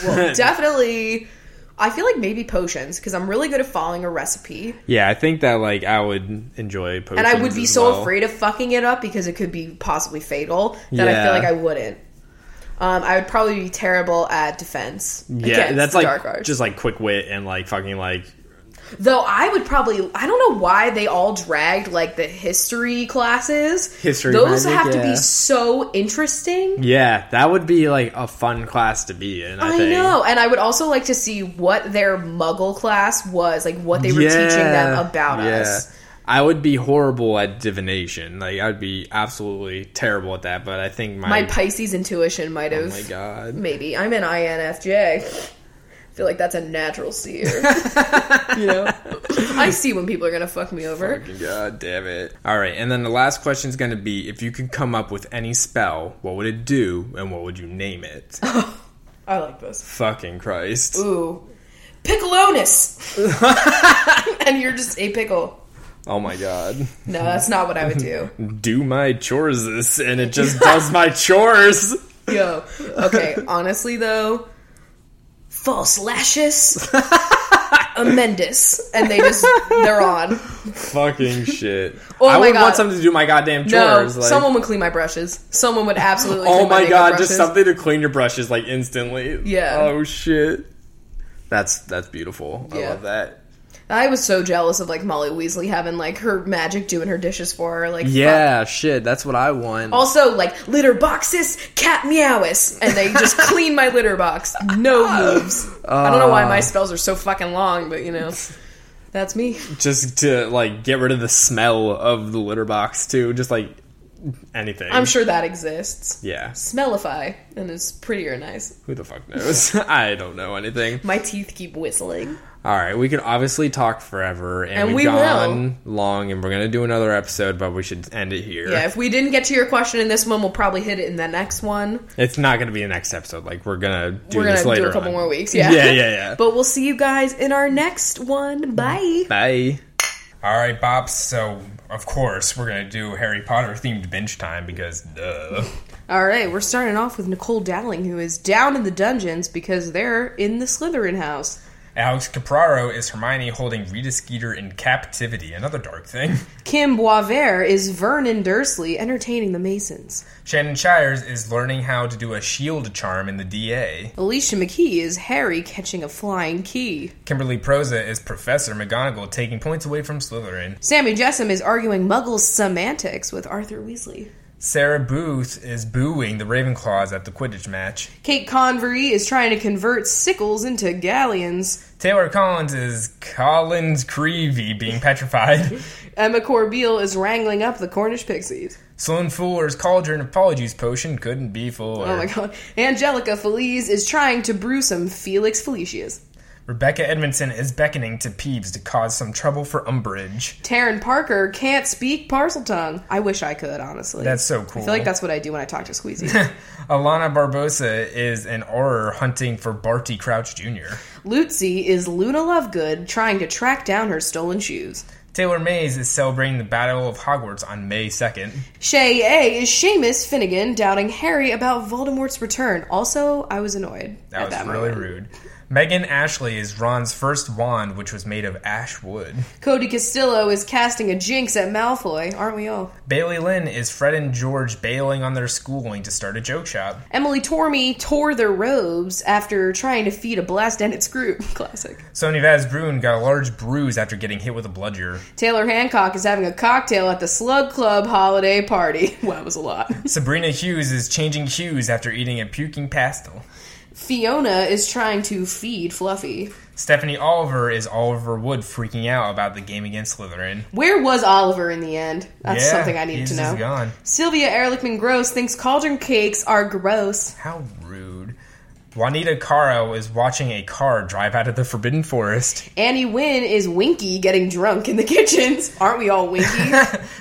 Speaker 2: Well, definitely. I feel like maybe potions, because I'm really good at following a recipe.
Speaker 3: Yeah, I think that like I would enjoy potions.
Speaker 2: and I would be
Speaker 3: as
Speaker 2: so
Speaker 3: well.
Speaker 2: afraid of fucking it up because it could be possibly fatal that I
Speaker 3: Yeah.
Speaker 2: feel like I wouldn't. Um, I would probably be terrible at defense.
Speaker 3: Yeah,
Speaker 2: against
Speaker 3: that's
Speaker 2: the
Speaker 3: like
Speaker 2: dark arts.
Speaker 3: just like quick wit and like fucking like
Speaker 2: Though I would probably I don't know why they all dragged like the history classes.
Speaker 3: History
Speaker 2: Those
Speaker 3: magic,
Speaker 2: have to
Speaker 3: yeah.
Speaker 2: be so interesting.
Speaker 3: yeah, that would be like a fun class to be in. I,
Speaker 2: I
Speaker 3: think.
Speaker 2: know, and I would also like to see what their Muggle class was, like what they were teaching them about
Speaker 3: yeah.
Speaker 2: us.
Speaker 3: I would be horrible at divination. Like I'd be absolutely terrible at that. But I think my,
Speaker 2: My Pisces intuition might
Speaker 3: oh
Speaker 2: have
Speaker 3: my god,
Speaker 2: Maybe. I'm an INFJ. I feel like that's a natural
Speaker 3: <laughs>
Speaker 2: seer. you know? I see when people are going to fuck me over.
Speaker 3: Fucking god damn it! All right, and then the last question is going to be: If you could come up with any spell, what would it do, and what would you name
Speaker 2: <laughs>
Speaker 3: it?
Speaker 2: I like this.
Speaker 3: Fucking Christ!
Speaker 2: Ooh.
Speaker 3: <laughs>
Speaker 2: Piccolonus! and you're just a pickle.
Speaker 3: Oh my god!
Speaker 2: No, that's not what I would
Speaker 3: <laughs>
Speaker 2: do.
Speaker 3: Do my chores, this, and
Speaker 2: <laughs>
Speaker 3: it just does my chores.
Speaker 2: Yo.
Speaker 3: <laughs>
Speaker 2: Okay, honestly, though, false lashes. amendous, and they just they're on.
Speaker 3: Fucking shit.
Speaker 2: Oh
Speaker 3: I
Speaker 2: my
Speaker 3: would
Speaker 2: God.
Speaker 3: want something to do my goddamn
Speaker 2: No,
Speaker 3: chores. like,
Speaker 2: someone would clean my brushes. Someone would absolutely.
Speaker 3: oh
Speaker 2: clean
Speaker 3: my
Speaker 2: makeup
Speaker 3: god,
Speaker 2: brushes.
Speaker 3: just something to clean your brushes like instantly.
Speaker 2: Yeah.
Speaker 3: Oh shit. That's that's beautiful. I
Speaker 2: Yeah.
Speaker 3: love that.
Speaker 2: I was so jealous of like Molly Weasley having like her magic doing her dishes for her. Like, fuck.
Speaker 3: Yeah, shit. That's what I want.
Speaker 2: Also, like litter boxes, cat meowis, and they just clean my litter box. No moves. I don't know why my spells are so fucking long, but you know, that's me.
Speaker 3: just to like get rid of the smell of the litter box too. Just like anything.
Speaker 2: I'm sure that exists.
Speaker 3: Yeah.
Speaker 2: Smellify, and it's prettier nice.
Speaker 3: Who the fuck knows? <laughs> I don't know anything.
Speaker 2: My teeth keep whistling.
Speaker 3: All right, we could obviously talk forever, and,
Speaker 2: And
Speaker 3: we've
Speaker 2: we will.
Speaker 3: gone long, and we're gonna do another episode, but we should end it here.
Speaker 2: Yeah, if we didn't get to your question in this one, we'll probably hit it in the next one.
Speaker 3: It's not gonna be the next episode. Like we're gonna do
Speaker 2: We're
Speaker 3: this
Speaker 2: gonna
Speaker 3: later.
Speaker 2: do a couple
Speaker 3: on.
Speaker 2: more weeks. Yeah,
Speaker 3: Yeah, yeah,
Speaker 2: <laughs>
Speaker 3: yeah.
Speaker 2: but we'll see you guys in our next one. Bye.
Speaker 3: Bye. All right, Bops. So of course we're gonna do Harry Potter themed bench time because duh.
Speaker 2: All right, we're starting off with Nicole Dowling, who is down in the dungeons because they're in the Slytherin house.
Speaker 3: Alex Capraro is Hermione holding Rita Skeeter in captivity. Another dark thing. <laughs>
Speaker 2: Kim Boisvert is Vernon Dursley entertaining the Masons.
Speaker 3: Shannon Shires is learning how to do a shield charm in the DA.
Speaker 2: Alicia McKee is Harry catching a flying key.
Speaker 3: Kimberly Proza is Professor McGonagall taking points away from Slytherin.
Speaker 2: Sammy Jessam is arguing Muggle semantics with Arthur Weasley.
Speaker 3: Sarah Booth is booing the Ravenclaws at the Quidditch match.
Speaker 2: Kate Convery is trying to convert sickles into galleons.
Speaker 3: Taylor Collins is Collins Creevy being petrified. <laughs>
Speaker 2: Emma Corbeil is wrangling up the Cornish pixies.
Speaker 3: Sloan Fuller's cauldron apologies potion couldn't be fuller.
Speaker 2: Oh my god. Angelica Feliz is trying to brew some Felix Felicius.
Speaker 3: Rebecca Edmondson is beckoning to Peeves to cause some trouble for Umbridge.
Speaker 2: Taryn Parker can't speak parcel tongue. I wish I could, honestly.
Speaker 3: That's so
Speaker 2: I
Speaker 3: cool.
Speaker 2: feel like that's what I do when I talk to
Speaker 3: <laughs>
Speaker 2: Squeezy.
Speaker 3: Alana Barbosa is an horror hunting for Barty Crouch Jr.
Speaker 2: Lutzi is Luna Lovegood trying to track down her stolen shoes.
Speaker 3: Taylor Mays is celebrating the Battle of Hogwarts on May 2nd.
Speaker 2: Shay A is Seamus Finnegan doubting Harry about Voldemort's return. Also, I was annoyed
Speaker 3: That
Speaker 2: at
Speaker 3: was
Speaker 2: that
Speaker 3: really
Speaker 2: moment.
Speaker 3: rude. Megan Ashley is Ron's first wand, which was made of ash wood.
Speaker 2: Cody Castillo is casting a jinx at Malfoy. Aren't we all?
Speaker 3: Bailey Lynn is Fred and George bailing on their schooling to start a joke shop.
Speaker 2: Emily Tormey tore their robes after trying to feed a blast and its group. <laughs> Classic.
Speaker 3: Sony Vaz Bruin got a large bruise after getting hit with a bludger.
Speaker 2: Taylor Hancock is having a cocktail at the Slug Club holiday party. <laughs> Well, that was a lot.
Speaker 3: Sabrina Hughes is changing hues after eating a puking pastel.
Speaker 2: Fiona is trying to feed Fluffy.
Speaker 3: Stephanie Oliver is Oliver Wood freaking out about the game against Slytherin.
Speaker 2: Where was Oliver in the end? That's
Speaker 3: Yeah,
Speaker 2: something I needed
Speaker 3: he's
Speaker 2: to
Speaker 3: just
Speaker 2: know.
Speaker 3: gone.
Speaker 2: Sylvia Ehrlichman Gross thinks cauldron cakes are gross.
Speaker 3: How rude. Juanita Caro is watching a car drive out of the Forbidden Forest. <laughs>
Speaker 2: Annie Wynn is Winky getting drunk in the <laughs> kitchens. Aren't we all
Speaker 3: <laughs>
Speaker 2: Winky?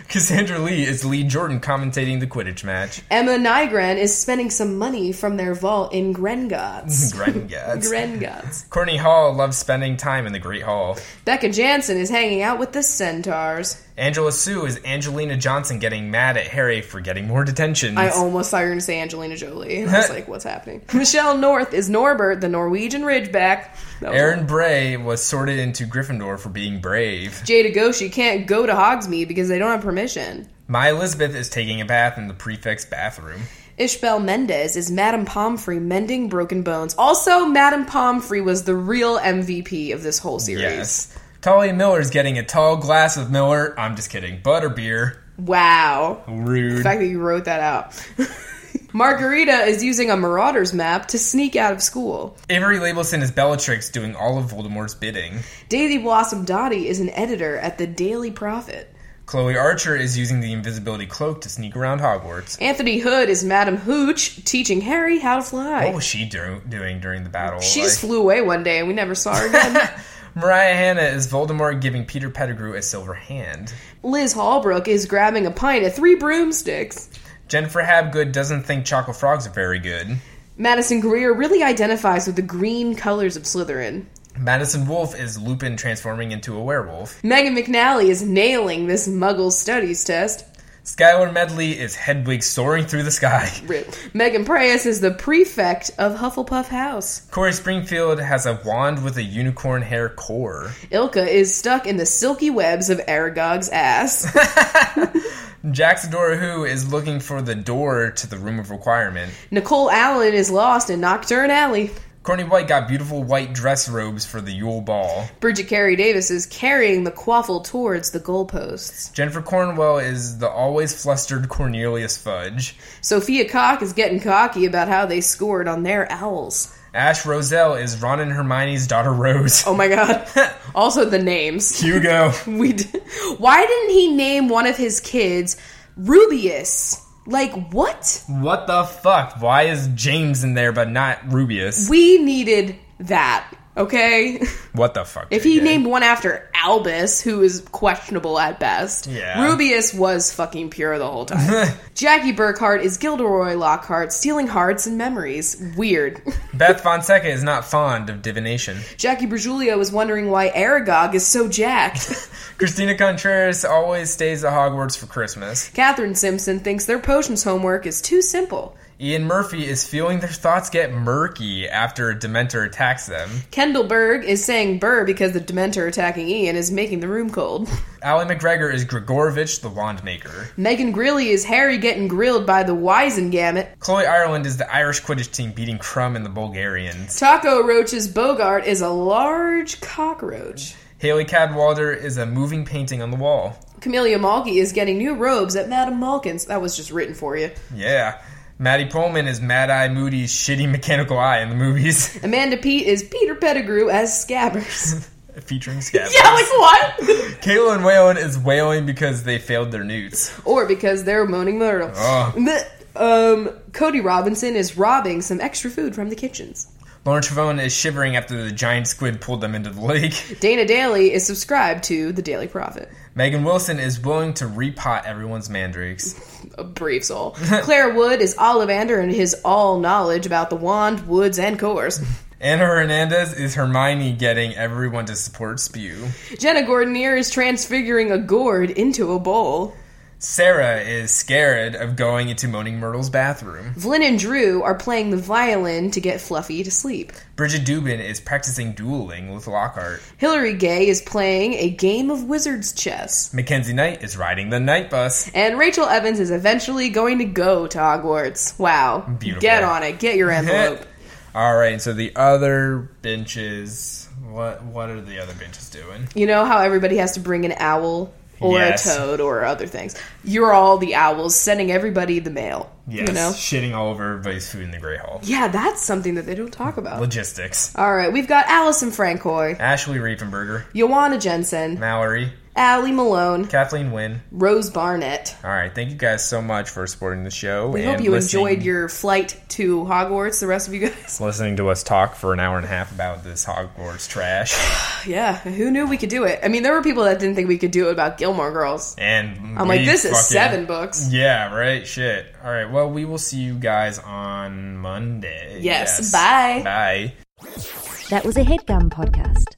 Speaker 3: Cassandra Lee is Lee Jordan commentating the Quidditch match.
Speaker 2: <laughs> Emma Nygren is spending some money from their vault in Grengots.
Speaker 3: <laughs> Grengots.
Speaker 2: Grengots.
Speaker 3: Courtney Hall loves spending time in the Great Hall.
Speaker 2: Becca Jansen is hanging out with the centaurs.
Speaker 3: Angela Sue is Angelina Johnson getting mad at Harry for getting more detentions.
Speaker 2: I almost thought you were going to say Angelina Jolie.
Speaker 3: <laughs>
Speaker 2: And I was like, what's happening? Michelle North is Norbert, the Norwegian Ridgeback. That was
Speaker 3: Aaron Bray was sorted into Gryffindor for being brave.
Speaker 2: Jada Goshi can't go to Hogsmeade because they don't have permission.
Speaker 3: My Elizabeth is taking a bath in the prefect's bathroom.
Speaker 2: Ishbel Mendez is Madame Pomfrey mending broken bones. Also, Madame Pomfrey was the real MVP of this whole series.
Speaker 3: Yes. Tolly Miller's getting a tall glass of Miller. I'm just kidding. Butterbeer.
Speaker 2: Wow.
Speaker 3: Rude.
Speaker 2: The fact that you wrote that out. <laughs> Margarita is using a marauder's map to sneak out of school.
Speaker 3: Avery Labelson is Bellatrix doing all of Voldemort's bidding.
Speaker 2: Daisy Blossom Dottie is an editor at the Daily Prophet.
Speaker 3: Chloe Archer is using the invisibility cloak to sneak around Hogwarts.
Speaker 2: Anthony Hood is Madame Hooch teaching Harry how to fly.
Speaker 3: What was she do- doing during the battle?
Speaker 2: she just
Speaker 3: Like,
Speaker 2: flew away one day and we never saw her again.
Speaker 3: <laughs> Mariah Hanna is Voldemort giving Peter Pettigrew a silver hand.
Speaker 2: Liz Hallbrook is grabbing a pint of three broomsticks.
Speaker 3: Jennifer Habgood doesn't think chocolate frogs are very good.
Speaker 2: Madison Greer really identifies with the green colors of Slytherin.
Speaker 3: Madison Wolfe is Lupin transforming into a werewolf.
Speaker 2: Megan McNally is nailing this muggle studies test.
Speaker 3: Skyward Medley is Hedwig soaring through the sky. <laughs>
Speaker 2: Rip. Megan Preyes is the prefect of Hufflepuff House.
Speaker 3: Corey Springfield has a wand with a unicorn hair core.
Speaker 2: Ilka is stuck in the silky webs of Aragog's ass.
Speaker 3: Jack Sedora Who is looking for the door to the room of requirement.
Speaker 2: Nicole Allen is lost in Nocturne Alley.
Speaker 3: Courtney White got beautiful white dress robes for the Yule Ball.
Speaker 2: Bridget Carey Davis is carrying the quaffle towards the goalposts.
Speaker 3: Jennifer Cornwell is the always flustered Cornelius Fudge.
Speaker 2: Sophia Cock is getting cocky about how they scored on their owls.
Speaker 3: Ash Roselle is Ron and Hermione's daughter Rose.
Speaker 2: Oh my god. also the names.
Speaker 3: <laughs>
Speaker 2: <laughs>
Speaker 3: Hugo.
Speaker 2: We d- Why didn't he name one of his kids Rubius? Like what?
Speaker 3: What the fuck? Why is James in there but not Rubius?
Speaker 2: We needed that. Okay? <laughs>
Speaker 3: What the fuck?
Speaker 2: If he
Speaker 3: JJ?
Speaker 2: named one after Albus, who is questionable at best,
Speaker 3: Yeah.
Speaker 2: Rubius was fucking pure the whole time. Jackie Burkhart is Gilderoy Lockhart, stealing hearts and memories. Weird. <laughs>
Speaker 3: Beth Fonseca is not fond of divination.
Speaker 2: Jackie Bergiulia was wondering why Aragog is so jacked. <laughs>
Speaker 3: Christina Contreras always stays at Hogwarts for Christmas.
Speaker 2: Catherine Simpson thinks their potions homework is too simple.
Speaker 3: Ian Murphy is feeling their thoughts get murky after a Dementor attacks them.
Speaker 2: Kendall Berg is saying burr because the Dementor attacking Ian is making the room cold. <laughs>
Speaker 3: Ally McGregor is Gregorovich the Wand Maker.
Speaker 2: Megan Grilly is Harry getting grilled by the Wizengamot.
Speaker 3: Chloe Ireland is the Irish Quidditch team beating Crumb and the Bulgarians.
Speaker 2: Taco Roach's Bogart is a large cockroach.
Speaker 3: Haley Cadwalder is a moving painting on the wall.
Speaker 2: Camelia Malky is getting new robes at Madame Malkin's. That was just written for you.
Speaker 3: Yeah. Maddie Pullman is Mad Eye Moody's shitty mechanical eye in the movies, <laughs>
Speaker 2: Amanda Pete is Peter Pettigrew as Scabbers. <laughs>
Speaker 3: featuring Scab.
Speaker 2: yeah, like what? <laughs>
Speaker 3: Kayla and Waylon is wailing because they failed their newts.
Speaker 2: or because they're moaning myrtle.
Speaker 3: Ugh.
Speaker 2: Bleh. Um, Cody Robinson is robbing some extra food from the kitchens.
Speaker 3: Lauren Travone is shivering after the giant squid pulled them into the lake.
Speaker 2: Dana Daly is subscribed to the Daily Prophet.
Speaker 3: <laughs> Megan Wilson is willing to repot everyone's mandrakes.
Speaker 2: A brief
Speaker 3: <laughs>
Speaker 2: soul. Claire Wood is Ollivander and his all knowledge about the wand, woods, and cores.
Speaker 3: Anna Hernandez is Hermione getting everyone to support Spew.
Speaker 2: Jenna Gordonier is transfiguring a gourd into a bowl.
Speaker 3: Sarah is scared of going into Moaning Myrtle's bathroom.
Speaker 2: Vlyn and Drew are playing the violin to get Fluffy to sleep.
Speaker 3: Bridget Dubin is practicing dueling with Lockhart.
Speaker 2: Hillary Gay is playing a game of wizard's chess.
Speaker 3: Mackenzie Knight is riding the night bus.
Speaker 2: And Rachel Evans is eventually going to go to Hogwarts. Wow.
Speaker 3: Beautiful.
Speaker 2: Get on it.
Speaker 3: <laughs>
Speaker 2: Get your envelope.
Speaker 3: All right, so the other benches. What what are the other benches doing?
Speaker 2: You know how everybody has to bring an owl or
Speaker 3: Yes.
Speaker 2: a toad or other things. You're all the owls sending everybody the mail.
Speaker 3: Yes,
Speaker 2: You know?
Speaker 3: shitting all over everybody's food in the Grey Hall.
Speaker 2: Yeah, that's something that they don't talk about.
Speaker 3: Logistics.
Speaker 2: all right, we've got Allison Francoy,
Speaker 3: Ashley Riefenberger,
Speaker 2: Joanna Jensen,
Speaker 3: Mallory,
Speaker 2: Allie Malone,
Speaker 3: Kathleen Wynn.
Speaker 2: Rose Barnett.
Speaker 3: All right, thank you guys so much for supporting the show.
Speaker 2: We hope you enjoyed your flight to Hogwarts, the rest of you guys. <laughs>
Speaker 3: listening to us talk for an hour and a half about this Hogwarts trash.
Speaker 2: Yeah, who knew we could do it? I mean, there were people that didn't think we could do it about Gilmore Girls.
Speaker 3: And
Speaker 2: I'm
Speaker 3: we
Speaker 2: like, this is
Speaker 3: fucking-
Speaker 2: seven books.
Speaker 3: Yeah, right. Shit. All right. Well, we will see you guys on Monday.
Speaker 2: Yes, bye.
Speaker 3: Bye.
Speaker 1: That was a headgum podcast.